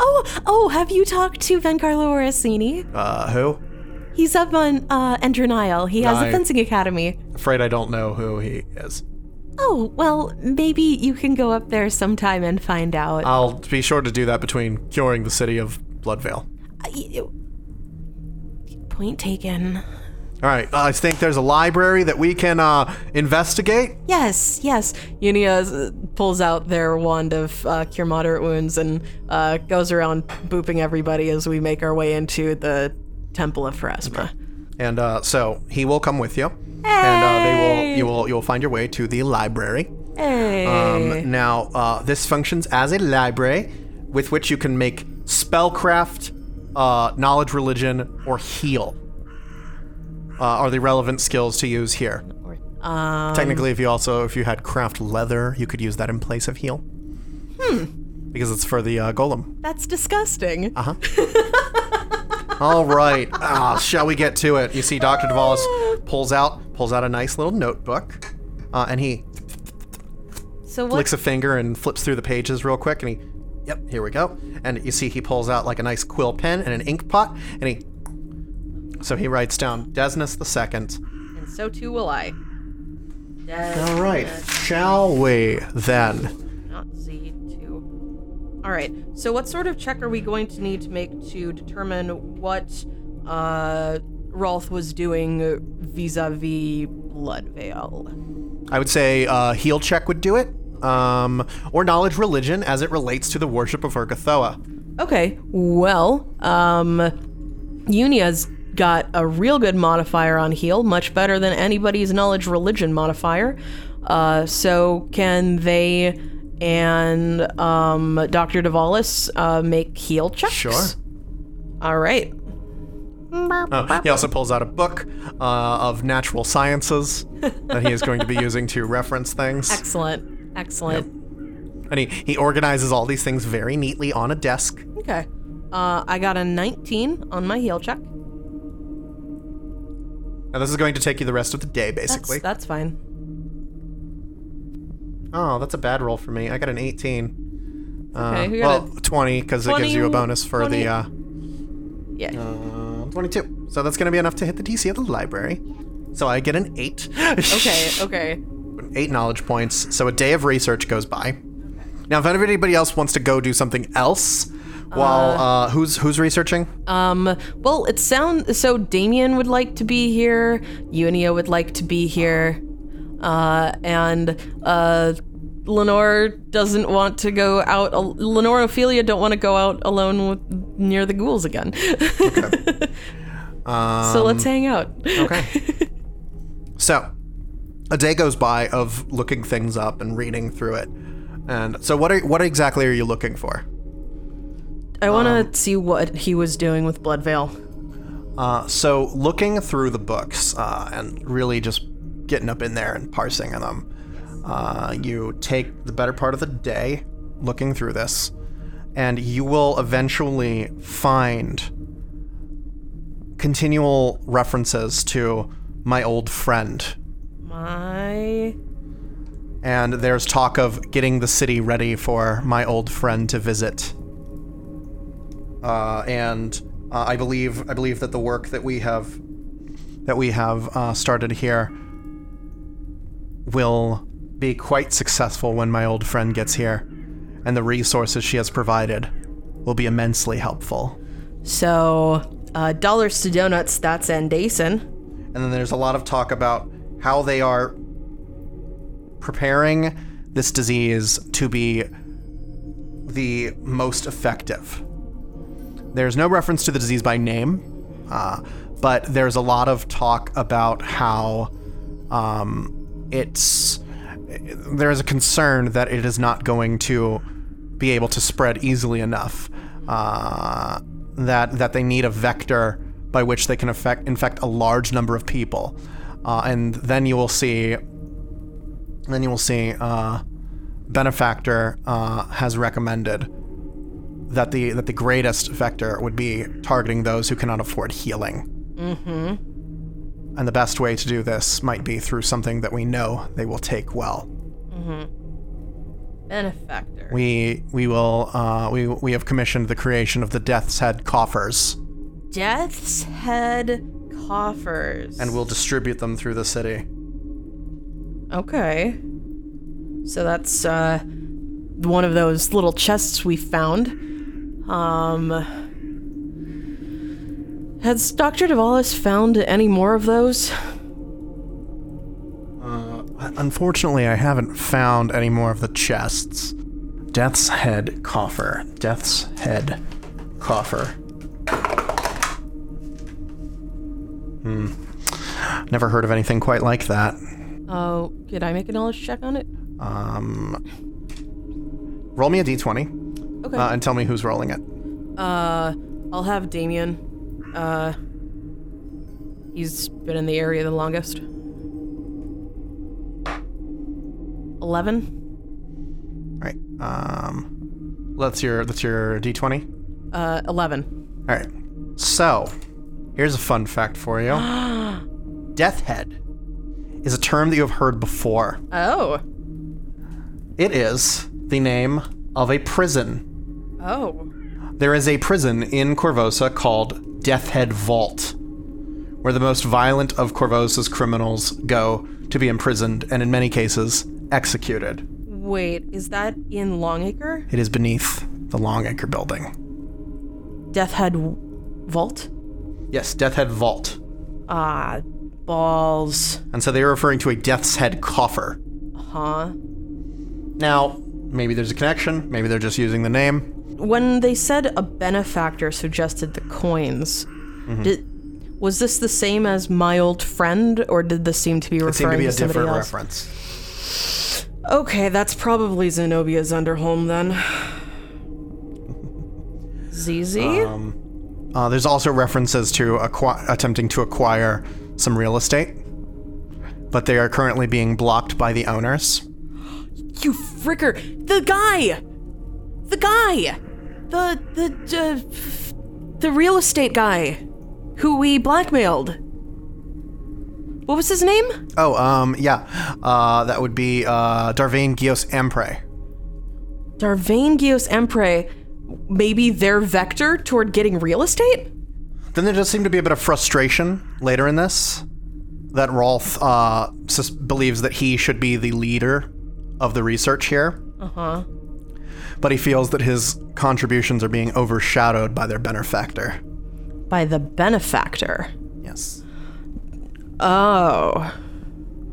S1: oh, oh, have you talked to Vencarlo Orsini?
S2: uh, who?
S1: He's up on uh, Endronile. He has
S2: Aye.
S1: a fencing academy.
S2: Afraid I don't know who he is.
S1: Oh, well, maybe you can go up there sometime and find out. Uh,
S2: I'll be sure to do that between curing the city of Bloodvale.
S1: Y- Point taken.
S2: All right, I think there's a library that we can uh, investigate.
S1: Yes, yes.
S3: Unia uh, pulls out their wand of uh, cure moderate wounds and uh, goes around booping everybody as we make our way into the temple of Pharasma.
S2: And uh, so he will come with you, and uh, they will you will you will find your way to the library. Um, now uh, this functions as a library with which you can make spellcraft, uh, knowledge religion, or heal. Uh, are the relevant skills to use here? Technically, if you also if you had craft leather, you could use that in place of heal. Hmm. Because it's for the uh, golem.
S3: That's disgusting.
S2: All right. (laughs) Ah, shall we get to it? You see, Doctor Dvalis pulls out pulls out a nice little notebook, uh, and he
S1: So what?
S2: flicks a finger and flips through the pages real quick, and he, yep, here we go. And you see, he pulls out like a nice quill pen and an ink pot, and he. So he writes down Desnus the second.
S3: And so too will I.
S2: All right, shall we then?
S3: Not Z2. All right. So, what sort of check are we going to need to make to determine what uh, Rolf was doing vis a vis Blood Veil?
S2: I would say uh, heal check would do it, um, or knowledge religion as it relates to the worship of Urgathoa.
S3: Okay. Well, um, Unia's got a real good modifier on heal, much better than anybody's knowledge religion modifier. Uh, so can they and um, Dr. Davalis uh, make heal checks?
S2: Sure.
S3: All right.
S2: Oh, he also pulls out a book uh, of natural sciences that he is going
S3: (laughs)
S2: to be using to reference things.
S3: Excellent. Excellent.
S2: And he, he organizes all these things very neatly on a desk.
S3: Okay. Uh, I got a 19 on my heal check.
S2: Now, this is going to take you the rest of the day,
S3: That's,
S2: basically.
S3: that's fine.
S2: oh, that's a bad roll for me. I got an 18.
S3: Okay,
S2: Uh,
S3: we got
S2: well, 20, because it gives
S3: 20
S2: you a bonus for
S3: 20.
S2: the uh,
S3: Yeah.
S2: uh, 22. So that's going to be enough to hit the DC of the library. So I get an 8. (laughs)
S3: Okay. Okay.
S2: eight knowledge points. So a day of research goes by. Now, if anybody else wants to go do something else, while uh, who's who's researching?
S3: Um, well, it sound so Damien would like to be here, Unia would like to be here, uh, and uh, Lenore doesn't want to go out. al- Lenore and Ophelia don't want to go out alone with, near the ghouls again. (laughs) so let's hang out.
S2: Um, Okay. so, a day goes by of looking things up and reading through it. And so, what are what exactly are you looking for?
S3: I want to
S2: um,
S3: see what he was doing with Blood Veil.
S2: Uh, so, looking through the books uh, and really just getting up in there and parsing them. Uh, you take the better part of the day looking through this, and you will eventually find continual references to my old friend
S3: My
S2: and there's talk of getting the city ready for my old friend to visit. Uh, and uh, I believe I believe that the work that we have that we have uh, started here will be quite successful when my old friend gets here, and the resources she has provided will be immensely helpful.
S3: so uh, dollars to donuts. That's Andason.
S2: And then there's a lot of talk about how they are preparing this disease to be the most effective. There's no reference to the disease by name, uh, but there's a lot of talk about how um, it's. There is a concern that it is not going to be able to spread easily enough. Uh, that that they need a vector by which they can affect, infect a large number of people, uh, and then you will see then you will see uh, benefactor uh, has recommended that the that the greatest vector would be targeting those who cannot afford healing. Mm-hmm. And the best way to do this might be through something that we know they will take well.
S3: Benefactor.
S2: We we will uh, we we have commissioned the creation of the Death's Head coffers,
S3: Death's Head Coffers.
S2: and we'll distribute them through the city.
S3: Okay. So that's uh, one of those little chests we found. Um, has Dr. Davalis found any more of those?
S2: Unfortunately, I haven't found any more of the chests. Death's Head Coffer. Death's Head Coffer. Hmm. Never heard of anything quite like that.
S3: Oh, did I make a knowledge check on it?
S2: Um, roll me a d20
S3: Okay.
S2: uh, and tell me who's rolling it.
S3: Uh, I'll have Damien. Uh, he's been in the area the longest. 11?
S2: All right. Um, that's your that's your d20.
S3: Uh, 11.
S2: All right. So, here's a fun fact for you Death head is a term that you have heard before.
S3: Oh.
S2: It is the name of a prison.
S3: Oh.
S2: There is a prison in Corvosa called Death Head Vault, where the most violent of Corvosa's criminals go to be imprisoned and, in many cases, executed.
S3: Wait, is that in Longacre?
S2: It is beneath the Longacre building.
S3: Death Head w- Vault?
S2: Yes, Death Head Vault.
S3: Ah, balls.
S2: And so they are referring to a Death's Head coffer.
S3: Huh?
S2: Now, maybe there's a connection, maybe they're just using the name.
S3: When they said a benefactor suggested the coins,
S2: Mm-hmm.
S3: did, was this the same as my old friend, or did this seem to be referring
S2: It seemed to be a
S3: somebody
S2: different
S3: else?
S2: reference.
S3: Okay, that's probably Zenobia's Underholm then. ZZ?
S2: Uh, there's also references to acqui- attempting to acquire some real estate, but they are currently being blocked by the owners.
S3: you fricker! The guy! The guy! The, the, uh, f- the real estate guy who we blackmailed. What was his name?
S2: Oh, um, yeah, uh, that would be uh, Darvain Gios Ampre.
S3: Darvain Gios Empre. Maybe their vector toward getting real estate?
S2: Then there does seem to be a bit of frustration later in this that Rolf uh, sus- believes that he should be the leader of the research here. Uh huh. But he feels that his contributions are being overshadowed by their benefactor.
S3: By the benefactor.
S2: Yes.
S3: Oh.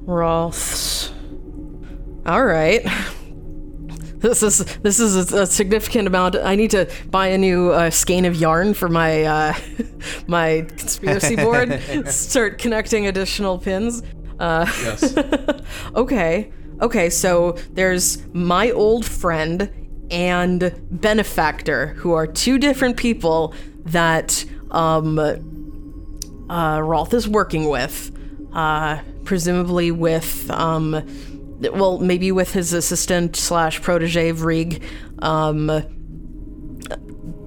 S3: Rolfs. All right. This is this is a, a significant amount. I need to buy a new uh, skein of yarn for my uh, (laughs) my conspiracy board. Start connecting additional pins. Uh,
S2: Yes.
S3: (laughs) Okay. Okay, so there's my old friend and benefactor, who are two different people that um, uh, Rolf uh, is working with, uh, presumably with, um, well, maybe with his assistant slash protege Vrieg. Um,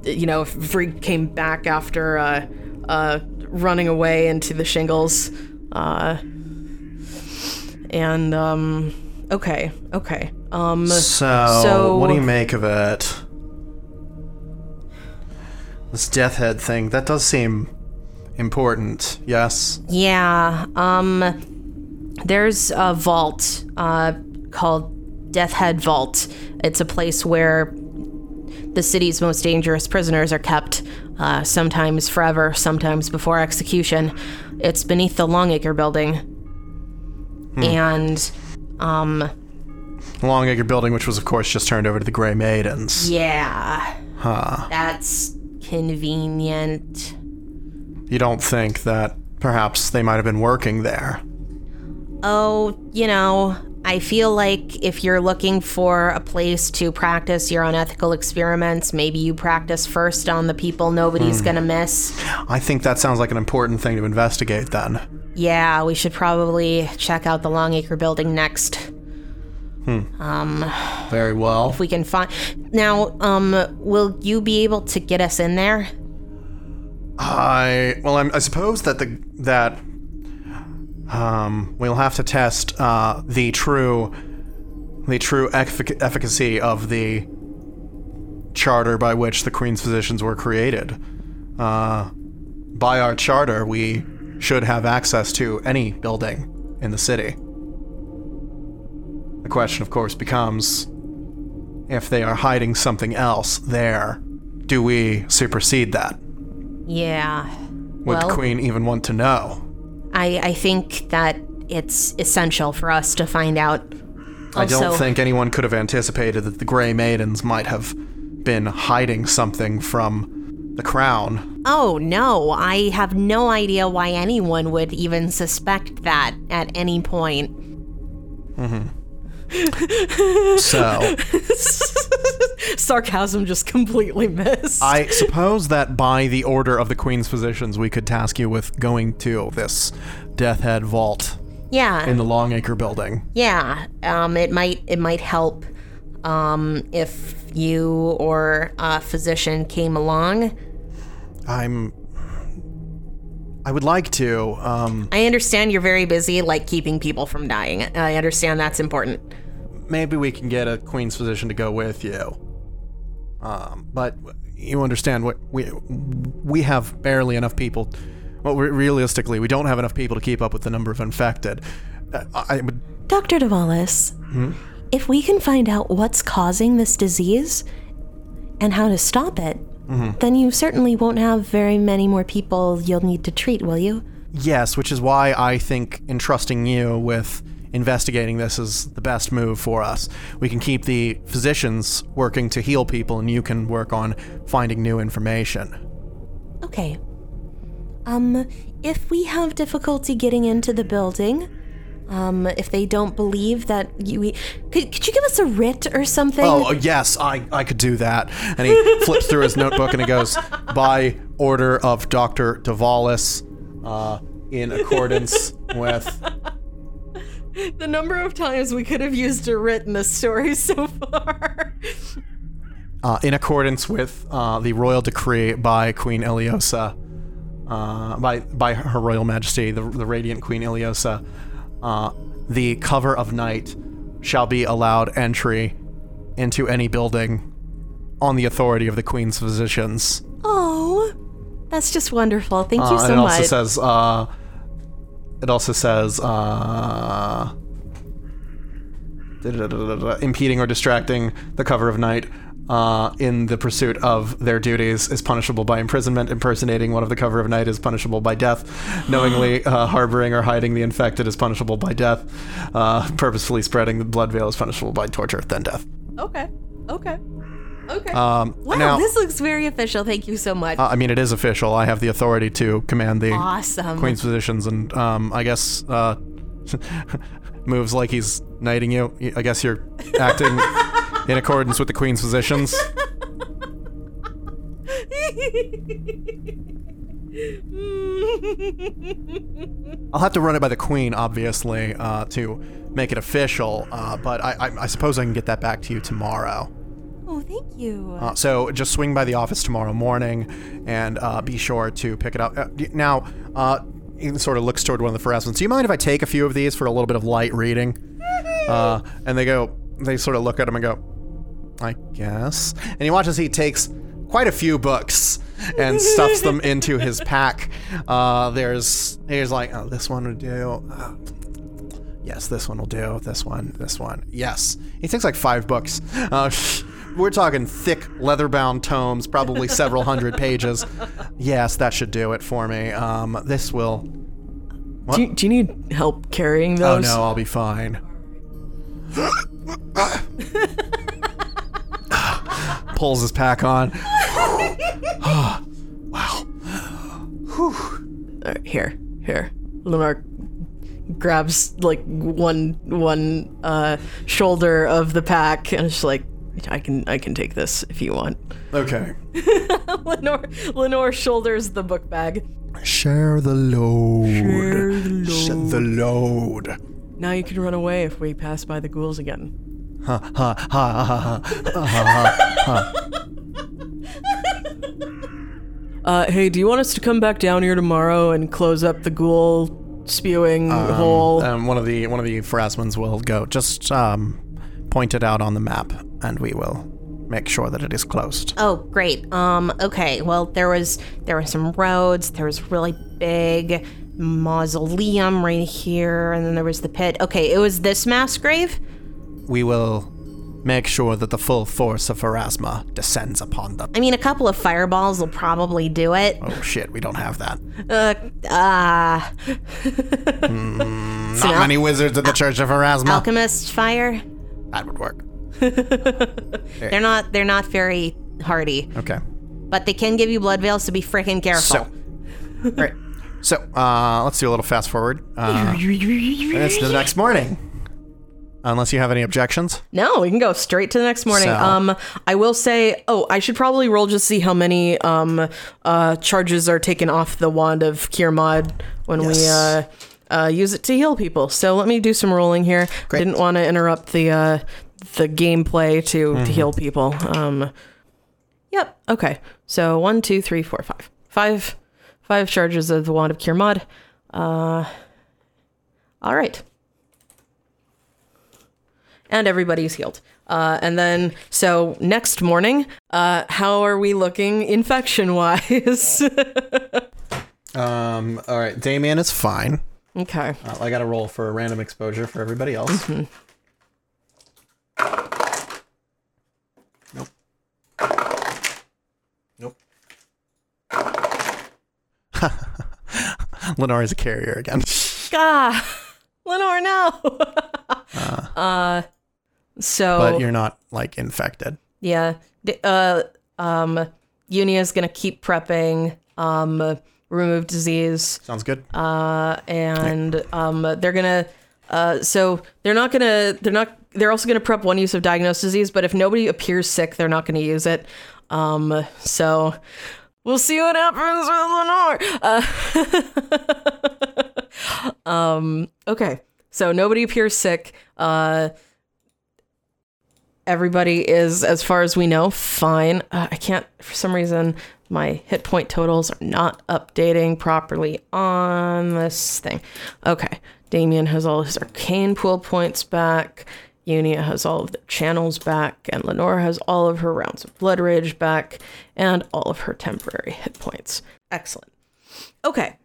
S3: you know, Vrieg came back after uh, uh, running away into the shingles. Uh, and um okay okay um
S2: So,
S3: So-
S2: what do you make of it? This death head thing, that does seem important, yes?
S1: Yeah. Um, there's a vault uh, called Death Head Vault. It's a place where the city's most dangerous prisoners are kept, uh, sometimes forever, sometimes before execution. It's beneath the Longacre building. And, um,
S2: Longacre building, which was, of course, just turned over to the Grey Maidens.
S1: yeah. That's convenient.
S2: You don't think that perhaps they might have been working there?
S1: Oh, you know, I feel like if you're looking for a place to practice your unethical experiments, maybe you practice first on the people nobody's gonna miss.
S2: I think that sounds like an important thing to investigate then.
S1: Yeah, we should probably check out the Longacre building next.
S2: Very well.
S1: If we can find. Now, um, will you be able to get us in there?
S2: I well, I'm, I suppose that the that um, we'll have to test uh, the true the true effic- efficacy of the charter by which the Queen's physicians were created. Uh, by our charter, we should have access to any building in the city. The question, of course, becomes if they are hiding something else there, do we supersede that?
S1: Yeah.
S2: Would
S1: well,
S2: the queen even want to know?
S1: I, I think that it's essential for us to find out.
S2: I don't
S1: Also-
S2: think anyone could have anticipated that the Grey Maidens might have been hiding something from
S1: (laughs)
S2: the crown.
S1: Oh no, I have no idea why anyone would even suspect that at any point.
S2: So
S3: sarcasm just (laughs) completely missed
S1: Uh,
S2: I suppose that by the order of the queen's physicians, we could task you with going to this Death Head vault
S1: Yeah.
S2: in the Longacre building.
S1: yeah. Um it might it might help um if you or a physician came along.
S2: I'm I would like to. Um,
S1: I understand you're very busy, like keeping people from dying. I understand that's important.
S2: maybe we can get a queen's physician to go with you. Um, but you understand what we we have barely enough people. Well, re- realistically, we don't have enough people to keep up with the number of infected. Uh, I would
S1: Dr. DeValis, if we can find out what's causing this disease and how to stop it, then you certainly won't have very many more people you'll need to treat, will you?
S2: Yes, which is why I think entrusting you with investigating this is the best move for us. We can keep the physicians working to heal people, and you can work on finding new information.
S1: Okay. Um, if we have difficulty getting into the building, um, if they don't believe that you, we, could, could you give us a writ or something?
S2: Oh, yes, I, I could do that. And he flips through his notebook and he goes, by order of Dr. Davalis, uh, in accordance with.
S3: The number of times we could have used a writ in this story (laughs) so far.
S2: uh, in accordance with uh, the royal decree by Queen Iliosa, uh, by by Her Royal Majesty, the, the Radiant Queen Iliosa, uh, the cover of night shall be allowed entry into any building on the authority of the Queen's physicians.
S1: Oh, that's just wonderful. Thank you
S2: Uh,
S1: so
S2: and it also
S1: much.
S2: says. Uh, it also says. Uh, impeding or distracting the cover of night uh, in the pursuit of their duties is punishable by imprisonment. Impersonating one of the cover of night is punishable
S1: (sighs)
S2: by death. Knowingly uh, harboring or hiding the infected is punishable by death. Uh, purposefully spreading the blood veil is punishable by torture, then death.
S3: Okay. Okay. Okay.
S2: Um,
S1: wow,
S2: now,
S1: this looks very official. Thank you so much.
S2: uh, I mean, it is official. I have the authority to command the
S1: awesome. (laughs)
S2: Queen's physicians and um, I guess uh, (laughs) moves like he's knighting you. I guess you're acting in accordance with the Queen's physicians. I'll have to run it by the Queen, obviously, uh, to make it official. Uh, but I, I, I suppose I can get that back to you tomorrow.
S1: Oh, thank you.
S2: Uh, so just swing by the office tomorrow morning, and uh, be sure to pick it up. Uh, d- now, uh, he sort of looks toward one of the Pharasmans. Do you mind if I take a few of these for a little bit of light reading? uh, and they go, they sort of look at him and go, I guess. And he watches he takes quite a few books and stuffs them into his pack. Uh, there's he's like, oh, this one would do. Uh, yes, this one will do. This one, this one. Yes. He takes like five books. Uh, (laughs) we're talking thick leather-bound tomes, probably several hundred pages. Yes, that should do it for me. Um, this will.
S3: do, you, do you need help carrying
S2: Oh
S3: those?
S2: no, I'll be fine. (laughs) Pulls his pack on.
S3: Uh, here, here. Lunar grabs like one one uh, shoulder of the pack and is like, I can I can take this if you
S1: (laughs)
S3: want.
S2: Okay.
S3: Lenore Lenore shoulders the book bag.
S2: Share the load. Share
S3: the load.
S2: the load.
S3: Now you can run away if we pass by the ghouls again.
S2: Ha ha ha ha ha.
S3: (laughs) Uh, hey, do you want us to come back down here tomorrow and close up the ghoul spewing hole?
S2: Um, one of the one of the Phrasmans will go. Just um, point it out on the map, and we will make sure that it is closed.
S1: Oh, great. Um, okay. Well, there was there were some roads. There was really big mausoleum right here, and then there was the pit. Okay, it was this mass grave.
S2: We will make sure that the full force of Pharasma descends upon them.
S1: I mean, a couple of fireballs will probably do it.
S2: Oh shit, we don't have that.
S1: Uh, ah,
S2: Not many wizards in the Church of Erasmus.
S1: alchemist fire.
S2: That would work.
S1: They're not they're not very hardy,
S2: Okay.
S1: but they can give you blood veils, so be freaking careful.
S2: So, all right. So, uh, let's do a little fast forward. Uh, and it's the next morning. Unless you have any objections.
S3: No, we can go straight to the next morning.
S2: So-
S3: Um, I will say, oh, I should probably roll just see how many um uh charges are taken off the wand of cure mod when
S2: Yes.
S3: we uh, uh use it to heal people. So let me do some rolling here.
S2: Great.
S3: Didn't want to interrupt the uh the gameplay to,
S2: Mm-hmm.
S3: to heal people. Um, yep. Okay. So one, two, three, four, five, five, five five charges of the Wand of Cure mod. Uh, all right. And everybody's healed. Uh, and then, so next morning, uh, how are we looking infection wise?
S2: Um, all right, Damian is fine.
S3: (laughs) okay.
S2: Uh, I got to roll for a random exposure for everybody else. Nope. (laughs) Nope. Lenore is a carrier again.
S3: (laughs) Ah, Lenore, no. uh, (laughs) so
S2: Ah. But you're not like infected.
S3: Yeah. D- Uh, um, Unia is gonna keep prepping. Um, remove disease.
S2: Sounds good.
S3: Uh, and um, they're gonna. Uh, so they're not gonna. They're not. They're also gonna prep one use of diagnosed disease. But if nobody appears sick, they're not gonna use it. Um, so we'll see what happens with Lenore. Uh, (laughs) um, okay. So nobody appears sick. Uh, everybody is, as far as we know, fine. Uh, I can't, for some reason, my hit point totals are not updating properly on this thing. Okay. Damien has all his arcane pool points back. Unia has all of their channels back, and Lenore has all of her rounds of blood rage back, and all of her temporary hit points. Excellent. Okay,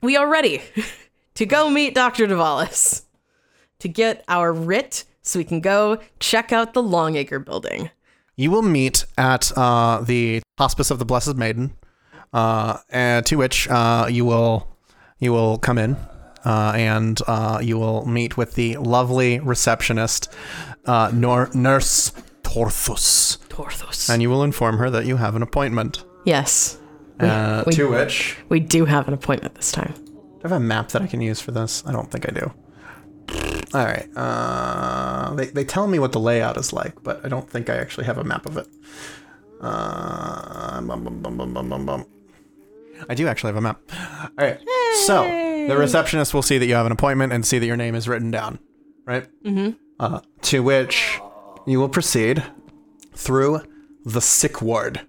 S3: we are ready (laughs) to go meet Dr. Davalis to get our writ so we can go check out the Longacre building.
S2: You will meet at uh, the Hospice of the Blessed Maiden, uh, and to which uh, you will you will come in, uh, and uh, you will meet with the lovely receptionist, uh, nor- Nurse Torthus,
S3: Torthos.
S2: and you will inform her that you have an appointment.
S3: Yes,
S2: Uh,
S3: we-
S2: to which
S3: we do have an appointment this time.
S2: do I have a map that I can use for this? I don't think I do. All right. Uh, they, they tell me what the layout is like, but I don't think I actually have a map of it. Uh, bum, bum, bum, bum, bum, bum, bum. I do actually have a map. All right. So the receptionist will see that you have an appointment and see that your name is written down, right? Mm-hmm. Uh, to which you will proceed through the sick ward.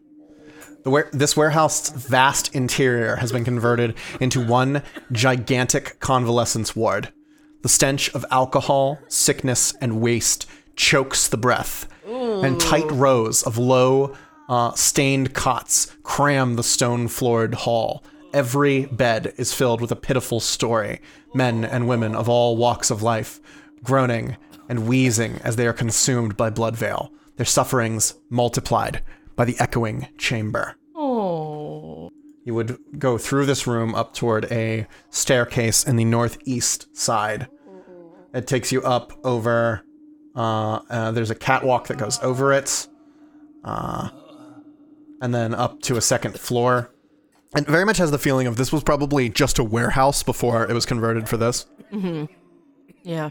S2: The ware- this warehouse's vast interior has been converted into one gigantic convalescence ward. The stench of alcohol, sickness, and waste chokes the breath, and tight rows of low, uh, stained cots cram the stone floored hall. Every bed is filled with a pitiful story men and women of all walks of life, groaning and wheezing as they are consumed by blood veil, their sufferings multiplied by the echoing chamber. You would go through this room up toward a staircase in the northeast side. It takes you up over. Uh, uh, there's a catwalk that goes over it, uh, and then up to a second floor. It very much has the feeling of this was probably just a warehouse before it was converted for this,
S3: Yeah.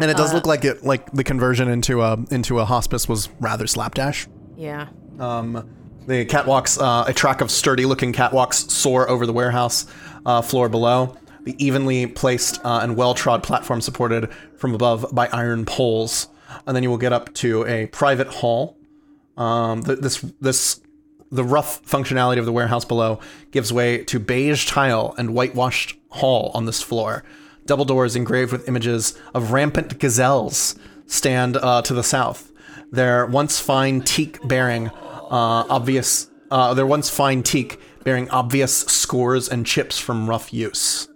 S2: and it does look like it like the conversion into a into a hospice was rather slapdash.
S3: Yeah.
S2: Um, the catwalks, uh, a track of sturdy looking catwalks soar over the warehouse uh, floor below. The evenly placed uh, and well trod platform supported from above by iron poles. And then you will get up to a private hall. Um, th- this, this, the rough functionality of the warehouse below gives way to beige tile and whitewashed hall on this floor. Double doors engraved with images of rampant gazelles stand uh, to the south their once fine teak bearing uh, obvious uh, their once fine teak bearing obvious scores and chips from rough use.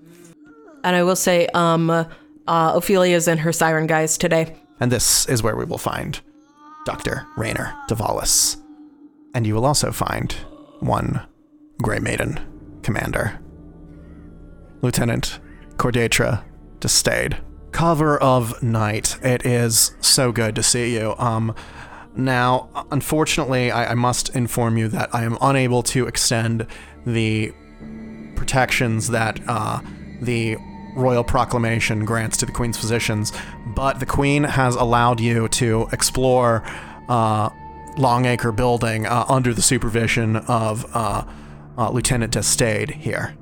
S3: And I will say, um, uh, Ophelia's in her siren guise today.
S2: And this is where we will find Dr. Rainer Davalis. And you will also find one Grey Maiden commander. Lieutenant Cordetra Destade. Cover of night. It is so good to see you. Um now, unfortunately, I, I must inform you that I am unable to extend the protections that uh, the royal proclamation grants to the queen's physicians, but the queen has allowed you to explore uh, Longacre Building uh, under the supervision of uh, uh, Lieutenant Destade here.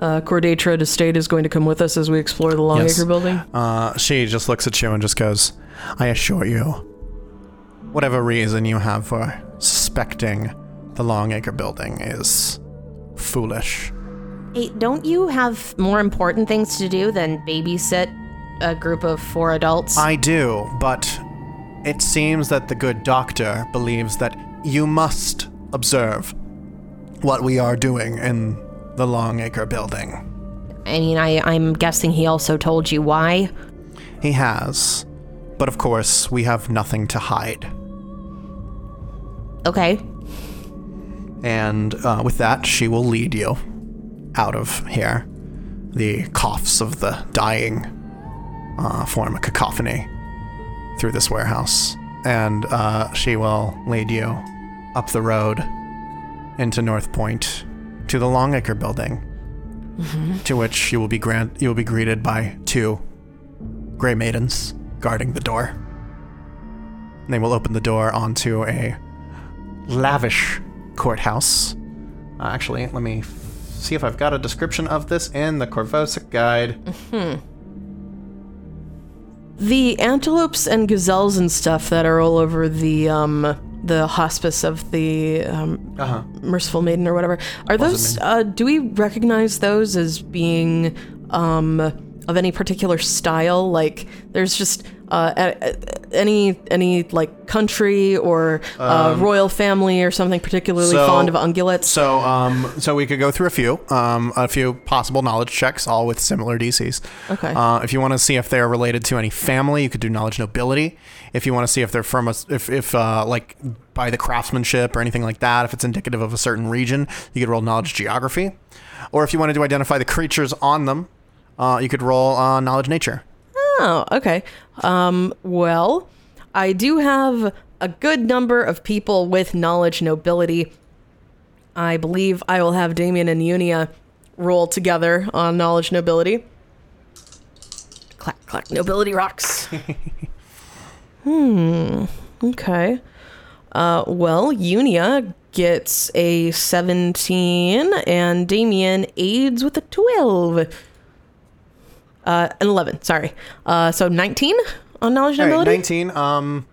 S3: Uh, Cordetra de State is going to come with us as we explore the Longacre
S2: Yes.
S3: building.
S2: Uh, she just looks at you and just goes, I assure you, whatever reason you have for suspecting the Longacre building is foolish.
S1: Hey, don't you have more important things to do than babysit a group of four adults?
S2: I do, but it seems that the good doctor believes that you must observe what we are doing in the Longacre building.
S1: I mean, I, I'm guessing he also told you why.
S2: He has. But of course, we have nothing to hide.
S1: Okay.
S2: And uh, with that, she will lead you out of here. The coughs of the dying uh, form a cacophony through this warehouse. And uh, she will lead you up the road into North Point to the Longacre building, to which you will be grant you will be greeted by two gray maidens guarding the door. And they will open the door onto a lavish courthouse. Uh, actually, let me f- see if I've got a description of this in the Corvosa guide.
S3: The antelopes and gazelles and stuff that are all over the um the hospice of the um,
S2: Uh-huh.
S3: merciful maiden or whatever are those uh, do we recognize those as being um of any particular style like there's just uh, a- a- any any like country or uh, royal family or something particularly
S2: Um, so-
S3: fond of ungulates
S2: So, um, so we could go through a few, um, a few possible knowledge checks, all with similar DCs.
S3: Okay.
S2: Uh, if you want to see if they're related to any family, you could do knowledge nobility. If you want to see if they're from a, if if uh, like by the craftsmanship or anything like that, if it's indicative of a certain region, you could roll knowledge geography. Or if you wanted to identify the creatures on them, uh, you could roll uh, knowledge nature.
S3: Oh, okay. Um, well, I do have a good number of people with knowledge nobility. I believe I will have Damien and Unia roll together on knowledge nobility. Clack, clack, nobility
S2: (laughs)
S3: rocks. hmm. Okay. Uh, well, Unia gets a 17, and Damien aids with a 12 uh, an 11 sorry uh, so 19 on knowledge and
S2: All right,
S3: ability
S2: 19. Um,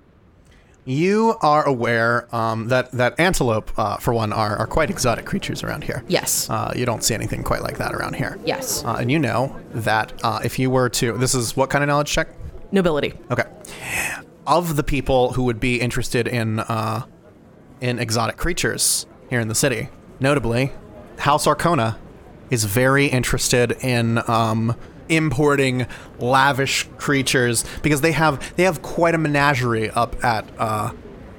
S2: you are aware um, that that antelope, uh, for one, are, are quite exotic creatures around here.
S3: yes
S2: Uh, you don't see anything quite like that around here.
S3: yes
S2: Uh, and you know that uh, if you were to, this is what kind of knowledge check?
S3: nobility
S2: Okay. Of the people who would be interested in uh, in exotic creatures here in the city, notably, House Arcona is very interested in um, importing lavish creatures because they have they have quite a menagerie up at uh,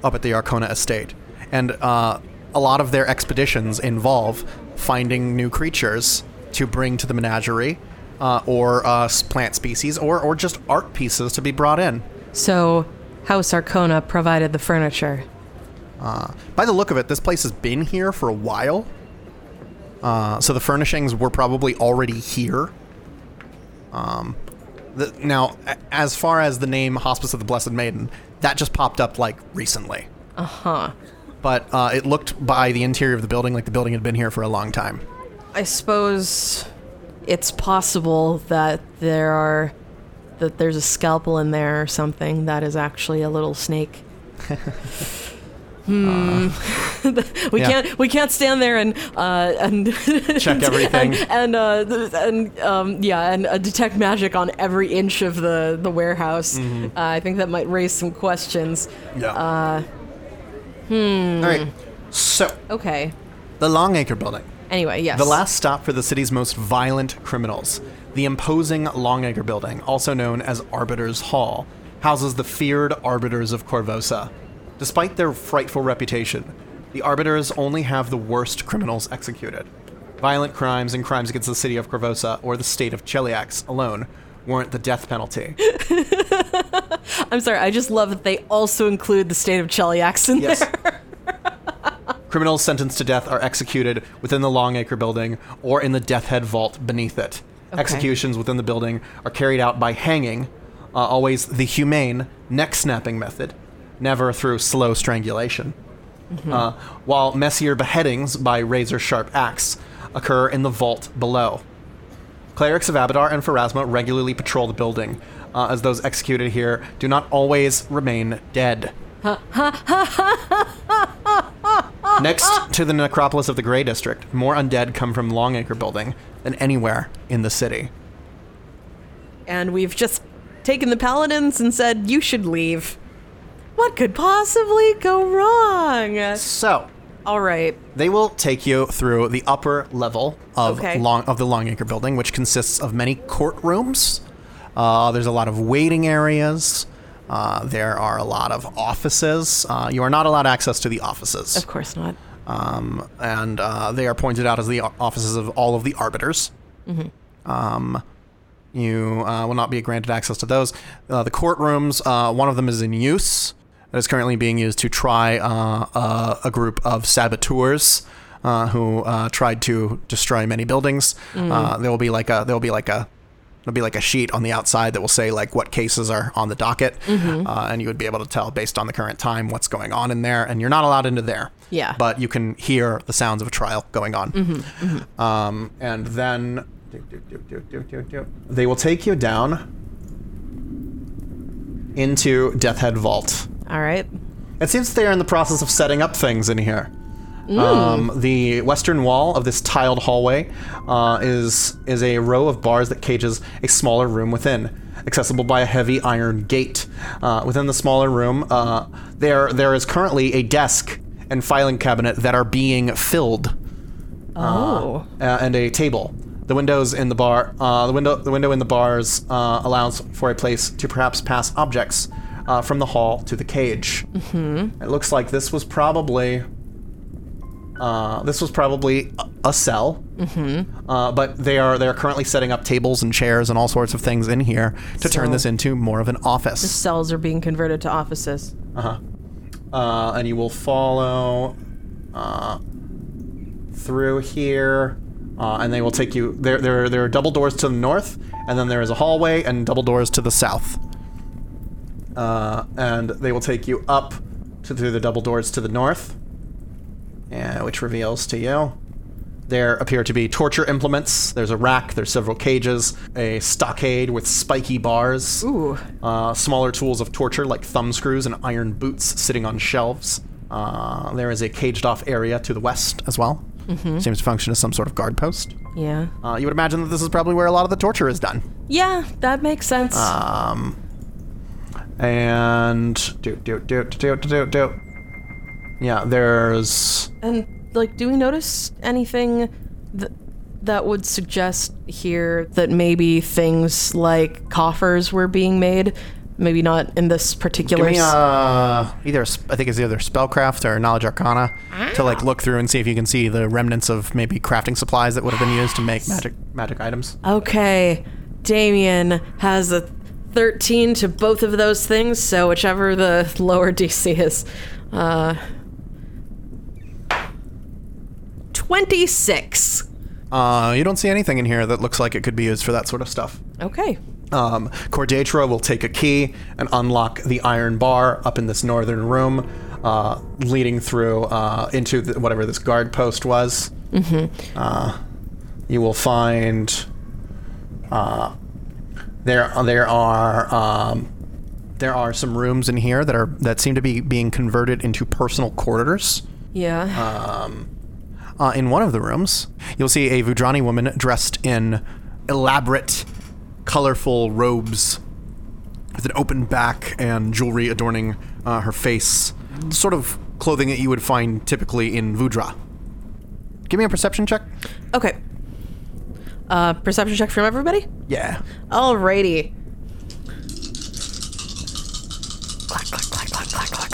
S2: up at the Arcona estate, and uh, a lot of their expeditions involve finding new creatures to bring to the menagerie. Uh, or uh, s- plant species, or, or just art pieces to be brought in.
S3: so house arcona provided the furniture
S2: By the look of it, this place has been here for a while. Uh, so the furnishings were probably already here. Um, the, now, a- as far as the name Hospice of the Blessed Maiden, that just popped up like recently. Uh huh. But uh, it looked by the interior of the building like the building had been here for a long time.
S3: i suppose it's possible that there are that there's a scalpel in there or something that is actually a little
S2: (laughs)
S3: snake Hmm. (laughs) we
S2: Uh, yeah.
S3: can't we can't stand there and uh, (laughs) and
S2: Check everything.
S3: and uh, th- and um, yeah, and uh, detect magic on every inch of the the warehouse.
S2: Mm-hmm.
S3: Uh, I think that might raise some questions.
S2: Yeah. Uh, hmm. All right. So,
S3: Okay.
S2: the Longacre building.
S3: Anyway, yes.
S2: The last stop for the city's most violent criminals. The imposing Longacre building, also known as Arbiter's Hall, houses the feared arbiters of Corvosa. Despite their frightful reputation, the arbiters only have the worst criminals executed. Violent crimes and crimes against the city of Corvosa or the state of Cheliax alone warrant the death penalty.
S3: (laughs) I'm sorry. I just love that they also include the state of Chelyaks in
S2: Yes.
S3: there.
S2: (laughs) Criminals sentenced to death are executed within the Longacre building or in the Death Head vault beneath it. Executions within the building are carried out by hanging, uh, always the humane neck snapping method, never through slow strangulation. Uh, while messier beheadings by razor sharp axe occur in the vault below. Clerics of Abadar and Pharasma regularly patrol the building, uh, as those executed here do not always remain dead.
S3: Ah!
S2: Next to the necropolis of the Grey District, more undead come from Longacre Building than anywhere in the city.
S3: and we've just taken the paladins and said you should leave. What could possibly go wrong?
S2: So,
S3: All right.
S2: They will take you through the upper level of
S3: Okay.
S2: long of the Longacre building, which consists of many courtrooms. Uh, there's a lot of waiting areas. Uh, there are a lot of offices. Uh, you are not allowed access to the offices,
S3: Of course not.
S2: um, and uh, they are pointed out as the o- offices of all of the arbiters. Um, you uh, will not be granted access to those. Uh, the courtrooms, uh, one of them is in use. It is currently being used to try uh, a, a group of saboteurs uh, who uh, tried to destroy many buildings. Uh, there will be like a there will be like a there'll be like a sheet on the outside that will say like what cases are on the docket, uh, and you would be able to tell based on the current time what's going on in there. And you're not allowed into there.
S3: Yeah.
S2: But you can hear the sounds of a trial going on. Um, and then they will take you down into Deathhead Vault.
S3: All right.
S2: It seems they are in the process of setting up things in here. Um, the western wall of this tiled hallway uh, is is a row of bars that cages a smaller room within, accessible by a heavy iron gate. Uh, within the smaller room, uh, there there is currently a desk and filing cabinet that are being filled
S3: Oh.
S2: uh, and a table. The windows in the bar, uh, the window, the window in the bars uh, allows for a place to perhaps pass objects uh, from the hall to the cage. Mm-hmm. It looks like this was probably, uh, this was probably a- a cell. Mm-hmm. Uh, but they are they are currently setting up tables and chairs and all sorts of things in here to turn
S3: So-
S2: this into more of an office.
S3: Cells are being converted to offices.
S2: Uh, and you will follow uh, through here, uh, and they will take you. There, there, there are double doors to the north, and then there is a hallway and double doors to the south. Uh, and they will take you up to through the double doors to the north, uh, which reveals to you. There appear to be torture implements. There's a rack. There's several cages. A stockade with spiky bars.
S3: Ooh.
S2: Uh, smaller tools of torture like thumb screws and iron boots sitting on shelves. Uh, there is a caged off area to the west as well. Seems to function as some sort of guard post.
S3: Yeah.
S2: Uh, you would imagine that this is probably where a lot of the torture is done.
S3: Yeah, that makes sense.
S2: Ah. And do do do do do do do. Yeah, there's
S3: and like, do we notice anything th- that would suggest here that maybe things like coffers were being made? Maybe not in this
S2: give
S3: particular.
S2: me
S3: s-
S2: uh either a sp- I think it's either spellcraft or knowledge arcana to like look through and see if you can see the remnants of maybe crafting supplies that would have been used to make magic magic items.
S3: okay, Damien has a thirteen to both of those things, so whichever the (laughs) lower DC is, uh, twenty-six.
S2: Uh, you don't see anything in here that looks like it could be used for that sort of stuff.
S3: Okay.
S2: Um, Cordetra will take a key and unlock the iron bar up in this northern room, uh, leading through uh, into the, whatever this guard post was. Mm-hmm. Uh, you will find uh, there there are um, there are some rooms in here that are that seem to be being converted into personal quarters.
S3: Yeah.
S2: Uh, in one of the rooms, you'll see a Vudrani woman dressed in elaborate, colorful robes with an open back and jewelry adorning uh, her face. The Sort of clothing that you would find typically in Vudra. Give me a perception check.
S3: Okay. Uh, perception check from everybody.
S2: Yeah.
S3: Alrighty.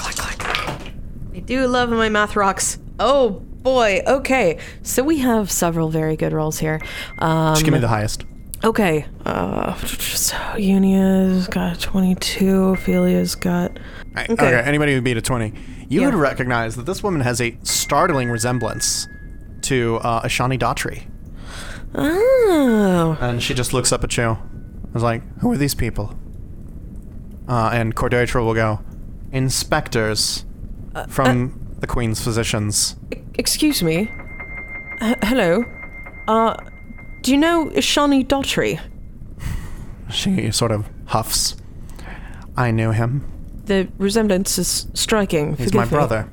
S3: I do love my math rocks. Oh boy. Okay. So we have several very good rolls here. Um,
S2: Just give me the highest.
S3: okay. Uh, so Unia's got 22. Ophelia's got.
S2: Right, Okay.
S3: Okay.
S2: Anybody who beat a 20, you
S3: Yeah.
S2: would recognize that this woman has a startling resemblance to uh, Ashani Daughtry.
S3: Oh.
S2: And she just looks up at you. I was like, who are these people? Uh, and Cordetra will go, inspectors from the Queen's physicians.
S3: Excuse me. H- hello. Uh, do you know Shani Daughtry?
S2: She sort of huffs. I knew him.
S3: The resemblance is striking.
S2: He's
S3: Forgive
S2: my
S3: me.
S2: brother.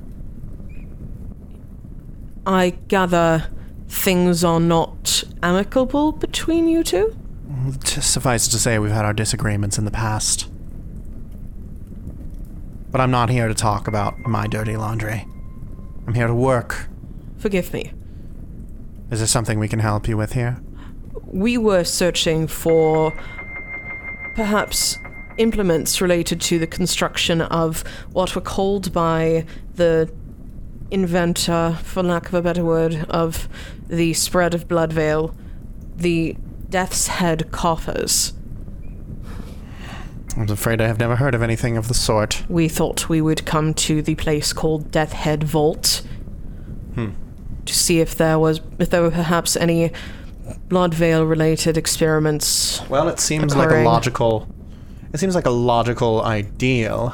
S3: I gather things are not amicable between you two?
S2: T- suffice to say, we've had our disagreements in the past. But I'm not here to talk about my dirty laundry. I'm here to work.
S3: Forgive me.
S2: Is there something we can help you with here?
S3: We were searching for perhaps implements related to the construction of what were called by the inventor, for lack of a better word, of the spread of Blood Veil, the Death's Head coffers.
S2: I'm afraid I have never heard of anything of the sort.
S3: We thought we would come to the place called Death Head Vault to see if there was if there were perhaps any Blood Veil related experiments.
S2: Well, it seems like
S3: Occurring.
S2: a logical. It seems like a logical ideal.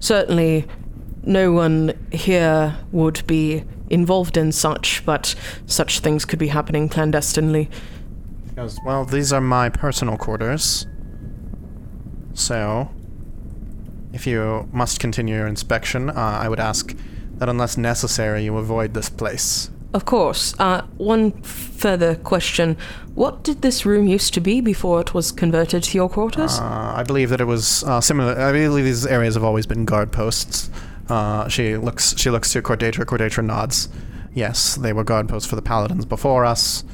S3: Certainly, no one here would be involved in such, but such things could be happening clandestinely.
S2: Because, well, these are my personal quarters. So, if you must continue your inspection, uh, I would ask that unless necessary, you avoid this place.
S3: Of course. Uh, one further question: What did this room used to be before it was converted to your quarters?
S2: Uh, I believe that it was uh, similar. I believe these areas have always been guard posts. Uh, she looks. She looks to Cordatra. Cordatra nods. Yes, they were guard posts for the paladins before us,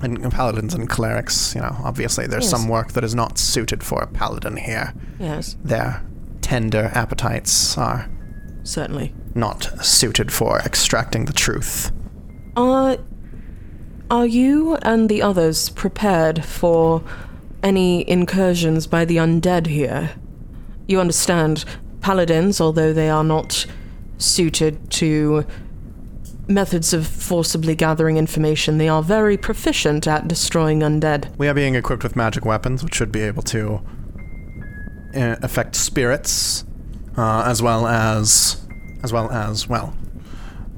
S2: and paladins and clerics. You know, obviously, there's some work that is not suited for a paladin here.
S3: yes,
S2: Their tender appetites are
S3: certainly.
S2: not suited for extracting the truth.
S3: Are are you and the others prepared for any incursions by the undead here? You understand, paladins, although they are not suited to methods of forcibly gathering information, they are very proficient at destroying undead.
S2: We are being equipped with magic weapons, which should be able to uh, affect spirits, uh, as well as, as well as, well,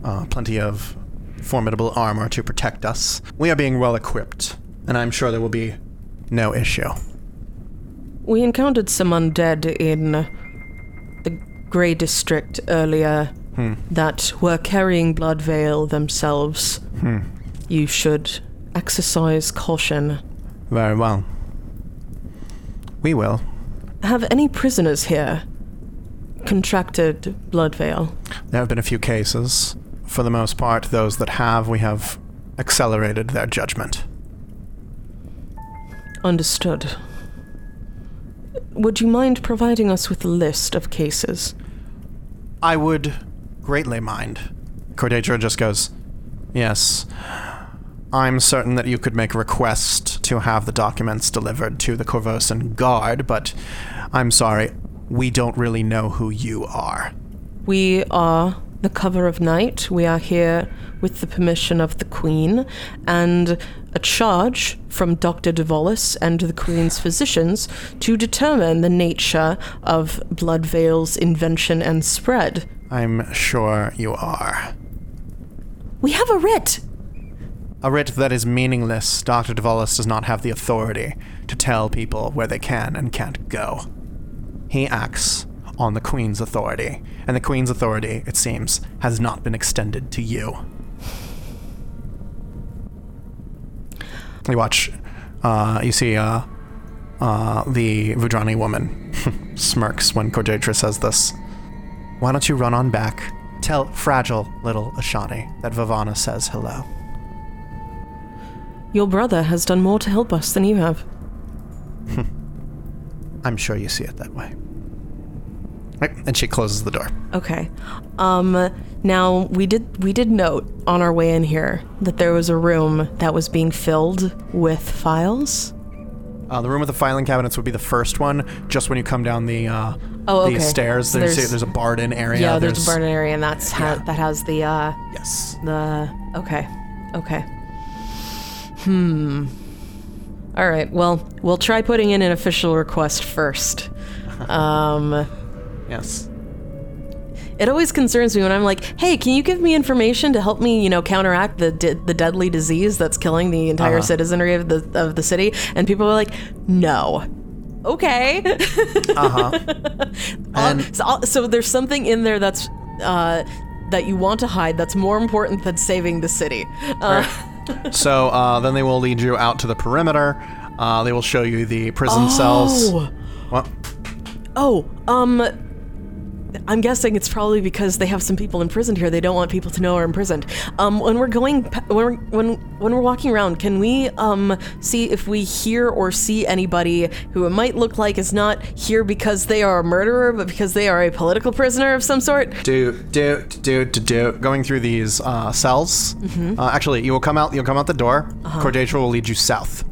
S2: uh, plenty of formidable armor to protect us. We are being well equipped, and I'm sure there will be no issue.
S3: We encountered some undead in the Grey District earlier that were carrying Blood Veil themselves. You should exercise caution.
S2: Very well. We will.
S3: Have any prisoners here contracted Blood Veil?
S2: There have been a few cases. For the most part, those that have, we have accelerated their judgment.
S3: Understood. Would you mind providing us with a list of cases?
S2: I would greatly mind. Cordatura just goes, Yes. I'm certain that you could make a request to have the documents delivered to the Corvosan guard, but I'm sorry, we don't really know who you are.
S3: We are the cover of night. We are here with the permission of the Queen and a charge from Dr. DeVolis and the Queen's physicians to determine the nature of Blood Veil's invention and spread.
S2: I'm sure you are.
S5: We have a writ.
S2: A writ that is meaningless, Dr. Davolis does not have the authority to tell people where they can and can't go. He acts on the Queen's authority, and the Queen's authority, it seems, has not been extended to you. You watch, uh, you see, uh, uh, the Vudrani woman (laughs) smirks when Cordaitra says this. Why don't you run on back? Tell fragile little Ashani that Vivana says hello.
S3: Your brother has done more to help us than you have.
S2: I'm sure you see it that way. Right, and she closes the door.
S3: Okay. Um now we did we did note on our way in here that there was a room that was being filled with files.
S2: Uh, the room with the filing cabinets would be the first one. Just when you come down the uh,
S3: Oh,
S2: the
S3: okay.
S2: stairs, there's,
S3: There's-
S2: there's, a barred-in area.
S3: Yeah, there's, a barn area and that's ha-
S2: yeah.
S3: that has the uh
S2: Yes.
S3: The okay, okay. Hmm. All right. Well, we'll try putting in an official request (laughs) first. Um,
S2: Yes.
S3: it always concerns me when I'm like, "Hey, can you give me information to help me, you know, counteract the de- the deadly disease that's killing the entire citizenry of the of the city?" And people are like, "No." Okay.
S2: Uh huh.
S3: (laughs) so, so there's something in there that's uh that you want to hide that's more important than saving the city. Uh, (laughs)
S2: So uh, then they will lead you out to the perimeter. Uh, they will show you the prison cells.
S3: Oh.
S2: What?
S3: Oh, um, I'm guessing it's probably because they have some people imprisoned here. They don't want people to know are imprisoned. Um, when we're going, pa- when we're, when when we're walking around, can we um see if we hear or see anybody who it might look like is not here because they are a murderer, but because they are a political prisoner of some sort?
S2: do do do do do going through these uh, cells.
S3: Mm-hmm.
S2: Uh, actually, you will come out. You'll come out the door.
S3: Uh-huh.
S2: uh will lead you south.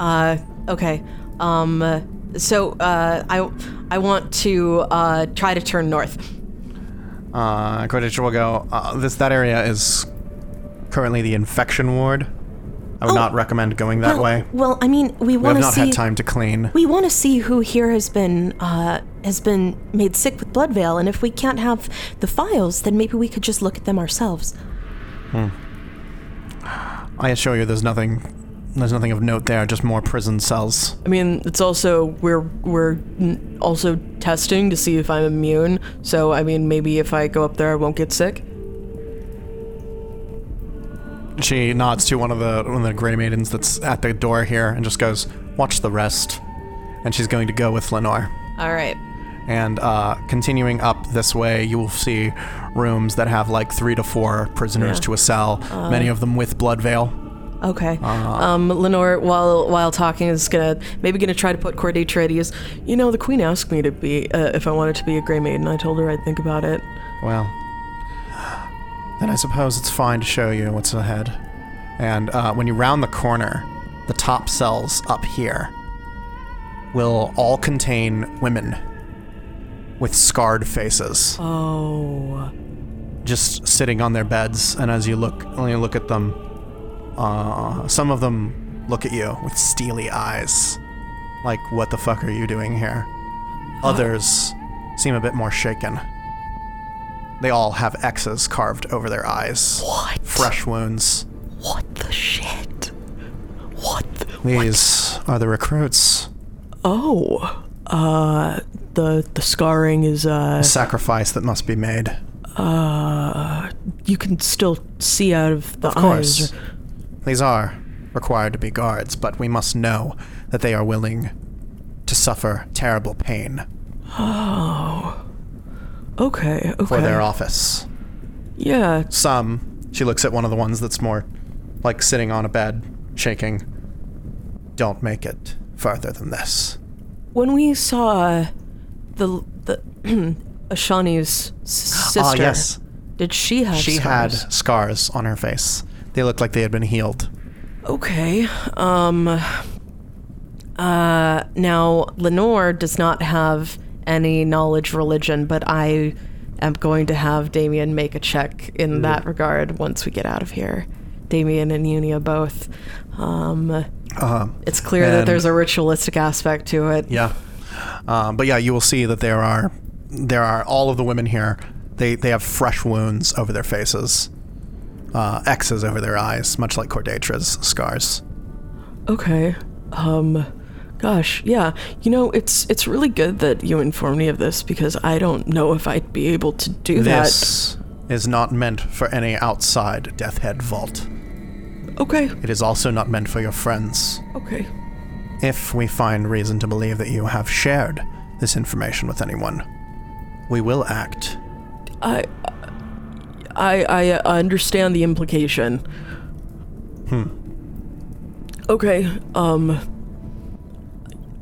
S3: Uh, okay. Um, so uh, I I want to uh try to turn north.
S2: Uh, Cordetra will go. Uh, this that area is currently the infection ward. I would not recommend going that
S1: Oh. well,
S2: way.
S1: Well, I mean, we
S2: We
S1: want
S2: have
S1: to
S2: not
S1: see.
S2: had time to clean.
S1: We want to see who here has been uh, has been made sick with blood veil, and if we can't have the files, then maybe we could just look at them ourselves.
S2: I assure you, there's nothing. There's nothing of note there. Just more prison cells.
S3: I mean, it's also we're we're n- also testing to see if I'm immune. So I mean, maybe if I go up there, I won't get sick.
S2: She nods to one of the one of the gray maidens that's at the door here and just goes, "Watch the rest." And she's going to go with Lenore.
S3: All right.
S2: And uh, continuing up this way, you will see rooms that have like three to four prisoners
S3: Yeah.
S2: to a cell,
S1: Uh.
S2: many of them with blood veil.
S3: Okay. Um, Lenore, while while talking, is gonna maybe gonna try to put Cordatra at ease. You know, the queen asked me to be uh, if I wanted to be a gray maid, and I told her I'd think about it.
S2: Well, then I suppose it's fine to show you what's ahead. And uh, when you round the corner, the top cells up here will all contain women with scarred faces.
S3: Oh.
S2: just sitting on their beds, and as you look, when you look at them, uh, some of them look at you with steely eyes, like "What the fuck are you doing here?" Others seem a bit more shaken. They all have X's carved over their eyes. What? Fresh wounds.
S3: What the shit? What? The,
S2: These are the recruits.
S3: oh. Uh, the the scarring is uh.
S2: Sacrifice that must be made.
S3: You can still see out of the
S2: Of
S3: eyes.
S2: course. These are required to be guards, but we must know that they are willing to suffer terrible pain
S3: Okay. Okay.
S2: for their office.
S3: Yeah.
S2: Some, she looks at one of the ones that's more like sitting on a bed, shaking. Don't make it farther than this.
S3: When we saw the the (clears throat) Ashani's s- sister,
S2: Ah, yes.
S3: did she have?
S2: She
S3: scars?
S2: had scars on her face. They looked like they had been healed.
S3: Okay. Um. Uh. Now Lenore does not have any knowledge religion, but I am going to have Damien make a check in
S2: Mm.
S3: that regard once we get out of here. Damien and Unia both. Um,
S2: Uh,
S3: it's clear that
S2: And-
S3: there's a ritualistic aspect to it.
S2: yeah. Um, but yeah, you will see that there are there are all of the women here. They they have fresh wounds over their faces, uh, X's over their eyes, much like Cordatra's scars.
S3: Okay. Um gosh, yeah. You know, it's it's really good that you informed me of this because I don't know if I'd be able to do
S2: This is not meant for any outside Death Head vault.
S3: that. Okay.
S2: It is also not meant for your friends.
S3: Okay.
S2: If we find reason to believe that you have shared this information with anyone, we will act.
S3: I I I uh, understand the implication. Hmm. Okay. Um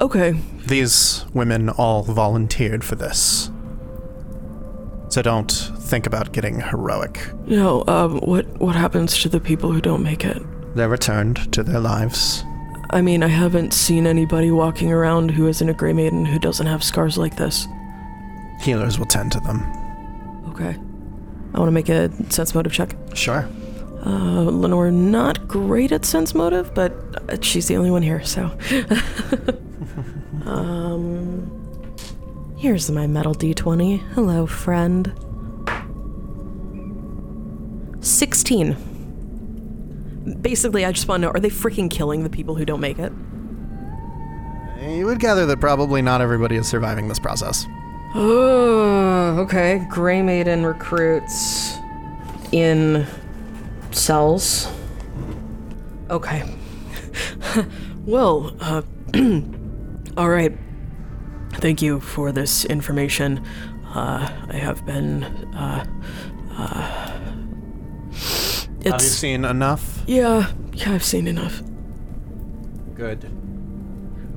S3: Okay.
S2: These women all volunteered for this. So don't think about getting heroic.
S3: You know, um what what happens to the people who don't make it?
S2: They're returned to their lives.
S3: I mean, I haven't seen anybody walking around who isn't a Grey Maiden who doesn't have scars like this.
S2: Healers will tend to them.
S3: Okay. I want to make a sense motive check.
S2: Sure.
S3: Uh, Lenore, not great at sense motive, but uh, she's the only one here, so. (laughs) um, here's my metal d20. Hello, friend. 16. Basically, I just want to know are they freaking killing the people who don't make it?
S2: You would gather that probably not everybody is surviving this process.
S3: Oh, okay. Grey Maiden recruits in cells. Okay. (laughs) well, uh, (clears throat) all right. Thank you for this information. Uh, I have been. Uh, uh,
S2: Have you
S3: (sighs) it's.
S2: seen enough?
S3: Yeah, yeah, I've seen enough.
S2: Good.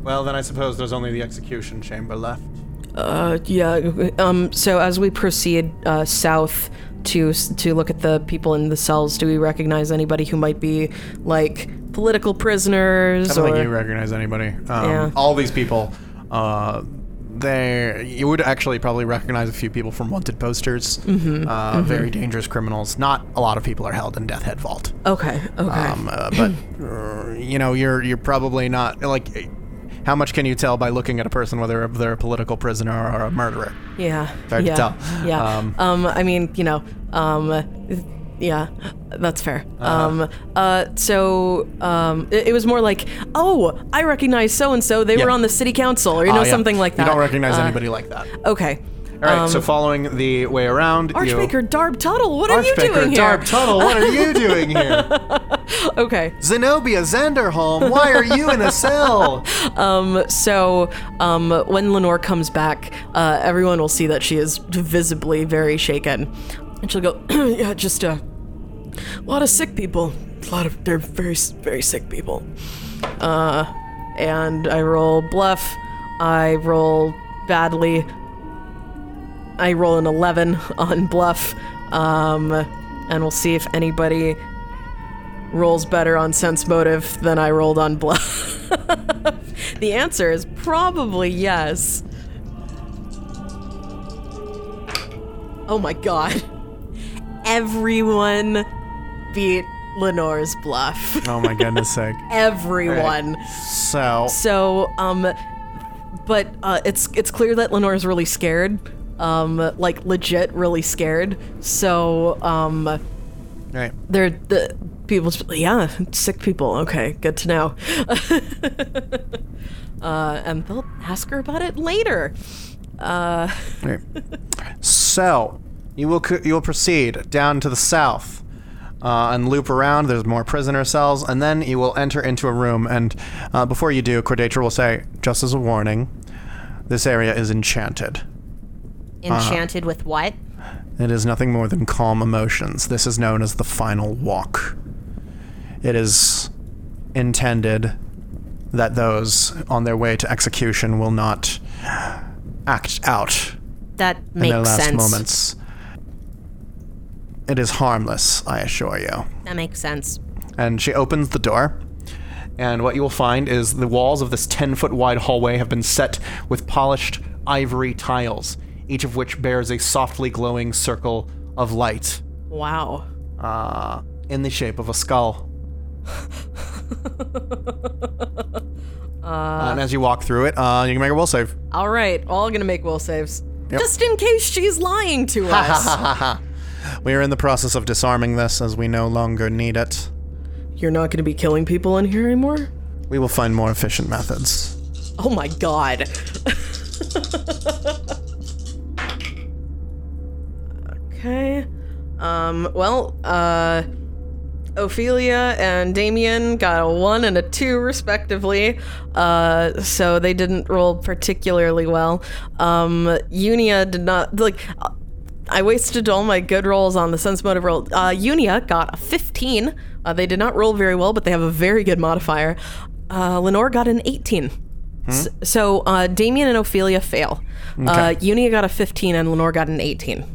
S2: Well, then I suppose there's only the execution chamber left.
S3: Uh, yeah. Um. So as we proceed uh, south to to look at the people in the cells, do we recognize anybody who might be like political prisoners?
S2: I don't
S3: or...
S2: think you recognize anybody. Um,
S3: Yeah.
S2: All these people, uh, they you would actually probably recognize a few people from wanted posters.
S3: Mm-hmm.
S2: Uh, Very dangerous criminals. Not a lot of people are held in Death Head Vault.
S3: okay. Okay.
S2: Um, uh,
S3: (clears throat)
S2: but uh, you know, you're you're probably not like. How much can you tell by looking at a person whether they're a political prisoner or a murderer?
S3: yeah.
S2: hard to
S3: yeah,
S2: tell.
S3: Yeah.
S2: Um,
S3: Um, I mean, you know. Um. Yeah, that's fair.
S2: Uh-huh.
S3: Um, uh, so um, it, it was more like, oh, I recognize so and so. They
S2: Yeah.
S3: were on the city council, or you know,
S2: Ah, yeah.
S3: something like that.
S2: You don't recognize
S3: Uh,
S2: anybody like that.
S3: Okay.
S2: All right. so following the way around, you-
S3: Archbaker Darb Tuttle, what are you
S2: Archbaker
S3: doing here?
S2: Darb Tuttle, what are
S3: (laughs)
S2: you doing here?
S3: Okay.
S2: Zenobia Zanderholm, why are you in a cell?
S3: So, um, when Lenore comes back, uh, everyone will see that she is visibly very shaken, and she'll go, (clears throat) "Yeah, just uh, a lot of sick people. A lot of they're very very sick people." Uh, and I roll bluff. I roll badly. I roll an eleven (laughs) on bluff, um, and we'll see if anybody rolls better on sense motive than I rolled on bluff. (laughs) The answer is probably yes. Oh my god. (laughs) Everyone beat Lenore's bluff.
S2: (laughs) Oh my goodness sake.
S3: Everyone.
S2: So,
S3: So, um but uh it's it's clear that Lenore's really scared. Um like legit really scared. So, um
S2: right.
S3: they're the people yeah, sick people. Okay, good to know. (laughs) uh and they'll ask her about it later.
S2: right. So, you will co- you will proceed down to the south. Uh, and loop around. There's more prisoner cells, and then you will enter into a room. And uh, before you do, Cordatra will say, "Just as a warning, this area is enchanted. Uh-huh.
S1: Enchanted with what?
S2: It is nothing more than calm emotions. This is known as the final walk. It is intended that those on their way to execution will not act out
S1: That
S2: in their
S1: makes
S2: last
S1: sense.
S2: moments. It is harmless, I assure you.
S1: That makes sense.
S2: And she opens the door. And what you will find is the walls of this 10 foot wide hallway have been set with polished ivory tiles, each of which bears a softly glowing circle of light
S3: Wow.
S2: uh, in the shape of a skull. (laughs) and as you walk through it, uh, you can make a will save.
S3: All right, all gonna make will saves. Just in case she's lying to us.
S2: We are in the process of disarming this as we no longer need it.
S3: You're not gonna be killing people in here anymore?
S2: We will find more efficient methods.
S3: Oh my god. okay. Um, well, uh, Ophelia and Damien got a one and a two, respectively. Uh, so they didn't roll particularly well. Um, Unia did not, like, uh, I wasted all my good rolls on the sense motive roll. Uh, Unia got a 15. Uh, they did not roll very well, but they have a very good modifier. Uh, Lenore got an 18. S- so uh, Damien and Ophelia fail. Uh, Unia got a 15 and Lenore got an 18.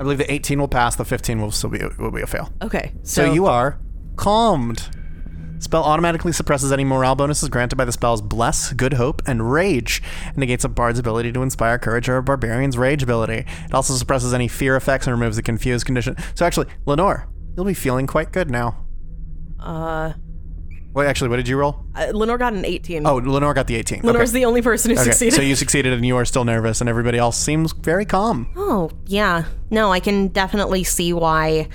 S2: I believe the 18 will pass, the 15 will still be will be a fail.
S3: Okay.
S2: So you are calmed. Spell automatically suppresses any morale bonuses granted by the spells Bless, Good Hope, and Rage. It negates a bard's ability to inspire courage or a barbarian's rage ability. It also suppresses any fear effects and removes the confused condition. So actually, Lenore, you'll be feeling quite good now. Uh. Wait, actually, what did you roll?
S3: Uh, Lenore got an 18.
S2: Oh, Lenore got the 18.
S3: Lenore's
S2: okay.
S3: the only person who
S2: Okay,
S3: succeeded.
S2: so you succeeded and you are still nervous, and everybody else seems very calm.
S1: Oh, yeah. No, I can definitely see why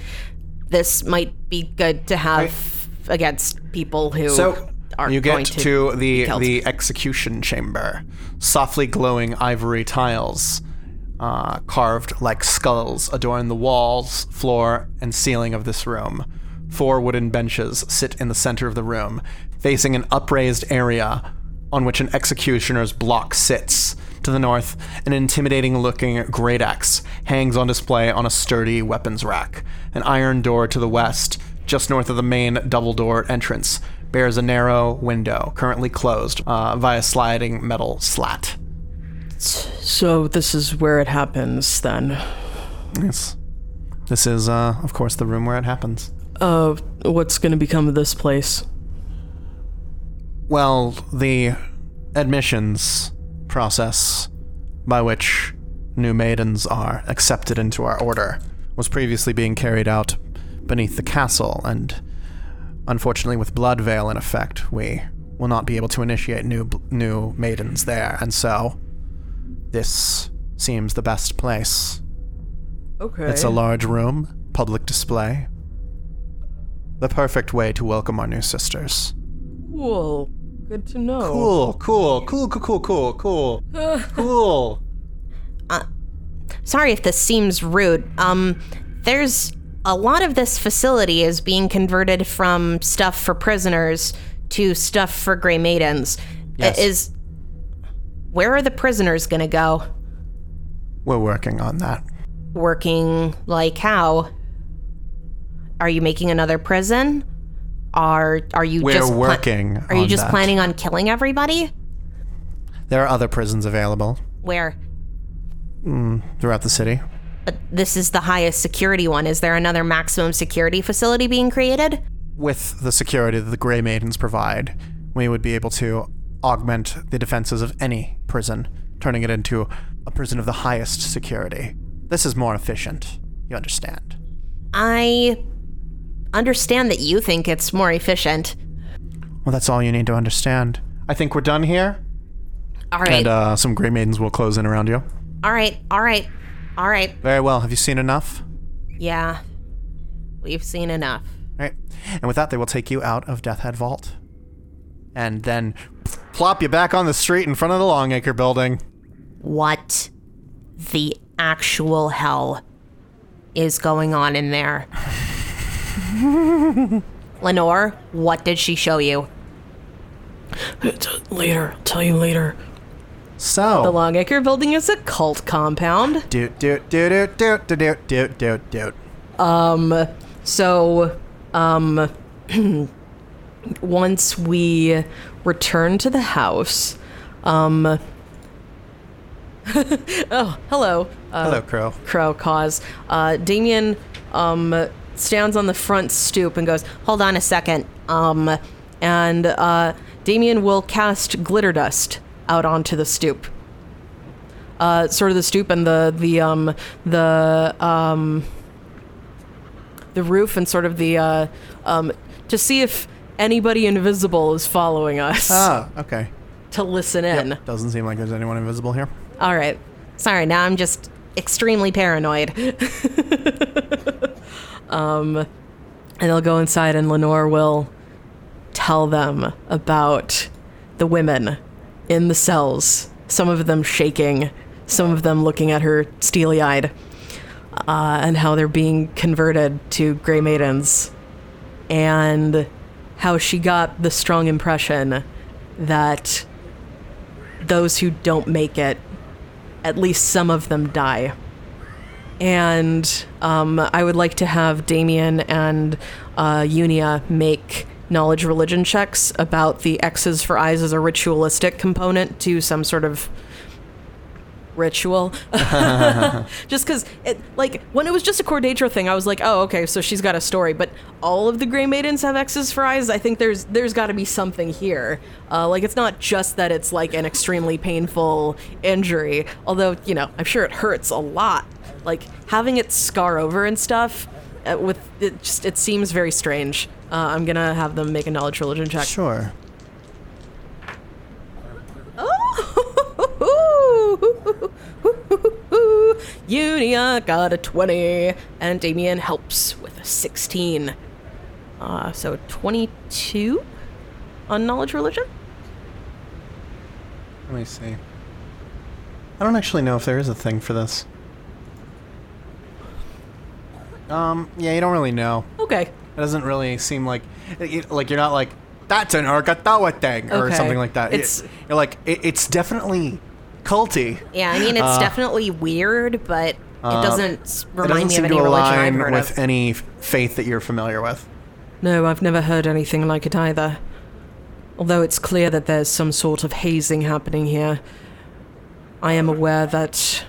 S1: this might be good to have against people who are
S2: you
S1: going
S2: get
S1: to,
S2: to, the
S1: killed.
S2: the execution chamber, softly glowing ivory tiles uh, carved like skulls adorn the walls, floor, and ceiling of this room. Four wooden benches sit in the center of the room, facing an upraised area on which an executioner's block sits. To the north, an intimidating looking great axe hangs on display on a sturdy weapons rack. An iron door to the west, just north of the main double door entrance, bears a narrow window, currently closed uh, via sliding metal slat.
S3: So this is where it happens then.
S2: Yes. This is, uh, of course, the room where it happens.
S3: Uh, what's going to become of this place?
S2: Well, the admissions process by which new maidens are accepted into our order was previously being carried out beneath the castle, and unfortunately, with Blood Veil in effect, we will not be able to initiate new new maidens there, and so this seems the best place.
S3: Okay.
S2: It's a large room, public display. The perfect way to welcome our new sisters.
S3: cool. Good to know.
S2: Cool, cool, cool, cool, cool, cool,
S1: (laughs)
S2: cool. cool.
S1: Sorry if this seems rude. Um, there's a lot of this facility is being converted from stuff for prisoners to stuff for Grey Maidens.
S2: Yes.
S1: Is where are the prisoners going to go?
S2: We're working on that.
S1: Working like how? Are you making another prison? Are are you
S2: We're
S1: just pla-
S2: working.
S1: Are you
S2: on
S1: just
S2: that.
S1: planning on killing everybody?
S2: There are other prisons available
S1: Where?
S2: throughout the city.
S1: But this is the highest security one. Is there another maximum security facility being created?
S2: With the security that the Grey Maidens provide, we would be able to augment the defenses of any prison, turning it into a prison of the highest security. This is more efficient. You understand?
S1: I understand that you think it's more efficient.
S2: Well, that's all you need to understand. I think we're done here.
S1: All right.
S2: And uh, some Grey Maidens will close in around you.
S1: all right. All right. All right.
S2: Very well. Have you seen enough?
S1: Yeah. We've seen enough.
S2: All right. And with that, they will take you out of Death Head Vault. And then plop you back on the street in front of the Longacre building.
S1: What the actual hell is going on in
S2: (laughs)
S1: there? Lenore, what did she show you?
S3: T- later. I'll tell you later.
S2: So.
S3: The Longacre building is a cult compound.
S2: Doot, doot, doot, doot, doot, doot, doot, doot, doot, doot.
S3: So, um, (clears throat) once we return to the house, um, oh, hello, uh,
S2: Hello, Crow.
S3: Crow Cause. Uh, Damien, um, stands on the front stoop and goes,
S1: Hold on a second.
S3: um, and, uh, Damien will cast glitter dust out onto the stoop. Uh, sort of the stoop and the, the, um, the, um, the roof and sort of the, uh, um, to see if anybody invisible is following us
S2: Ah, okay.
S3: to listen in.
S2: Doesn't seem like there's anyone invisible here.
S1: All right. Sorry, now I'm just extremely paranoid.
S3: And they'll go inside, and Lenore will tell them about the women in the cells. Some of them shaking, some of them looking at her steely eyed, uh, and how they're being converted to Grey Maidens, and how she got the strong impression that those who don't make it, at least some of them die and um, I would like to have Damien and uh, Unia make knowledge religion checks about the X's for eyes as a ritualistic component to some sort of ritual. (laughs) just because, like, when it was just a Cordatra thing, I was like, oh, okay, so she's got a story. But all of the Grey Maidens have X's for eyes. I think there's there's got to be something here. Uh, like, it's not just that it's like an extremely painful injury, although you know, I'm sure it hurts a lot. Like having it scar over and stuff. Uh, with it just it seems very strange. Uh, I'm gonna have them make a knowledge religion check.
S2: Sure.
S3: (laughs) Unia Oh! got a 20, and Damien helps with a 16. Uh, so 22 on knowledge religion?
S2: Let me see. I don't actually know if there is a thing for this. Um, yeah, you don't really know.
S3: Okay.
S2: It doesn't really seem like it- it- like you're not like that's an Argatawa thing or
S3: Okay.
S2: something like that. It-
S3: It's-
S2: you're like it, it's definitely culty.
S1: Yeah, I mean it's definitely weird, but it doesn't s-
S2: Uh, It
S1: remind
S2: doesn't
S1: me of
S2: seem
S1: any
S2: to
S1: religion I've
S2: align
S1: heard
S2: with
S1: of.
S2: any f- faith that you're familiar with.
S3: No, I've never heard anything like it either. Although it's clear that there's some sort of hazing happening here. I am aware that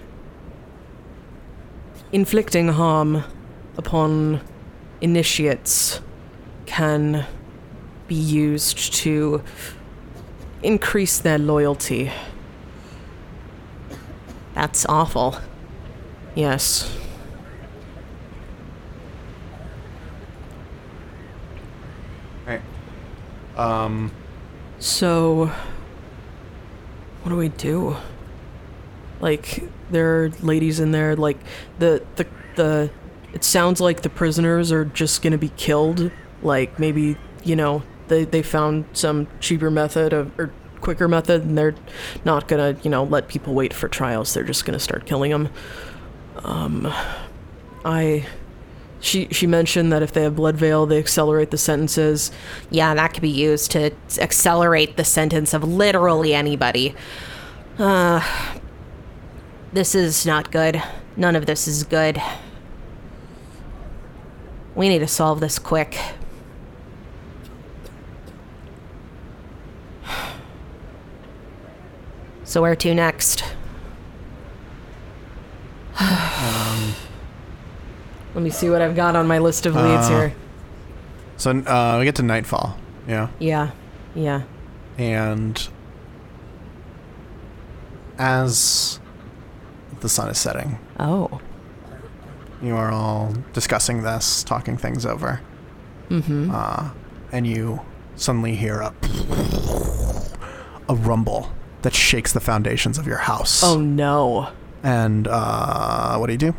S3: inflicting harm upon initiates can be used to increase their loyalty.
S1: That's awful.
S3: Yes.
S2: Right.
S3: So, what do we do? Like, there are ladies in there. Like, the the the. It sounds like the prisoners are just gonna be killed. Like, maybe you know they they found some cheaper method of or quicker method, and they're not gonna you know let people wait for trials. They're just gonna start killing them. Um, I. She she mentioned that if they have blood veil, they accelerate the sentences.
S1: Yeah, that could be used to accelerate the sentence of literally anybody. Uh, this is not good. None of this is good. We need to solve this quick. So, where to next? (sighs)
S3: Let me see what I've got on my list of leads
S2: Uh,
S3: here.
S2: So uh, we get to nightfall. Yeah.
S3: Yeah, yeah.
S2: and as the sun is setting,
S3: Oh,
S2: you are all discussing this, talking things over. Mm-hmm. Uh, and you suddenly hear a a rumble that shakes the foundations of your house.
S3: oh no.
S2: And uh, what do you do?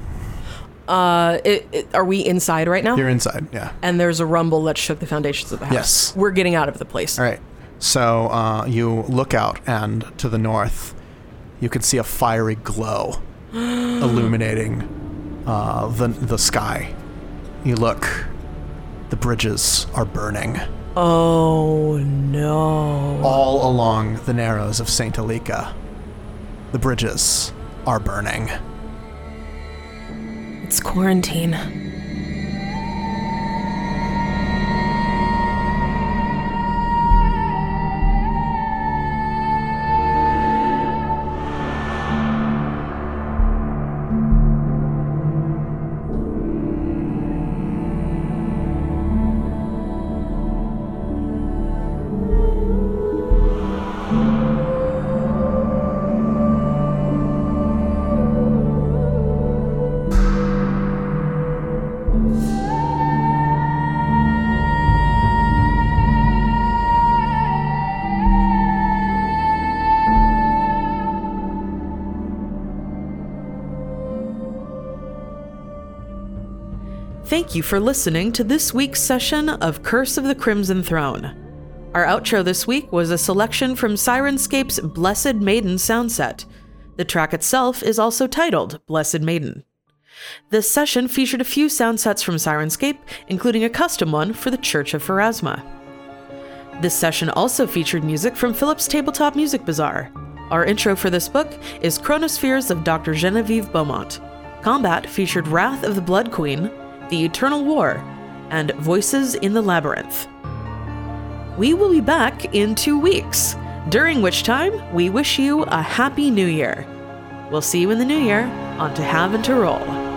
S3: Uh, it, it, are we inside right now?
S2: You're inside. Yeah.
S3: and there's a rumble that shook the foundations of the house.
S2: Yes.
S3: we're getting out of the place.
S2: All right. So uh, you look out, and to the north, you can see a fiery glow illuminating uh, the the sky. You look. The bridges are burning
S3: Oh no.
S2: all along the narrows of Saint Elica. The bridges are burning.
S1: It's quarantine.
S4: Thank you for listening to this week's session of Curse of the Crimson Throne. Our outro this week was a selection from Sirenscape's Blessed Maiden soundset. The track itself is also titled Blessed Maiden. This session featured a few sound sets from Sirenscape, including a custom one for the Church of Pharasma. This session also featured music from Philip's Tabletop Music Bazaar. Our intro for this book is Chronospheres of Dr. Genevieve Beaumont. Combat featured Wrath of the Blood Queen, The Eternal War, and Voices in the Labyrinth. We will be back in two weeks, during which time we wish you a Happy New Year. We'll see you in the new year on To Have and To Roll.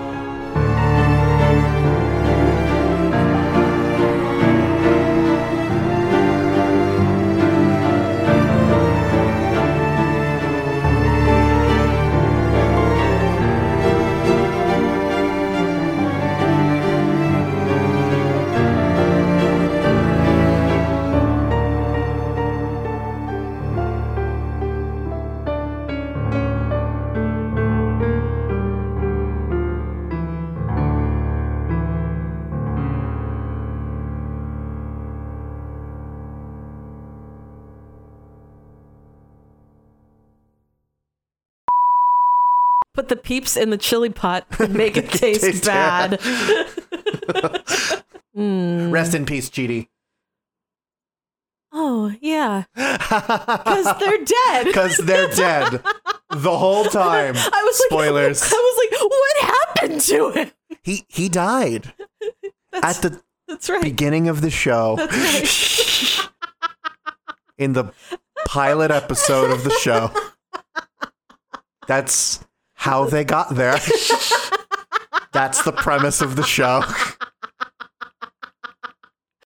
S4: put the peeps in the chili pot and make (laughs) it taste,
S2: taste
S4: bad. Mm.
S2: Rest in peace, GD.
S4: Oh, yeah. Because
S2: (laughs)
S4: (laughs) they're dead.
S2: Because they're dead the whole time.
S4: I was
S2: Spoilers.
S4: (laughs) Like, I was like, what happened to him?
S2: He he died at the
S4: That's right.
S2: beginning of the show. (laughs) in the pilot episode of the
S4: (laughs)
S2: show.
S4: (laughs)
S2: That's how they got there. That's the premise of the show.